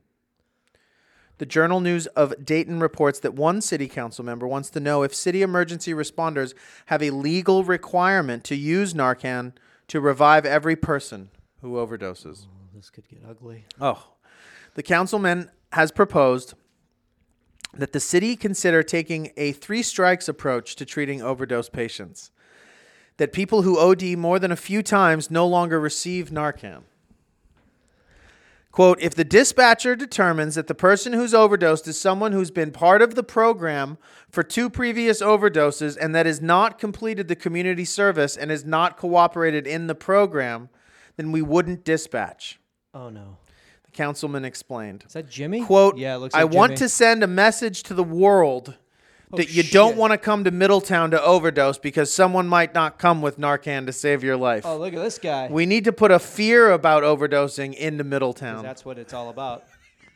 [SPEAKER 1] The Journal News of Dayton reports that one city council member wants to know if city emergency responders have a legal requirement to use Narcan to revive every person who overdoses.
[SPEAKER 2] This could get ugly.
[SPEAKER 1] Oh. The councilman has proposed that the city consider taking a three strikes approach to treating overdose patients. That people who OD more than a few times no longer receive Narcan. Quote If the dispatcher determines that the person who's overdosed is someone who's been part of the program for two previous overdoses and that has not completed the community service and has not cooperated in the program, then we wouldn't dispatch.
[SPEAKER 2] Oh no.
[SPEAKER 1] The councilman explained.
[SPEAKER 2] Is that Jimmy?
[SPEAKER 1] Quote,
[SPEAKER 2] Yeah, it looks
[SPEAKER 1] I
[SPEAKER 2] like
[SPEAKER 1] want
[SPEAKER 2] Jimmy. Oh,
[SPEAKER 1] to send a message to the world that you don't
[SPEAKER 2] shit.
[SPEAKER 1] want to come to Middletown to overdose because someone might not come with Narcan to save your life.
[SPEAKER 2] Oh, look at this guy.
[SPEAKER 1] we need to put a fear about overdosing into Middletown.
[SPEAKER 2] That's what it's all about.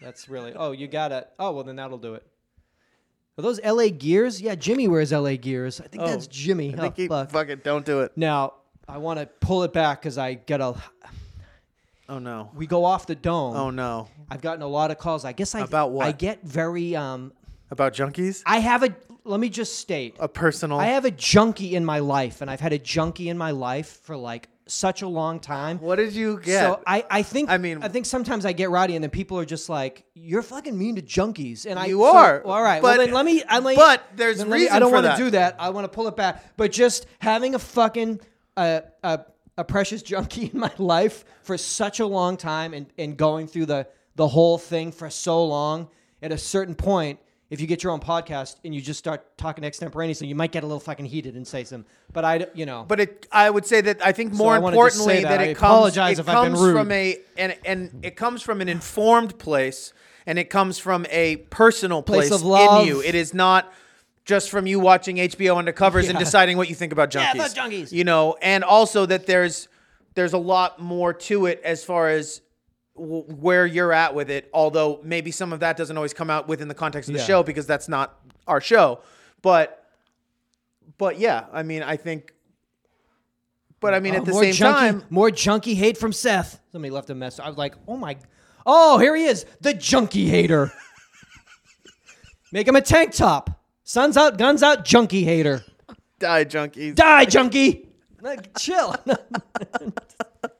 [SPEAKER 2] That's really. Oh, you got it. Oh, well, then that'll do it. Are those LA gears? Yeah, Jimmy wears LA gears. I think
[SPEAKER 1] Oh,
[SPEAKER 2] that's Jimmy.
[SPEAKER 1] I think
[SPEAKER 2] oh,
[SPEAKER 1] he-
[SPEAKER 2] fuck.
[SPEAKER 1] fuck it, don't do it.
[SPEAKER 2] Now, I want to pull it back because I get a.
[SPEAKER 1] Oh no.
[SPEAKER 2] We go off the dome.
[SPEAKER 1] Oh no.
[SPEAKER 2] I've gotten a lot of calls. I guess I.
[SPEAKER 1] About what?
[SPEAKER 2] I get very. um
[SPEAKER 1] About junkies?
[SPEAKER 2] I have a. Let me just state.
[SPEAKER 1] A personal.
[SPEAKER 2] I have a junkie in my life, and I've had a junkie in my life for like such a long time.
[SPEAKER 1] what did you get?
[SPEAKER 2] So I, I think
[SPEAKER 1] I
[SPEAKER 2] I
[SPEAKER 1] mean-
[SPEAKER 2] mean I think sometimes I get rowdy and then people are just like you're fucking mean to junkies and I
[SPEAKER 1] You
[SPEAKER 2] so-
[SPEAKER 1] are,
[SPEAKER 2] all right
[SPEAKER 1] but-
[SPEAKER 2] well then let me I let
[SPEAKER 1] but there's
[SPEAKER 2] then let me-
[SPEAKER 1] reason
[SPEAKER 2] I don't
[SPEAKER 1] for
[SPEAKER 2] wanna
[SPEAKER 1] that.
[SPEAKER 2] do that I want to pull it back but just having a fucking uh, a a precious junkie in my life for such a long time and and going through the the whole thing for so long at a certain point If you get your own podcast and you just start talking extemporaneously, you might get a little fucking heated and say some. But I, d- you know,
[SPEAKER 1] But it, I would say that I think more
[SPEAKER 2] I wanted to say
[SPEAKER 1] importantly
[SPEAKER 2] that.
[SPEAKER 1] that,
[SPEAKER 2] I
[SPEAKER 1] it comes,
[SPEAKER 2] apologize
[SPEAKER 1] it
[SPEAKER 2] if I've been
[SPEAKER 1] comes
[SPEAKER 2] rude.
[SPEAKER 1] from a and and it comes from an informed place and it comes from a personal
[SPEAKER 2] Place
[SPEAKER 1] place,
[SPEAKER 2] of love.
[SPEAKER 1] in you. It is not just from you watching HBO undercovers and
[SPEAKER 2] Yeah.
[SPEAKER 1] deciding what you think about junkies.
[SPEAKER 2] Yeah, I thought junkies.
[SPEAKER 1] You know, and also that there's there's a lot more to it as far as w- where you're at with it. Although maybe some of that doesn't always come out within the context of the
[SPEAKER 2] Yeah.
[SPEAKER 1] show because that's not our show. But but yeah, I mean, I think. But I mean,
[SPEAKER 2] Oh,
[SPEAKER 1] at the
[SPEAKER 2] more
[SPEAKER 1] same
[SPEAKER 2] junkie,
[SPEAKER 1] time,
[SPEAKER 2] more junkie hate from Seth. Somebody left a message. I was like, oh my, oh here he is, the junkie hater. Make him a tank top. Sun's out, guns out, junkie hater.
[SPEAKER 1] die junkies.
[SPEAKER 2] Die, junkie. Like, chill.
[SPEAKER 1] but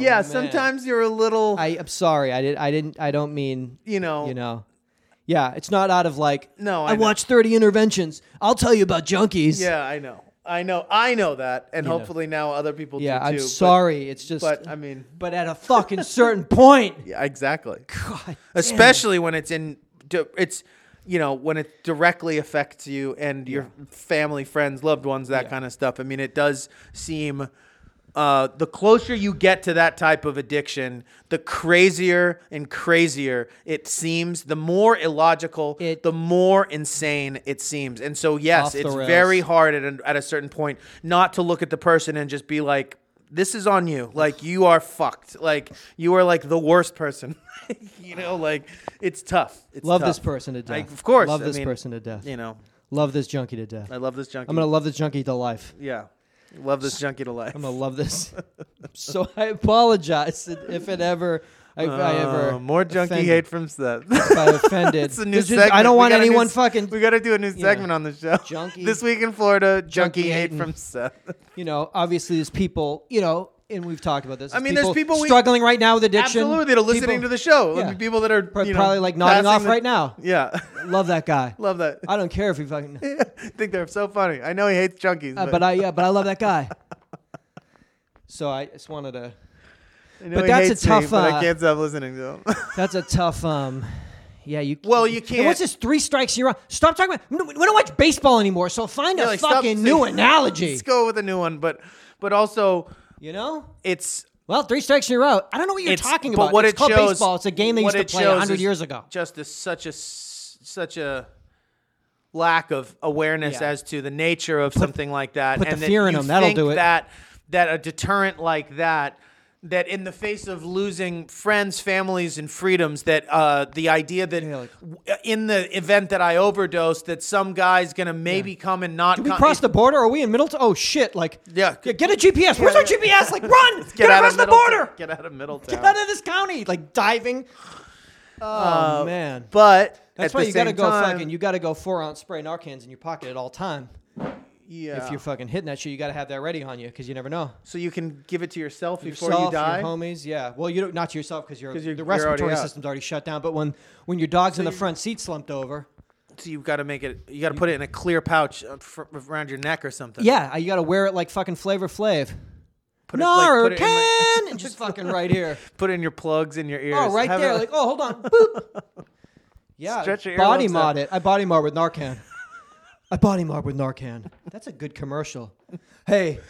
[SPEAKER 1] yeah, sometimes you're a little,
[SPEAKER 2] I am sorry. I did. I didn't. I don't mean.
[SPEAKER 1] you know,
[SPEAKER 2] You know. Yeah, it's not out of like.
[SPEAKER 1] No, I
[SPEAKER 2] I,
[SPEAKER 1] know.
[SPEAKER 2] watched thirty interventions. I'll tell you about junkies.
[SPEAKER 1] Yeah, I know, I know, I know that, and hopefully now other people
[SPEAKER 2] Yeah,
[SPEAKER 1] do
[SPEAKER 2] I'm
[SPEAKER 1] too. but-
[SPEAKER 2] sorry. it's just.
[SPEAKER 1] but, I mean,
[SPEAKER 2] but at a fucking certain point.
[SPEAKER 1] yeah, exactly.
[SPEAKER 2] God. damn it.
[SPEAKER 1] Especially when it's in, di- it's, you know, when it directly affects you and your family, friends, loved ones, that kind of stuff. I mean, it does seem. Uh, the closer you get to that type of addiction, the crazier and crazier it seems, the more illogical,
[SPEAKER 2] It-
[SPEAKER 1] the more insane it seems. And so,
[SPEAKER 2] Off
[SPEAKER 1] yes,
[SPEAKER 2] the
[SPEAKER 1] it's
[SPEAKER 2] rails.
[SPEAKER 1] very hard at a, at a certain point not to look at the person and just be like, this is on you. Like, you are fucked. Like, you are like the worst person. you know, like, it's tough. It's
[SPEAKER 2] Love
[SPEAKER 1] tough.
[SPEAKER 2] this person to death.
[SPEAKER 1] Like, of course.
[SPEAKER 2] Love
[SPEAKER 1] I
[SPEAKER 2] this
[SPEAKER 1] mean,
[SPEAKER 2] person to death.
[SPEAKER 1] You know,
[SPEAKER 2] Love this junkie to death.
[SPEAKER 1] I love this junkie.
[SPEAKER 2] I'm gonna love this junkie to life.
[SPEAKER 1] yeah. Love this junkie to life.
[SPEAKER 2] I'm gonna love this. so I apologize if it ever. If I
[SPEAKER 1] Uh,
[SPEAKER 2] ever
[SPEAKER 1] more junkie
[SPEAKER 2] offended-
[SPEAKER 1] hate from Seth.
[SPEAKER 2] If I offended.
[SPEAKER 1] It's a new
[SPEAKER 2] This is-
[SPEAKER 1] segment.
[SPEAKER 2] I don't
[SPEAKER 1] We
[SPEAKER 2] want
[SPEAKER 1] got a new
[SPEAKER 2] anyone
[SPEAKER 1] s-
[SPEAKER 2] fucking.
[SPEAKER 1] We got to do a new segment on the show.
[SPEAKER 2] Junkie-
[SPEAKER 1] this week in Florida, junkie,
[SPEAKER 2] junkie
[SPEAKER 1] hate
[SPEAKER 2] hating.
[SPEAKER 1] from Seth.
[SPEAKER 2] you know, obviously there's people, you know, and we've talked about this.
[SPEAKER 1] I mean, there's people we-
[SPEAKER 2] struggling right now with addiction.
[SPEAKER 1] Absolutely, they're listening to the show.
[SPEAKER 2] yeah.
[SPEAKER 1] I mean, people that are
[SPEAKER 2] Pro-
[SPEAKER 1] you know,
[SPEAKER 2] probably, like, nodding
[SPEAKER 1] passing
[SPEAKER 2] off
[SPEAKER 1] the-
[SPEAKER 2] right now.
[SPEAKER 1] Yeah,
[SPEAKER 2] Love that guy.
[SPEAKER 1] love that.
[SPEAKER 2] I don't care if he fucking.
[SPEAKER 1] I think they're so funny. I know he hates junkies,
[SPEAKER 2] uh,
[SPEAKER 1] but,
[SPEAKER 2] but I yeah, but I love that guy. So I just wanted to.
[SPEAKER 1] I know
[SPEAKER 2] but
[SPEAKER 1] he
[SPEAKER 2] that's a
[SPEAKER 1] hates me,
[SPEAKER 2] tough,
[SPEAKER 1] but
[SPEAKER 2] uh,
[SPEAKER 1] I can't stop listening to him.
[SPEAKER 2] That's a tough. Um, yeah, you.
[SPEAKER 1] Well, you
[SPEAKER 2] And
[SPEAKER 1] can't-
[SPEAKER 2] what's this? Three strikes, you're out. Stop talking about. We don't- we don't watch baseball anymore, so find a
[SPEAKER 1] Like, stop
[SPEAKER 2] fucking
[SPEAKER 1] saying-
[SPEAKER 2] new analogy.
[SPEAKER 1] Let's go with a new one, but but also
[SPEAKER 2] You know.
[SPEAKER 1] it's
[SPEAKER 2] Well, three strikes, you're out. I don't know what you're
[SPEAKER 1] it's-
[SPEAKER 2] talking
[SPEAKER 1] but
[SPEAKER 2] about.
[SPEAKER 1] What
[SPEAKER 2] it's
[SPEAKER 1] it
[SPEAKER 2] called
[SPEAKER 1] shows,
[SPEAKER 2] baseball. It's a game they
[SPEAKER 1] what
[SPEAKER 2] used
[SPEAKER 1] it
[SPEAKER 2] to play
[SPEAKER 1] shows
[SPEAKER 2] hundred
[SPEAKER 1] is
[SPEAKER 2] years ago.
[SPEAKER 1] Just a, such a s- such a lack of awareness
[SPEAKER 2] Yeah.
[SPEAKER 1] as to the nature of something like that.
[SPEAKER 2] put
[SPEAKER 1] and
[SPEAKER 2] the
[SPEAKER 1] that
[SPEAKER 2] fear in
[SPEAKER 1] you
[SPEAKER 2] them. That'll
[SPEAKER 1] think
[SPEAKER 2] do it.
[SPEAKER 1] That that a deterrent like that. That in the face of losing friends, families, and freedoms, that uh, the idea that
[SPEAKER 2] Yeah, like-
[SPEAKER 1] w- in the event that I overdose, that some guy's gonna maybe come and not.
[SPEAKER 2] Did we
[SPEAKER 1] come-
[SPEAKER 2] cross the border? Are we in Middleton? Oh shit! Like,
[SPEAKER 1] Yeah.
[SPEAKER 2] get a GPS. Where's our GPS? Like, run! get,
[SPEAKER 1] out
[SPEAKER 2] across
[SPEAKER 1] of
[SPEAKER 2] the
[SPEAKER 1] Middletown.
[SPEAKER 2] border!
[SPEAKER 1] Get out of Middletown.
[SPEAKER 2] Get out of this county! Like diving. Oh
[SPEAKER 1] Uh,
[SPEAKER 2] man,
[SPEAKER 1] But
[SPEAKER 2] that's
[SPEAKER 1] at
[SPEAKER 2] why
[SPEAKER 1] the
[SPEAKER 2] you gotta
[SPEAKER 1] same
[SPEAKER 2] go
[SPEAKER 1] time-
[SPEAKER 2] fucking. You gotta go four ounce spray Narcan's in your pocket at all time.
[SPEAKER 1] yeah.
[SPEAKER 2] If you're fucking hitting that shit, you gotta have that ready on you because you never know.
[SPEAKER 1] So you can give it to yourself before
[SPEAKER 2] yourself,
[SPEAKER 1] you die.
[SPEAKER 2] your homies, yeah. Well, you don't not to yourself because your
[SPEAKER 1] 'Cause you're-
[SPEAKER 2] the
[SPEAKER 1] you're already
[SPEAKER 2] respiratory
[SPEAKER 1] out.
[SPEAKER 2] system's already shut down. But when when your dog's in the front seat slumped over,
[SPEAKER 1] So you've got to make it. You got to put it in a clear pouch up fr- around your neck or something.
[SPEAKER 2] yeah, uh, you gotta wear it like fucking Flavor Flav.
[SPEAKER 1] Put it, like, put
[SPEAKER 2] Narcan,
[SPEAKER 1] it in my-
[SPEAKER 2] and just fucking right here.
[SPEAKER 1] Put it in your plugs in your ears.
[SPEAKER 2] Oh, right
[SPEAKER 1] Have
[SPEAKER 2] there.
[SPEAKER 1] it-
[SPEAKER 2] Like, oh, hold on. Boop. Yeah.
[SPEAKER 1] Stretch your
[SPEAKER 2] body
[SPEAKER 1] earlobes
[SPEAKER 2] mod
[SPEAKER 1] out.
[SPEAKER 2] it. I body mod with Narcan. I body mod with Narcan. That's a good commercial. Hey,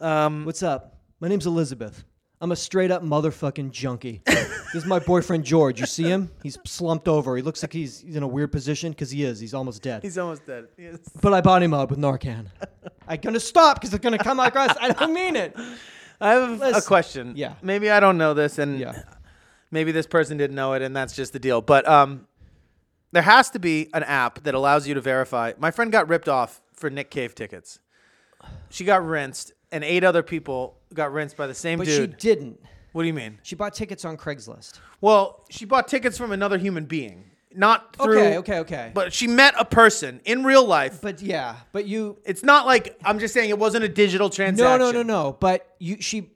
[SPEAKER 1] um,
[SPEAKER 2] what's up? My name's Elizabeth. I'm a straight up motherfucking junkie. this is my boyfriend George. You see him? He's slumped over. He looks like he's, he's in a weird position because he is. He's almost dead.
[SPEAKER 1] he's almost dead. Yes.
[SPEAKER 2] but I body mod with Narcan. I'm gonna stop because it's gonna come across. I don't mean it.
[SPEAKER 1] I have a- a
[SPEAKER 2] Listen.
[SPEAKER 1] question.
[SPEAKER 2] Yeah.
[SPEAKER 1] Maybe I don't know this, and
[SPEAKER 2] Yeah.
[SPEAKER 1] maybe this person didn't know it, and that's just the deal. But um, there has to be an app that allows you to verify. My friend got ripped off for Nick Cave tickets. She got rinsed, and eight other people got rinsed by the same
[SPEAKER 2] But
[SPEAKER 1] dude.
[SPEAKER 2] she didn't.
[SPEAKER 1] what do you mean?
[SPEAKER 2] She bought tickets on Craigslist.
[SPEAKER 1] Well, she bought tickets from another human being, not through.
[SPEAKER 2] Okay, okay, okay.
[SPEAKER 1] But she met a person in real life.
[SPEAKER 2] But yeah, but you
[SPEAKER 1] It's not like I'm just saying it wasn't a digital
[SPEAKER 2] No,
[SPEAKER 1] transaction.
[SPEAKER 2] no, no, no. But you, she,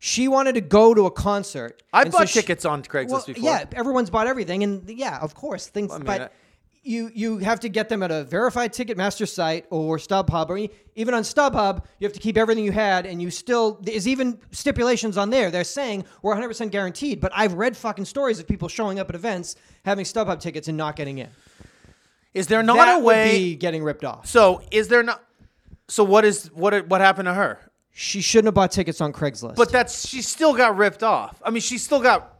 [SPEAKER 2] she wanted to go to a concert.
[SPEAKER 1] I
[SPEAKER 2] and so
[SPEAKER 1] bought
[SPEAKER 2] she-
[SPEAKER 1] tickets on Craigslist
[SPEAKER 2] well,
[SPEAKER 1] before.
[SPEAKER 2] yeah, everyone's bought everything, and yeah, of course, things.
[SPEAKER 1] I mean,
[SPEAKER 2] but
[SPEAKER 1] I-
[SPEAKER 2] you you have to get them at a verified Ticketmaster site or StubHub, or e- even on StubHub, you have to keep everything you had, and you still there's even stipulations on there. They're saying we're 100 percent guaranteed, but I've read fucking stories of people showing up at events having StubHub tickets and not getting in.
[SPEAKER 1] Is there not
[SPEAKER 2] that
[SPEAKER 1] a way?
[SPEAKER 2] would be getting ripped off.
[SPEAKER 1] so is there not? So what is what what happened to her?
[SPEAKER 2] She shouldn't have bought tickets on Craigslist.
[SPEAKER 1] But that's she still got ripped off. I mean, she still got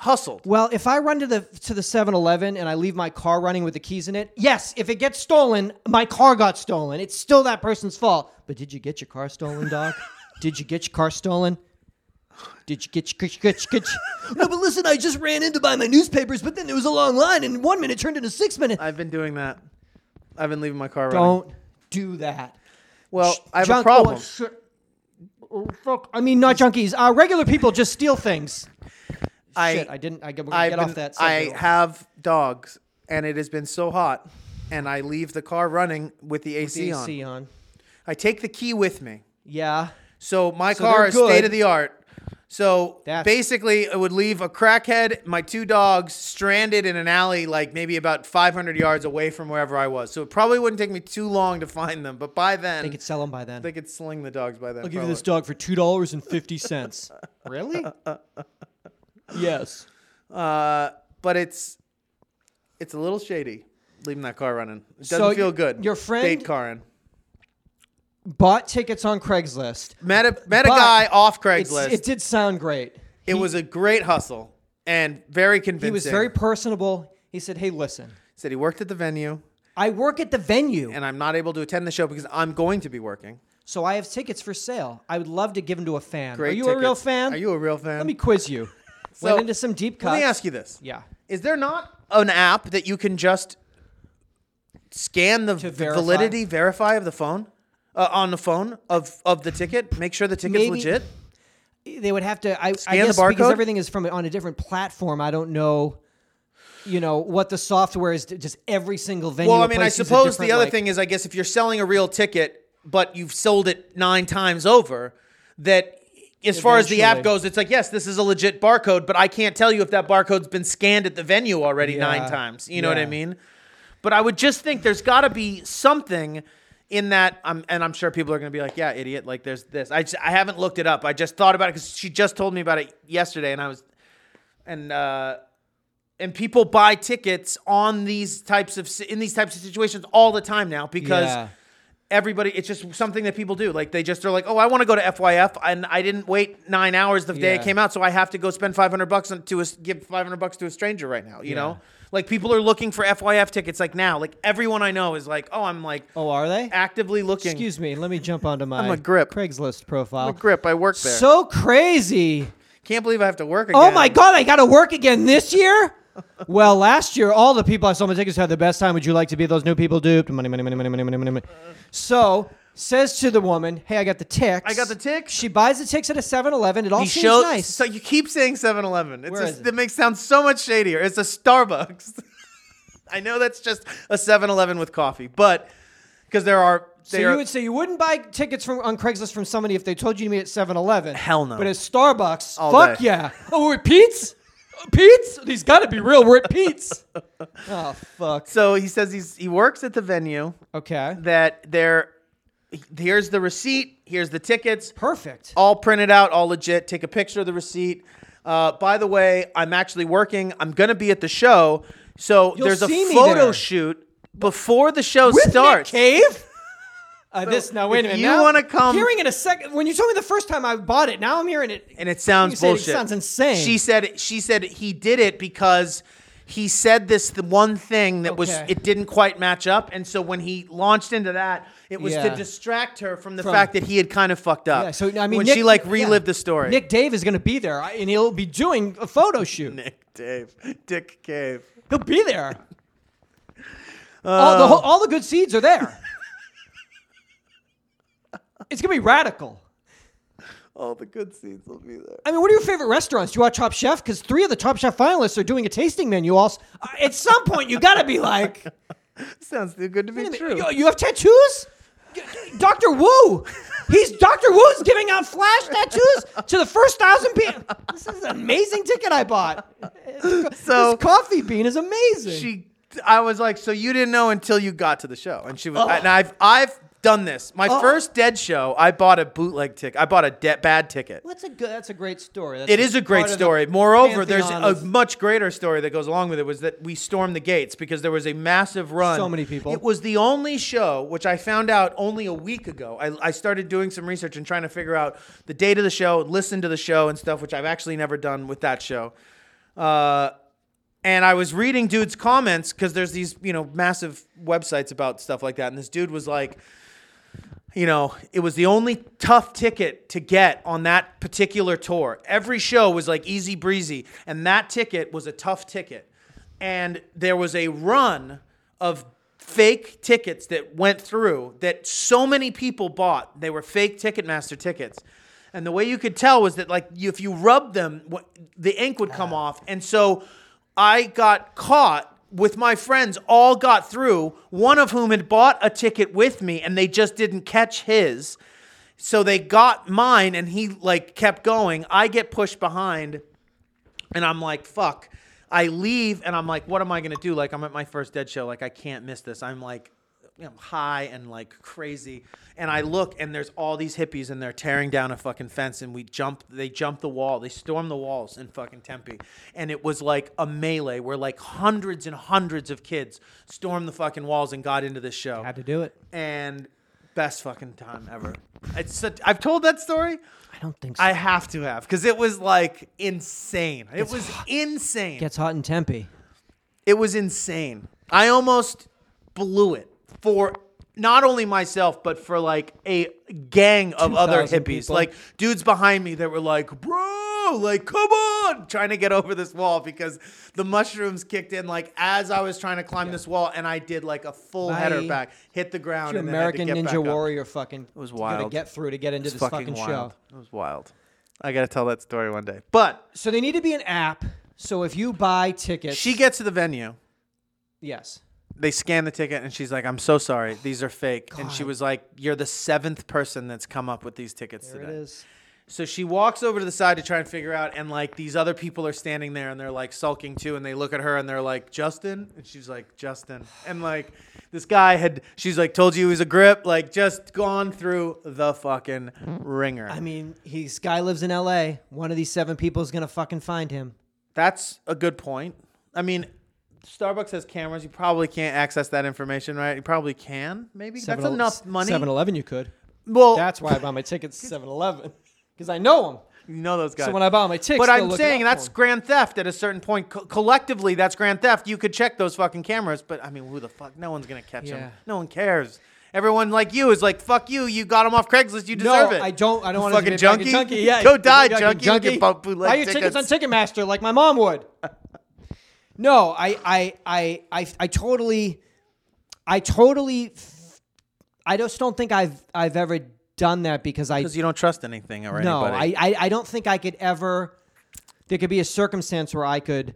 [SPEAKER 1] hustled.
[SPEAKER 2] Well, if I run to the to the 7-Eleven and I leave my car running with the keys in it, yes, if it gets stolen, my car got stolen. It's still that person's fault. But did you get your car stolen, Doc? did you get your car stolen? Did you get your, get your, get your- No, but listen, I just ran in to buy my newspapers, but then there was a long line, and one minute turned into six minutes.
[SPEAKER 1] I've been doing that. I've been leaving my car running.
[SPEAKER 2] Don't do that.
[SPEAKER 1] Well,
[SPEAKER 2] Sh-
[SPEAKER 1] I have a
[SPEAKER 2] junk-
[SPEAKER 1] problem.
[SPEAKER 2] oh, sh- oh, fuck. I mean, not junkies. Uh, regular people just steal things.
[SPEAKER 1] I
[SPEAKER 2] Shit, I didn't. I get, we're gonna
[SPEAKER 1] I've
[SPEAKER 2] get
[SPEAKER 1] been-
[SPEAKER 2] off that.
[SPEAKER 1] I
[SPEAKER 2] subject.
[SPEAKER 1] have dogs, and it has been so hot, and I leave the car running with the AC,
[SPEAKER 2] The
[SPEAKER 1] on.
[SPEAKER 2] AC on.
[SPEAKER 1] I take the key with me,
[SPEAKER 2] Yeah.
[SPEAKER 1] so my
[SPEAKER 2] So
[SPEAKER 1] car
[SPEAKER 2] they're
[SPEAKER 1] is
[SPEAKER 2] good.
[SPEAKER 1] state of the art. So
[SPEAKER 2] That's-
[SPEAKER 1] basically, it would leave a crackhead, my two dogs, stranded in an alley, like maybe about 500 yards away from wherever I was. So it probably wouldn't take me too long to find them, but by then
[SPEAKER 2] They could sell them by then.
[SPEAKER 1] they could sling the dogs by then.
[SPEAKER 2] I'll give you this
[SPEAKER 1] probably.
[SPEAKER 2] dog for two dollars and fifty cents. really? yes.
[SPEAKER 1] Uh, but it's it's a little shady leaving that car running. It doesn't
[SPEAKER 2] So
[SPEAKER 1] feel
[SPEAKER 2] y-
[SPEAKER 1] good.
[SPEAKER 2] your
[SPEAKER 1] date
[SPEAKER 2] friend-
[SPEAKER 1] Karin.
[SPEAKER 2] Bought tickets on Craigslist.
[SPEAKER 1] Met a met a
[SPEAKER 2] But
[SPEAKER 1] guy off
[SPEAKER 2] It's-
[SPEAKER 1] Craigslist.
[SPEAKER 2] It did sound great.
[SPEAKER 1] it was a great hustle and very convincing.
[SPEAKER 2] He was very personable. He said, "Hey, listen,
[SPEAKER 1] said he worked at the venue
[SPEAKER 2] I work at the venue,
[SPEAKER 1] and I'm not able to attend the show because I'm going to be working.
[SPEAKER 2] so I have tickets for sale. I would love to give them to a fan.
[SPEAKER 1] Great
[SPEAKER 2] Are you a
[SPEAKER 1] tickets.
[SPEAKER 2] real fan?
[SPEAKER 1] Are you a real fan?
[SPEAKER 2] Let me quiz you.
[SPEAKER 1] So,
[SPEAKER 2] Went into some deep cuts.
[SPEAKER 1] Let me ask you this.
[SPEAKER 2] Yeah.
[SPEAKER 1] Is there not an app that you can just scan the v-
[SPEAKER 2] verify?
[SPEAKER 1] validity verify of the phone uh, on the phone of of the ticket, make sure the ticket's
[SPEAKER 2] Maybe-
[SPEAKER 1] legit?
[SPEAKER 2] they would have to. I, I
[SPEAKER 1] Scan the
[SPEAKER 2] guess because
[SPEAKER 1] barcode?
[SPEAKER 2] everything is from on a different platform. I don't know, you know, what the software is. Just every single venue.
[SPEAKER 1] Well, I
[SPEAKER 2] or
[SPEAKER 1] mean, I
[SPEAKER 2] place uses
[SPEAKER 1] suppose
[SPEAKER 2] different,
[SPEAKER 1] the other
[SPEAKER 2] like-
[SPEAKER 1] thing is, I guess if you're selling a real ticket, but you've sold it nine times over, that as far as the app
[SPEAKER 2] Eventually.
[SPEAKER 1] goes, it's like, yes, this is a legit barcode, but I can't tell you if that barcode's been scanned at the venue already
[SPEAKER 2] Yeah.
[SPEAKER 1] nine times. You know what I
[SPEAKER 2] Yeah.
[SPEAKER 1] mean? But I would just think there's got to be something in that. Um, and I'm sure people are going to be like, yeah, idiot, like there's this. I, just, I haven't looked it up. I just thought about it because she just told me about it yesterday, and I was, and, uh, and people buy tickets on these types of in these types of situations all the time now because
[SPEAKER 2] Yeah.
[SPEAKER 1] everybody it's just something that people do like they just are like oh i want to go to fyf and i didn't wait nine hours the day
[SPEAKER 2] Yeah.
[SPEAKER 1] it came out so i have to go spend 500 bucks on, to a, give 500 bucks to a stranger right now you know like people are looking for fyf tickets like now like everyone i know is like oh i'm like
[SPEAKER 2] Oh, are they?
[SPEAKER 1] actively looking
[SPEAKER 2] Excuse me. Let me jump onto my
[SPEAKER 1] a grip.
[SPEAKER 2] Craigslist
[SPEAKER 1] me
[SPEAKER 2] profile.
[SPEAKER 1] grip i work there
[SPEAKER 2] So crazy.
[SPEAKER 1] can't believe i have to work again
[SPEAKER 2] Oh my god, I got to work again this year. well, last year all the people I sold my tickets had the best time. Would you like to be those new people duped? Money, money, money, money, money, money, money. money. So. Says to the woman, "Hey, I got the ticks.
[SPEAKER 1] I got the ticks.
[SPEAKER 2] She buys the ticks at a 7-Eleven. It all
[SPEAKER 1] he
[SPEAKER 2] seems
[SPEAKER 1] showed
[SPEAKER 2] nice.
[SPEAKER 1] so you keep saying 7-eleven it's
[SPEAKER 2] Where is
[SPEAKER 1] just,
[SPEAKER 2] it?
[SPEAKER 1] that makes it sound so much shadier it's a starbucks i know that's just a 7-eleven with coffee but because there are
[SPEAKER 2] So
[SPEAKER 1] they are-
[SPEAKER 2] you would say you wouldn't buy tickets from on Craigslist from somebody if they told you to meet at 7-Eleven.
[SPEAKER 1] Hell no.
[SPEAKER 2] But at Starbucks,
[SPEAKER 1] All
[SPEAKER 2] fuck
[SPEAKER 1] day.
[SPEAKER 2] yeah. Oh, we're at Pete's? Pete's? These got to be real. We're at Pete's. oh, fuck.
[SPEAKER 1] so he says he's he works at the venue
[SPEAKER 2] Okay.
[SPEAKER 1] that there here's the receipt here's the tickets
[SPEAKER 2] Perfect.
[SPEAKER 1] all printed out, all legit. Take a picture of the receipt. Uh, by the way, I'm actually working. I'm gonna be at the show, so there's a
[SPEAKER 2] see me
[SPEAKER 1] photo
[SPEAKER 2] there.
[SPEAKER 1] shoot before the show
[SPEAKER 2] With Nick
[SPEAKER 1] starts.
[SPEAKER 2] Cave? Uh, this now wait a
[SPEAKER 1] if
[SPEAKER 2] minute.
[SPEAKER 1] you
[SPEAKER 2] now-
[SPEAKER 1] wanna come-
[SPEAKER 2] hearing it a second when you told me the first time I bought it. Now I'm hearing it.
[SPEAKER 1] and it sounds
[SPEAKER 2] You said it
[SPEAKER 1] bullshit.
[SPEAKER 2] sounds insane.
[SPEAKER 1] She said she said he did it because he said this the one thing that was
[SPEAKER 2] Okay.
[SPEAKER 1] it didn't quite match up, and so when he launched into that, it was
[SPEAKER 2] Yeah.
[SPEAKER 1] to distract her from the
[SPEAKER 2] From-
[SPEAKER 1] fact that he had kind of fucked up.
[SPEAKER 2] Yeah, so I mean,
[SPEAKER 1] when
[SPEAKER 2] Nick,
[SPEAKER 1] she like
[SPEAKER 2] yeah.
[SPEAKER 1] relived the story,
[SPEAKER 2] Nick Dave is going to be there, I- and he'll be doing a photo shoot.
[SPEAKER 1] Nick Dave, Dick Cave.
[SPEAKER 2] He'll be there. all, the whole, all the good seeds are there. it's gonna be radical.
[SPEAKER 1] All the good scenes will be there.
[SPEAKER 2] I mean, what are your favorite restaurants? Do you watch Top Chef? Because three of the Top Chef finalists are doing a tasting menu. Also, Uh, at some point, you gotta be like,
[SPEAKER 1] Sounds too good to be true.
[SPEAKER 2] you, you have tattoos. Doctor Wu, he's Doctor Wu's giving out flash tattoos to the first thousand people. This is an amazing ticket I bought.
[SPEAKER 1] So-
[SPEAKER 2] this coffee bean is amazing.
[SPEAKER 1] she I was like, so you didn't know until you got to the show, and she was.
[SPEAKER 2] Oh.
[SPEAKER 1] And I've I've done this. My first Dead show, I bought a bootleg ticket. I bought a de- bad ticket.
[SPEAKER 2] Well, that's a good. That's a great story. That's
[SPEAKER 1] It is a great
[SPEAKER 2] part of the
[SPEAKER 1] story. Moreover, there's
[SPEAKER 2] pantheon
[SPEAKER 1] a
[SPEAKER 2] of-
[SPEAKER 1] much greater story that goes along with it was that we stormed the gates because there was a massive run.
[SPEAKER 2] So many people.
[SPEAKER 1] It was the only show, which I found out only a week ago. I, I started doing some research and trying to figure out the date of the show, listen to the show and stuff, which I've actually never done with that show. Uh, and I was reading dudes' comments because there's these, you know, massive websites about stuff like that. And this dude was like, you know, it was the only tough ticket to get on that particular tour. Every show was like easy breezy, and that ticket was a tough ticket. And there was a run of fake tickets that went through that so many people bought. They were fake Ticketmaster tickets. And the way you could tell was that, like, you- if you rubbed them, wh- the ink would come off. And so I got caught with my friends all got through, one of whom had bought a ticket with me and they just didn't catch his. So they got mine and he like kept going. I get pushed behind and I'm like, fuck. I leave and I'm like, what am I gonna do? Like, I'm at my first dead show. Like, I can't miss this. I'm like, I'm high and like crazy. And I look and there's all these hippies and they're tearing down a fucking fence and we jump. They jump the wall. They storm the walls in fucking Tempe. And it was like a melee where like hundreds and hundreds of kids stormed the fucking walls and got into this show.
[SPEAKER 2] Had to do it.
[SPEAKER 1] And best fucking time ever. It's such, I've told that story.
[SPEAKER 2] I don't think so.
[SPEAKER 1] I have to have because it was like insane. It was insane.
[SPEAKER 2] Gets hot in Tempe.
[SPEAKER 1] It was insane. I almost blew it for not only myself but for like a gang of other
[SPEAKER 2] 2,000
[SPEAKER 1] hippies,
[SPEAKER 2] people.
[SPEAKER 1] like dudes behind me that were like, "Bro, like come on!" Trying to get over this wall because the mushrooms kicked in like as I was trying to climb this wall, and I did like a full header
[SPEAKER 2] Bye.
[SPEAKER 1] back, hit the ground,
[SPEAKER 2] Your
[SPEAKER 1] and American
[SPEAKER 2] American
[SPEAKER 1] then had to get
[SPEAKER 2] Ninja
[SPEAKER 1] back up.
[SPEAKER 2] Warrior fucking. It
[SPEAKER 1] was
[SPEAKER 2] Gotta
[SPEAKER 1] wild.
[SPEAKER 2] get through to get into
[SPEAKER 1] It's
[SPEAKER 2] this fucking, show.
[SPEAKER 1] wild. It was wild. I gotta tell that story one day, but.
[SPEAKER 2] So they need to be an app. So if you buy tickets,
[SPEAKER 1] She gets to the venue.
[SPEAKER 2] yes.
[SPEAKER 1] They scan the ticket and she's like, "I'm so sorry, these are fake." And she was like, "You're the seventh person that's come up with these tickets
[SPEAKER 2] There it
[SPEAKER 1] today."
[SPEAKER 2] is.
[SPEAKER 1] So she walks over to the side to try and figure out, and like these other people are standing there and they're like sulking too, and they look at her and they're like, "Justin," and she's like, "Justin," and like this guy had, she's like, "Told you he was a grip," like just gone through the fucking ringer.
[SPEAKER 2] I mean, he's guy lives in L.A. One of these seven people is gonna fucking find him.
[SPEAKER 1] That's a good point. I mean, Starbucks has cameras. You probably can't access that information, right? You probably can. Maybe that's enough money.
[SPEAKER 2] Seven Eleven, you could.
[SPEAKER 1] well,
[SPEAKER 2] That's why I buy my tickets at Seven Eleven because I know him.
[SPEAKER 1] you know those guys.
[SPEAKER 2] So when I buy my tickets,
[SPEAKER 1] but
[SPEAKER 2] they'll
[SPEAKER 1] I'm
[SPEAKER 2] look it
[SPEAKER 1] saying
[SPEAKER 2] up for
[SPEAKER 1] that's
[SPEAKER 2] me.
[SPEAKER 1] grand theft at a certain point. Co- collectively, that's grand theft. You could check those fucking cameras, but I mean, who the fuck? No one's gonna catch
[SPEAKER 2] Yeah.
[SPEAKER 1] them. No one cares. Everyone like you is like, fuck you. You got them off Craigslist. You
[SPEAKER 2] No,
[SPEAKER 1] deserve it.
[SPEAKER 2] I don't. I don't
[SPEAKER 1] You
[SPEAKER 2] want
[SPEAKER 1] fucking
[SPEAKER 2] to
[SPEAKER 1] junkie.
[SPEAKER 2] junkie. Yeah,
[SPEAKER 1] go die,
[SPEAKER 2] fucking
[SPEAKER 1] junkie. You can bump bootleg
[SPEAKER 2] Buy your tickets on Ticketmaster like my mom would. no, I, I, I, I, I totally, I totally, f- I just don't think I've, I've ever done that because I
[SPEAKER 1] because you don't trust anything or
[SPEAKER 2] no,
[SPEAKER 1] anybody.
[SPEAKER 2] I, I, I don't think I could ever. There could be a circumstance where I could,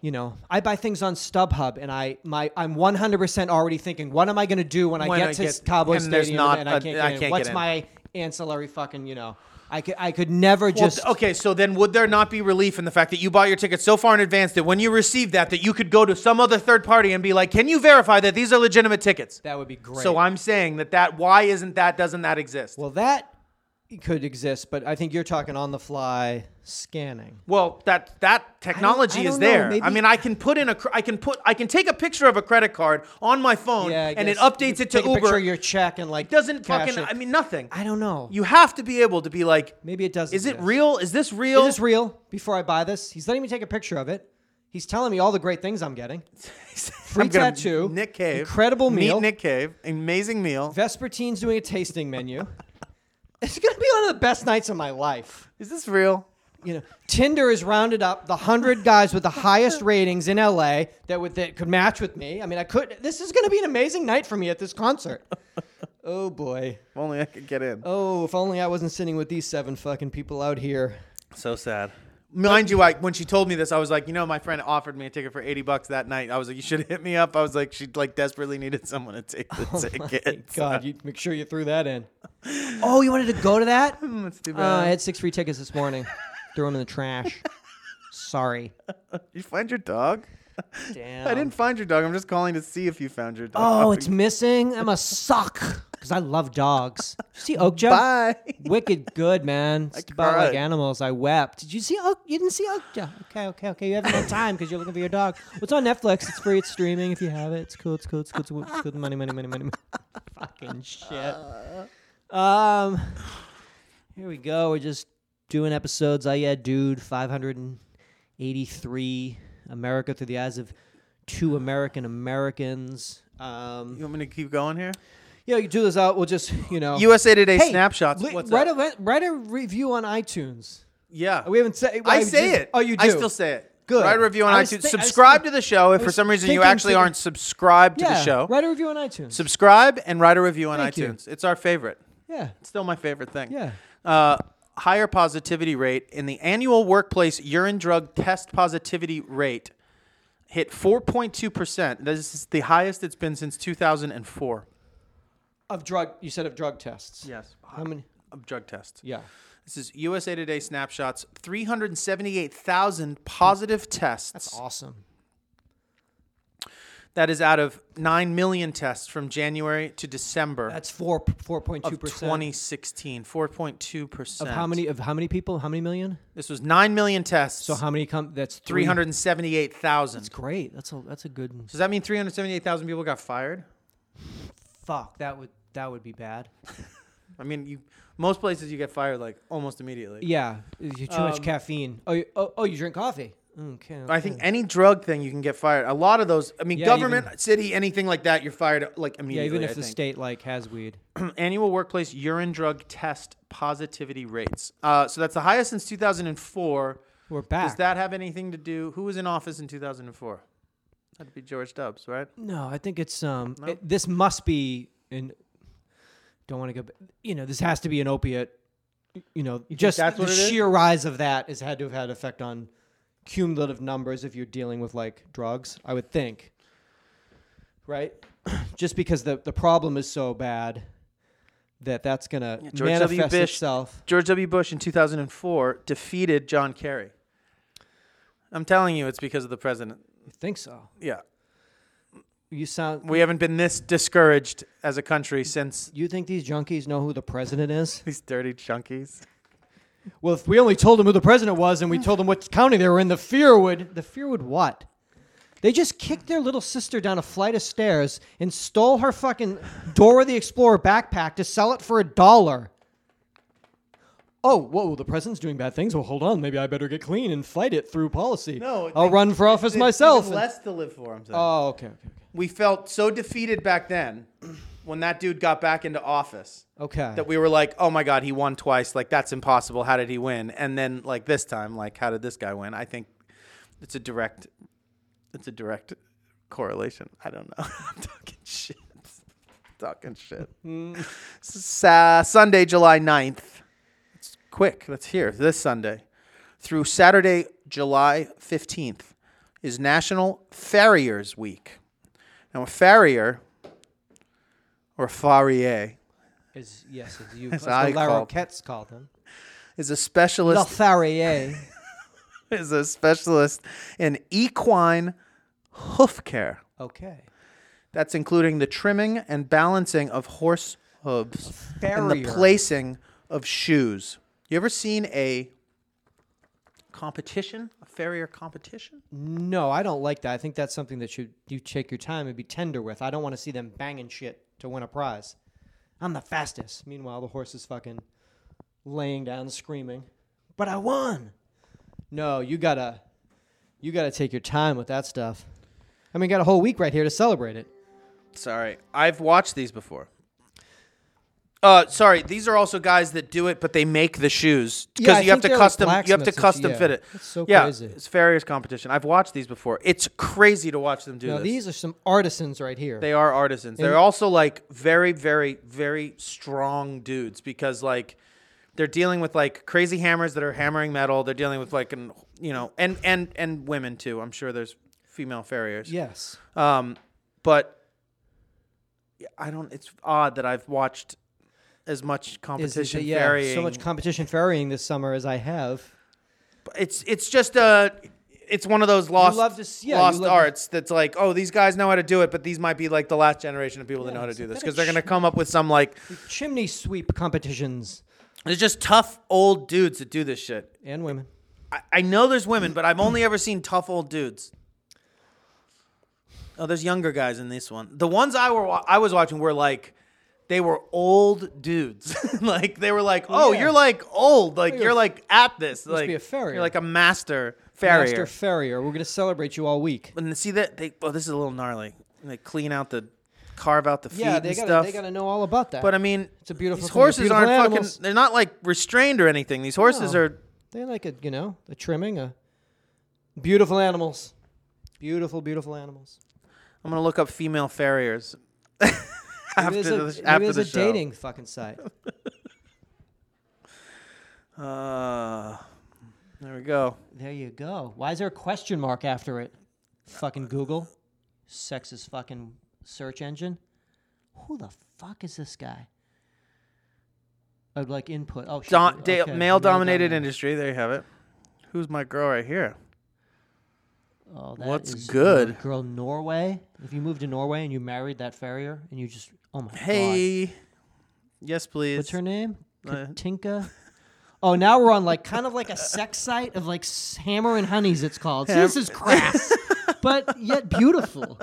[SPEAKER 2] you know, I buy things on StubHub, and I my I'm 100 percent already thinking, what am I going to do when,
[SPEAKER 1] When
[SPEAKER 2] I get
[SPEAKER 1] I
[SPEAKER 2] to
[SPEAKER 1] get-
[SPEAKER 2] Cowboy
[SPEAKER 1] and there's
[SPEAKER 2] Stadium
[SPEAKER 1] not
[SPEAKER 2] and
[SPEAKER 1] a-
[SPEAKER 2] I can't get
[SPEAKER 1] I
[SPEAKER 2] in?
[SPEAKER 1] can't
[SPEAKER 2] What's
[SPEAKER 1] get in.
[SPEAKER 2] my ancillary fucking, you know? I could I could never
[SPEAKER 1] Well,
[SPEAKER 2] just
[SPEAKER 1] okay, so then would there not be relief in the fact that you bought your ticket so far in advance that when you received that, that you could go to some other third party and be like, "Can you verify that these are legitimate tickets?"
[SPEAKER 2] that would be great.
[SPEAKER 1] So I'm saying that that why isn't that doesn't that exist? Well,
[SPEAKER 2] well that could exist, but I think you're talking on the fly scanning.
[SPEAKER 1] that that technology
[SPEAKER 2] I don't
[SPEAKER 1] is
[SPEAKER 2] know,
[SPEAKER 1] there. I
[SPEAKER 2] maybe-
[SPEAKER 1] mean, I can put in a cr- I can put I can take a picture of a credit card on my phone
[SPEAKER 2] Yeah, I
[SPEAKER 1] and it
[SPEAKER 2] guess.
[SPEAKER 1] updates
[SPEAKER 2] You
[SPEAKER 1] it to
[SPEAKER 2] take a picture
[SPEAKER 1] Uber.
[SPEAKER 2] of your check and like
[SPEAKER 1] doesn't
[SPEAKER 2] cash
[SPEAKER 1] fucking
[SPEAKER 2] it.
[SPEAKER 1] I mean nothing.
[SPEAKER 2] I don't know.
[SPEAKER 1] You have to be able to be like,
[SPEAKER 2] Maybe it doesn't.
[SPEAKER 1] is it
[SPEAKER 2] exist.
[SPEAKER 1] real? Is this real?
[SPEAKER 2] Is this real? Before I buy this, he's letting me take a picture of it. He's telling me all the great things I'm getting: free
[SPEAKER 1] I'm gonna-
[SPEAKER 2] tattoo,
[SPEAKER 1] Nick Cave,
[SPEAKER 2] incredible
[SPEAKER 1] Meet
[SPEAKER 2] meal,
[SPEAKER 1] Nick Cave, amazing meal.
[SPEAKER 2] Vespertine's doing a tasting menu. it's gonna be one of the best nights of my life.
[SPEAKER 1] Is this real?
[SPEAKER 2] You know, Tinder has rounded up the hundred guys with the highest ratings in LA that would that could match with me. I mean, I could. This is gonna be an amazing night for me at this concert. oh boy.
[SPEAKER 1] If only I could get in.
[SPEAKER 2] Oh, if only I wasn't sitting with these seven fucking people out here.
[SPEAKER 1] So sad. Mind you, I when she told me this, I was like, you know, my friend offered me a ticket for eighty bucks that night. I was like, you should hit me up. I was like, she like desperately needed someone to take the ticket.
[SPEAKER 2] Oh God, you make sure you threw that in. Oh, you wanted to go to that?
[SPEAKER 1] Hmm, That's too
[SPEAKER 2] Uh, I
[SPEAKER 1] bad.
[SPEAKER 2] had six free tickets this morning. Threw them in the trash. Sorry.
[SPEAKER 1] you find your dog?
[SPEAKER 2] Damn.
[SPEAKER 1] I didn't find your dog. I'm just calling to see if you found your dog.
[SPEAKER 2] Um, Oh, it's missing. I'm a suck because I love dogs. Did you see Oak Joe?
[SPEAKER 1] bye.
[SPEAKER 2] Wicked good, man. It's about like
[SPEAKER 1] cried.
[SPEAKER 2] animals. I wept. Did you see Oak? You didn't see Oak Joe? Okay, okay, okay. You haven't had time because you're looking for your dog. What's on Netflix? It's free. It's streaming. If you have it, it's cool. It's cool. It's cool. It's cool. It's cool. Money, money, money, money. money. Fucking shit. Um, here we go. We're just doing episodes. I yeah, dude. Five hundred and eighty-three. America through the eyes of two American Americans. Um,
[SPEAKER 1] You want me to keep going here?
[SPEAKER 2] yeah, you do this out. We'll just, you know.
[SPEAKER 1] USA Today
[SPEAKER 2] Hey,
[SPEAKER 1] snapshots.
[SPEAKER 2] li-
[SPEAKER 1] What's
[SPEAKER 2] write
[SPEAKER 1] up?
[SPEAKER 2] a write a review on iTunes.
[SPEAKER 1] yeah.
[SPEAKER 2] We haven't said.
[SPEAKER 1] I say
[SPEAKER 2] just-
[SPEAKER 1] it.
[SPEAKER 2] Oh, you do.
[SPEAKER 1] I still say it.
[SPEAKER 2] Good.
[SPEAKER 1] Write a review on
[SPEAKER 2] I
[SPEAKER 1] iTunes.
[SPEAKER 2] was thi- I was
[SPEAKER 1] subscribe
[SPEAKER 2] thi-
[SPEAKER 1] to the show if
[SPEAKER 2] I
[SPEAKER 1] for
[SPEAKER 2] was
[SPEAKER 1] some reason you
[SPEAKER 2] thinking
[SPEAKER 1] actually
[SPEAKER 2] to-
[SPEAKER 1] aren't subscribed to
[SPEAKER 2] yeah,
[SPEAKER 1] the show.
[SPEAKER 2] Write a review on iTunes.
[SPEAKER 1] Subscribe and write a review on
[SPEAKER 2] Thank you.
[SPEAKER 1] iTunes. It's our favorite.
[SPEAKER 2] yeah,
[SPEAKER 1] It's still my favorite thing.
[SPEAKER 2] yeah.
[SPEAKER 1] Uh, higher positivity rate in the annual workplace urine drug test positivity rate hit 4.2%. This is the highest it's been since 2004.
[SPEAKER 2] Of drug, you said of drug tests.
[SPEAKER 1] Yes.
[SPEAKER 2] How many?
[SPEAKER 1] Of drug tests.
[SPEAKER 2] Yeah.
[SPEAKER 1] This is USA Today snapshots 378,000 positive tests.
[SPEAKER 2] That's awesome.
[SPEAKER 1] That is out of 9 million tests from January to December
[SPEAKER 2] That's four four point two
[SPEAKER 1] of
[SPEAKER 2] percent
[SPEAKER 1] 2016. 4.2%.
[SPEAKER 2] of how many of how many people? How many million?
[SPEAKER 1] This was 9 million tests.
[SPEAKER 2] So how many come? That's three-
[SPEAKER 1] 378,000.
[SPEAKER 2] That's great. That's a that's a good
[SPEAKER 1] Does that mean 378,000 people got fired?
[SPEAKER 2] fuck. That would that would be bad.
[SPEAKER 1] I mean, you most places you get fired like almost immediately.
[SPEAKER 2] Yeah, you too much caffeine. Oh, you, oh, oh, you drink coffee. Okay.
[SPEAKER 1] Um, I think any drug thing you can get fired. A lot of those, I mean,
[SPEAKER 2] Yeah,
[SPEAKER 1] government, city, anything like that, you're fired like
[SPEAKER 2] Yeah,
[SPEAKER 1] immediately.
[SPEAKER 2] even if
[SPEAKER 1] I
[SPEAKER 2] the
[SPEAKER 1] think.
[SPEAKER 2] state like has weed.
[SPEAKER 1] annual workplace urine drug test positivity rates. Uh, so that's the highest since 2004.
[SPEAKER 2] We're
[SPEAKER 1] Does
[SPEAKER 2] back.
[SPEAKER 1] that have anything to do? Who was in office in 2004? That'd be George Dubs, right?
[SPEAKER 2] no, I think it's um. it- this must be in. Don't want to go. ba- You know, this has to be an opiate. You know, just
[SPEAKER 1] that's
[SPEAKER 2] the
[SPEAKER 1] what it is?
[SPEAKER 2] sheer rise of that has had to have had effect on cumulative numbers if you're dealing with like drugs. I would think. Right, just because the the problem is so bad that that's gonna
[SPEAKER 1] George W.
[SPEAKER 2] manifest
[SPEAKER 1] Bush-
[SPEAKER 2] itself.
[SPEAKER 1] George W. Bush in 2004 defeated John Kerry. I'm telling you, it's because of the president.
[SPEAKER 2] You think so?
[SPEAKER 1] Yeah.
[SPEAKER 2] You sound.
[SPEAKER 1] We haven't been this discouraged as a country since
[SPEAKER 2] You think these junkies know who the president is?
[SPEAKER 1] these dirty junkies.
[SPEAKER 2] Well, if we only told them who the president was and we told them what county they were in, the fear would. The fear would what? They just kicked their little sister down a flight of stairs and stole her fucking Dora the Explorer backpack to sell it for a dollar. Oh, whoa, the president's doing bad things. Well, hold on. Maybe I better get clean and fight it through policy.
[SPEAKER 1] No,
[SPEAKER 2] I'll
[SPEAKER 1] they-
[SPEAKER 2] run for office myself. and-
[SPEAKER 1] less to live for, I'm saying.
[SPEAKER 2] oh, okay, okay,
[SPEAKER 1] we felt so defeated back then when that dude got back into office.
[SPEAKER 2] okay. Okay.
[SPEAKER 1] that we were like, oh my God, he won twice. Like, that's impossible. How did he win? And then, like, this time, like, how did this guy win? I think it's a direct, it's a direct correlation. I don't know. I'm talking shit. talking shit. S- uh, Sunday, July 9th. It's quick. That's here. This Sunday through Saturday, July 15th is National Farriers Week. Now, a farrier or farrier
[SPEAKER 2] As, yes, as you,
[SPEAKER 1] As
[SPEAKER 2] as
[SPEAKER 1] I
[SPEAKER 2] the
[SPEAKER 1] call-
[SPEAKER 2] Larroquettes called them.
[SPEAKER 1] is a
[SPEAKER 2] Le
[SPEAKER 1] specialist
[SPEAKER 2] Farrier.
[SPEAKER 1] is a specialist in equine hoof care.
[SPEAKER 2] Okay.
[SPEAKER 1] That's including the trimming and balancing of horse hooves and the
[SPEAKER 2] Farrier.
[SPEAKER 1] placing of shoes. You ever seen a competition, a farrier competition?
[SPEAKER 2] No, I don't like that. I think that's something that should you take your time and be tender with. I don't want to see them banging shit to win a prize. I'm the fastest. Meanwhile, the horse is fucking laying down screaming, "But I won." No, you got to you got to take your time with that stuff. I mean, got a whole week right here to celebrate it.
[SPEAKER 1] Sorry, I've watched these before. Uh, sorry, these are also guys that do it, but they make the shoes
[SPEAKER 2] Yeah, I
[SPEAKER 1] because you have
[SPEAKER 2] think
[SPEAKER 1] to
[SPEAKER 2] they're like
[SPEAKER 1] custom. you have to
[SPEAKER 2] blacksmiths and-
[SPEAKER 1] custom
[SPEAKER 2] yeah.
[SPEAKER 1] fit it.
[SPEAKER 2] That's so
[SPEAKER 1] yeah,
[SPEAKER 2] crazy.
[SPEAKER 1] It's farriers competition. I've watched these before. It's crazy to watch them do
[SPEAKER 2] Now,
[SPEAKER 1] this.
[SPEAKER 2] these are some artisans right here.
[SPEAKER 1] They are artisans. They're also like very, very, very strong dudes because like they're dealing with like crazy hammers that are hammering metal. They're dealing with like an you know and and and women too. I'm sure there's female farriers.
[SPEAKER 2] yes.
[SPEAKER 1] Um, but yeah, I don't. It's odd that I've watched as much
[SPEAKER 2] Is- is-
[SPEAKER 1] competition
[SPEAKER 2] yeah,
[SPEAKER 1] farrying.
[SPEAKER 2] so much competition ferrying this summer as I have.
[SPEAKER 1] It's it's just a it's one of those lost
[SPEAKER 2] love to s- yeah, you
[SPEAKER 1] lost
[SPEAKER 2] love to-
[SPEAKER 1] arts that's like, oh, these guys know how to do it, but these might be like the last generation of people that know how to
[SPEAKER 2] it's
[SPEAKER 1] do
[SPEAKER 2] like
[SPEAKER 1] this
[SPEAKER 2] that
[SPEAKER 1] because they're
[SPEAKER 2] ch-
[SPEAKER 1] gonna come up with some like
[SPEAKER 2] chimney sweep competitions
[SPEAKER 1] it's just tough old dudes that do this shit.
[SPEAKER 2] and women.
[SPEAKER 1] I, I know there's women, but I've only ever seen tough old dudes. Oh, there's younger guys in this one. The ones I were wa- I was watching were like they were old dudes. like they were like, "Oh,
[SPEAKER 2] Yeah.
[SPEAKER 1] you're like old. Like
[SPEAKER 2] you're
[SPEAKER 1] you're
[SPEAKER 2] a-
[SPEAKER 1] like at this. like
[SPEAKER 2] be a farrier.
[SPEAKER 1] You're like a master farrier."
[SPEAKER 2] Master Ferrier, we're gonna celebrate you all week.
[SPEAKER 1] and see that they oh, this is a little gnarly. They clean out the carve out the feet
[SPEAKER 2] Yeah, they
[SPEAKER 1] and
[SPEAKER 2] gotta
[SPEAKER 1] stuff.
[SPEAKER 2] they gotta know all about that.
[SPEAKER 1] but I mean,
[SPEAKER 2] It's a beautiful
[SPEAKER 1] these
[SPEAKER 2] thing. They're
[SPEAKER 1] horses
[SPEAKER 2] beautiful
[SPEAKER 1] aren't
[SPEAKER 2] animals.
[SPEAKER 1] fucking they're not like restrained or anything. These horses
[SPEAKER 2] No.
[SPEAKER 1] are
[SPEAKER 2] they like a you know a trimming, a beautiful animals, beautiful beautiful animals.
[SPEAKER 1] I'm going to look up female farriers. after
[SPEAKER 2] It is
[SPEAKER 1] the,
[SPEAKER 2] a, it
[SPEAKER 1] after
[SPEAKER 2] is
[SPEAKER 1] the
[SPEAKER 2] a
[SPEAKER 1] show.
[SPEAKER 2] dating fucking site.
[SPEAKER 1] Uh, there we go.
[SPEAKER 2] There you go. Why is there a question mark after it? Fucking Google, sexist fucking search engine. Who the fuck is this guy? I'd like input. Oh, shit.
[SPEAKER 1] Dom-
[SPEAKER 2] Okay,
[SPEAKER 1] da- male dominated
[SPEAKER 2] dominated.
[SPEAKER 1] industry. There you have it. Who's my girl right here?
[SPEAKER 2] Oh, that
[SPEAKER 1] What's
[SPEAKER 2] is
[SPEAKER 1] good?
[SPEAKER 2] your girl? Norway. If you moved to Norway and you married that farrier, and you just oh my god,
[SPEAKER 1] Hey. Yes, please.
[SPEAKER 2] what's her name?
[SPEAKER 1] Uh,
[SPEAKER 2] Katinka. Oh, now we're on like kind of like a sex site of like s- Hammer and Honeys. It's called. See, this is crass, but yet beautiful.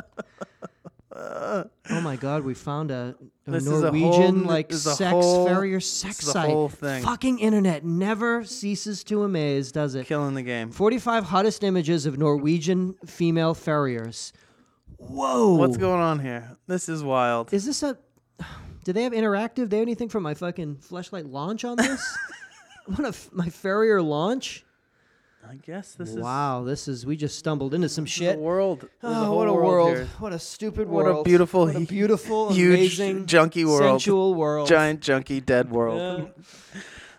[SPEAKER 2] Oh my God, we found a, a
[SPEAKER 1] This is a whole
[SPEAKER 2] Norwegian
[SPEAKER 1] n-
[SPEAKER 2] like
[SPEAKER 1] this is a
[SPEAKER 2] sex
[SPEAKER 1] whole-
[SPEAKER 2] farrier
[SPEAKER 1] this
[SPEAKER 2] sex
[SPEAKER 1] is a
[SPEAKER 2] site.
[SPEAKER 1] whole thing.
[SPEAKER 2] Fucking internet never ceases to amaze, does it?
[SPEAKER 1] Killing the game.
[SPEAKER 2] 45 hottest images of Norwegian female farriers. Whoa.
[SPEAKER 1] What's going on here? This is wild.
[SPEAKER 2] Is this a. Do they have interactive? They have anything for my fucking flashlight launch on this? what a f- my farrier launch?
[SPEAKER 1] I guess this
[SPEAKER 2] Wow, this is. We just stumbled into some
[SPEAKER 1] is the
[SPEAKER 2] shit.
[SPEAKER 1] world. There's
[SPEAKER 2] Oh,
[SPEAKER 1] whole
[SPEAKER 2] what a world.
[SPEAKER 1] here.
[SPEAKER 2] What a stupid
[SPEAKER 1] What a
[SPEAKER 2] world.
[SPEAKER 1] beautiful,
[SPEAKER 2] what a
[SPEAKER 1] hu-
[SPEAKER 2] beautiful,
[SPEAKER 1] huge,
[SPEAKER 2] amazing,
[SPEAKER 1] junky world.
[SPEAKER 2] sensual world.
[SPEAKER 1] Giant, junky, dead
[SPEAKER 2] Uh,
[SPEAKER 1] world.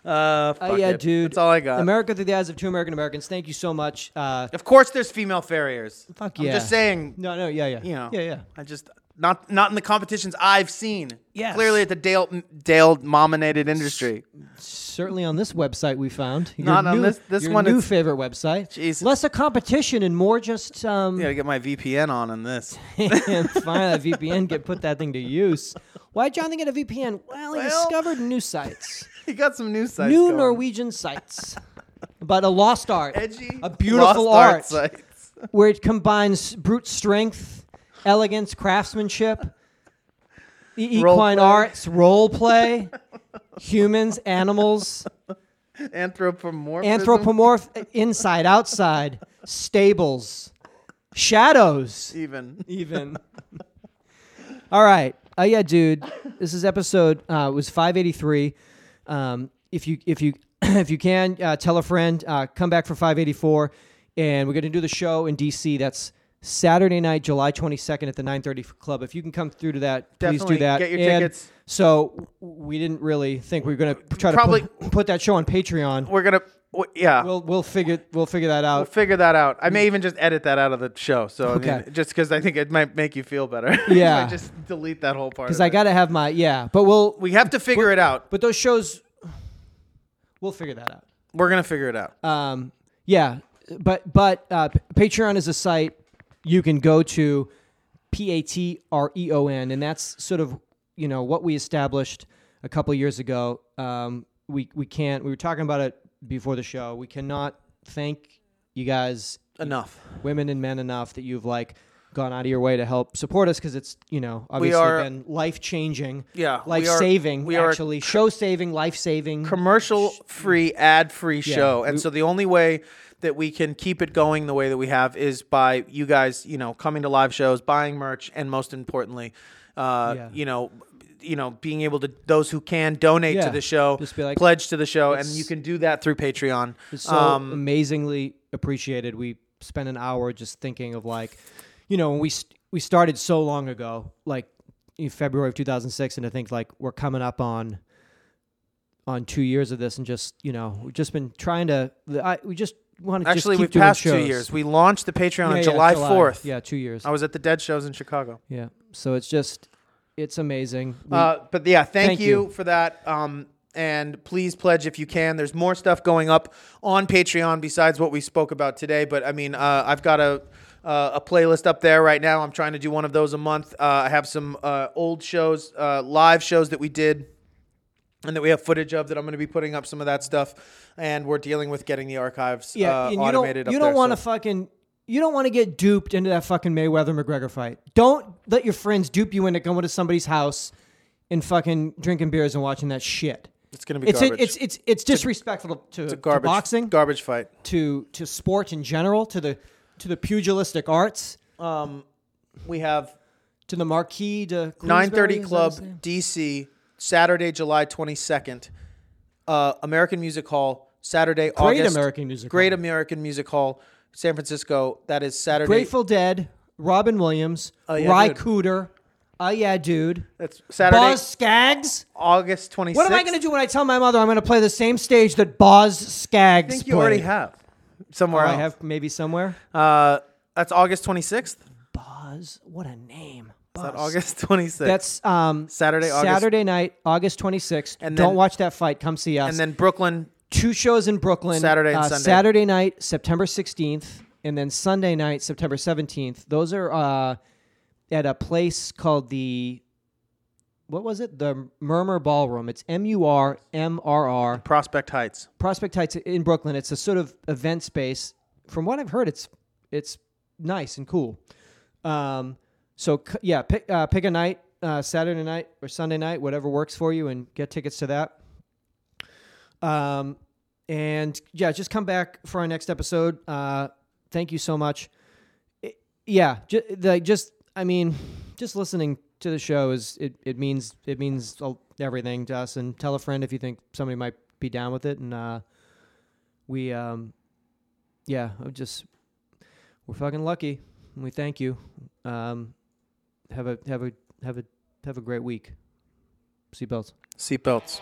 [SPEAKER 1] Uh, fuck
[SPEAKER 2] yeah,
[SPEAKER 1] it.
[SPEAKER 2] dude.
[SPEAKER 1] That's all I got.
[SPEAKER 2] America through the eyes of two American Americans. Thank you so much. Uh,
[SPEAKER 1] Of course, there's female farriers.
[SPEAKER 2] Fuck
[SPEAKER 1] I'm
[SPEAKER 2] yeah.
[SPEAKER 1] just saying.
[SPEAKER 2] no, no, yeah, yeah,
[SPEAKER 1] You know.
[SPEAKER 2] yeah, yeah.
[SPEAKER 1] I just not not in the competitions I've seen.
[SPEAKER 2] Yes.
[SPEAKER 1] Clearly, at the Dale Dale dominated industry.
[SPEAKER 2] Certainly on this website we found. Your
[SPEAKER 1] Not on
[SPEAKER 2] new-
[SPEAKER 1] this- this
[SPEAKER 2] your
[SPEAKER 1] one
[SPEAKER 2] New
[SPEAKER 1] it's-
[SPEAKER 2] favorite website.
[SPEAKER 1] Jesus.
[SPEAKER 2] Less a competition and more just um,
[SPEAKER 1] I gotta get my VPN on on this.
[SPEAKER 2] and finally that VPN get put that thing to use. Why would Jonathan get a VPN? Well, he
[SPEAKER 1] Well-
[SPEAKER 2] discovered new sites,
[SPEAKER 1] You got some new sites.
[SPEAKER 2] new
[SPEAKER 1] going.
[SPEAKER 2] Norwegian sites, but a lost art,
[SPEAKER 1] edgy,
[SPEAKER 2] a beautiful
[SPEAKER 1] lost art
[SPEAKER 2] art
[SPEAKER 1] sites.
[SPEAKER 2] where it combines brute strength, elegance, craftsmanship, the
[SPEAKER 1] Role
[SPEAKER 2] equine
[SPEAKER 1] play.
[SPEAKER 2] arts, role play, humans, animals,
[SPEAKER 1] Anthropomorphism.
[SPEAKER 2] anthropomorph, inside, outside, stables, shadows.
[SPEAKER 1] Even.
[SPEAKER 2] even. All right. Oh yeah, dude. This is episode uh, was five eighty three. Um, if you if you if you can uh, tell a friend, uh, come back for five eighty four, and we're gonna do the show in DC. That's Saturday night, July twenty second at the nine thirty club. If you can come through to that, please
[SPEAKER 1] Definitely
[SPEAKER 2] do that.
[SPEAKER 1] get your
[SPEAKER 2] And
[SPEAKER 1] tickets.
[SPEAKER 2] So we didn't really think we were gonna try to
[SPEAKER 1] Probably-
[SPEAKER 2] put, put that show on Patreon.
[SPEAKER 1] We're gonna. w- Yeah. We'll-
[SPEAKER 2] We'll uh, we'll figure we'll figure that out.
[SPEAKER 1] Figure that out. I may even just edit that out of the show. So I mean,
[SPEAKER 2] Okay.
[SPEAKER 1] just because I think it might make you feel better.
[SPEAKER 2] Yeah.
[SPEAKER 1] I just delete that whole part.
[SPEAKER 2] Because
[SPEAKER 1] Because
[SPEAKER 2] I gotta have my yeah. But we'll
[SPEAKER 1] We have to figure it out.
[SPEAKER 2] But those shows, we'll figure that out.
[SPEAKER 1] We're gonna figure it out.
[SPEAKER 2] Um, yeah, but but uh, P- Patreon is a site you can go to, p a t r e o n, and that's sort of you know what we established a couple years ago. Um, we we can't. We were talking about it before the show. We cannot thank you guys
[SPEAKER 1] Enough.
[SPEAKER 2] women and men enough that you've like gone out of your way to help support us because it's you know obviously
[SPEAKER 1] are-
[SPEAKER 2] been life changing
[SPEAKER 1] Yeah, we are-
[SPEAKER 2] life saving
[SPEAKER 1] we are-
[SPEAKER 2] actually show saving life saving
[SPEAKER 1] commercial free, ad free show. And so the only way that we can keep it going the way that we have is by you guys, you know, coming to live shows, buying merch, and most importantly, uh,
[SPEAKER 2] Yeah.
[SPEAKER 1] you know, you know, being able to those who can donate
[SPEAKER 2] Yeah.
[SPEAKER 1] to the show,
[SPEAKER 2] Just be like,
[SPEAKER 1] pledge to the show, and you can do that through Patreon. Um,
[SPEAKER 2] so amazingly appreciated we spent an hour just thinking of like you know when we st- we started so long ago like in February of 2006 and to think like we're coming up on on 2 years of this and just you know we've just been trying to I, we just want to
[SPEAKER 1] Actually,
[SPEAKER 2] just
[SPEAKER 1] we've
[SPEAKER 2] keep doing
[SPEAKER 1] passed two
[SPEAKER 2] shows.
[SPEAKER 1] years. We launched the Patreon
[SPEAKER 2] Yeah,
[SPEAKER 1] on
[SPEAKER 2] yeah,
[SPEAKER 1] July fourth.
[SPEAKER 2] Yeah, 2 years.
[SPEAKER 1] I was at the Dead shows in Chicago.
[SPEAKER 2] Yeah. So it's just, it's amazing. We-
[SPEAKER 1] Uh, but yeah, thank,
[SPEAKER 2] Thank
[SPEAKER 1] you,
[SPEAKER 2] you.
[SPEAKER 1] for that. Um, And please pledge if you can. There's more stuff going up on Patreon besides what we spoke about today. But I mean, uh, I've got a uh, a playlist up there right now. I'm trying to do one of those a month. Uh, I have some uh, old shows, uh, live shows that we did and that we have footage of that I'm going to be putting up some of that stuff. And we're dealing with getting the archives
[SPEAKER 2] Yeah,
[SPEAKER 1] uh,
[SPEAKER 2] and you don't
[SPEAKER 1] automated
[SPEAKER 2] you
[SPEAKER 1] up
[SPEAKER 2] don't
[SPEAKER 1] there,
[SPEAKER 2] want
[SPEAKER 1] so-
[SPEAKER 2] to fucking you don't want to get duped into that fucking Mayweather McGregor fight. Don't let your friends dupe you into going to somebody's house and fucking drinking beers and watching that shit.
[SPEAKER 1] It's going to be
[SPEAKER 2] It's
[SPEAKER 1] garbage.
[SPEAKER 2] it's it's it's disrespectful to, to,
[SPEAKER 1] garbage
[SPEAKER 2] boxing,
[SPEAKER 1] garbage fight.
[SPEAKER 2] to to sport in general, to the to the pugilistic arts,
[SPEAKER 1] We have
[SPEAKER 2] to the Marquis de Queensberry,
[SPEAKER 1] 9:30
[SPEAKER 2] is that
[SPEAKER 1] Club
[SPEAKER 2] his name?
[SPEAKER 1] DC Saturday, July 22nd. Uh, American Music Hall Saturday,
[SPEAKER 2] Great
[SPEAKER 1] August.
[SPEAKER 2] American Music
[SPEAKER 1] Great
[SPEAKER 2] Hall.
[SPEAKER 1] American Music Hall, San Francisco. That is Saturday.
[SPEAKER 2] Grateful Dead, Robin Williams,
[SPEAKER 1] Oh, yeah,
[SPEAKER 2] Ry
[SPEAKER 1] dude.
[SPEAKER 2] Cooter, Oh Yeah Dude,
[SPEAKER 1] That's Saturday,
[SPEAKER 2] Boz Scaggs.
[SPEAKER 1] August 26th.
[SPEAKER 2] What am I going to do when I tell my mother I'm going to play the same stage that Boz Scaggs
[SPEAKER 1] I think you
[SPEAKER 2] played?
[SPEAKER 1] already have somewhere.
[SPEAKER 2] Or Oh, I
[SPEAKER 1] else.
[SPEAKER 2] have maybe somewhere.
[SPEAKER 1] Uh, that's August 26th. Is
[SPEAKER 2] Boz, what a name. Boz.
[SPEAKER 1] that August 26th.
[SPEAKER 2] That's um,
[SPEAKER 1] Saturday, August-
[SPEAKER 2] Saturday night, August 26th.
[SPEAKER 1] And
[SPEAKER 2] Don't
[SPEAKER 1] then-
[SPEAKER 2] watch that fight. Come see us.
[SPEAKER 1] and then Brooklyn.
[SPEAKER 2] two shows in Brooklyn.
[SPEAKER 1] Saturday and
[SPEAKER 2] uh,
[SPEAKER 1] Sunday.
[SPEAKER 2] Saturday night, September 16th, and then Sunday night, September 17th. Those are uh, at a place called the what was it? The Murmur Ballroom. It's M U R M R R
[SPEAKER 1] Prospect Heights.
[SPEAKER 2] Prospect Heights in Brooklyn. It's a sort of event space. From what I've heard, it's it's nice and cool. Um, so c- yeah, pick uh, pick a night, uh, Saturday night or Sunday night, whatever works for you, and get tickets to that. Um, and yeah, just come back for our next episode. Uh, thank you so much. It- yeah, ju- the, just I mean, just listening to the show is it, it means it means a- everything to us. And tell a friend if you think somebody might be down with it. And uh, we, um, yeah, I'm just we're fucking lucky. And we thank you. Um, have a have a have a have a great week. Seatbelts.
[SPEAKER 1] Seatbelts.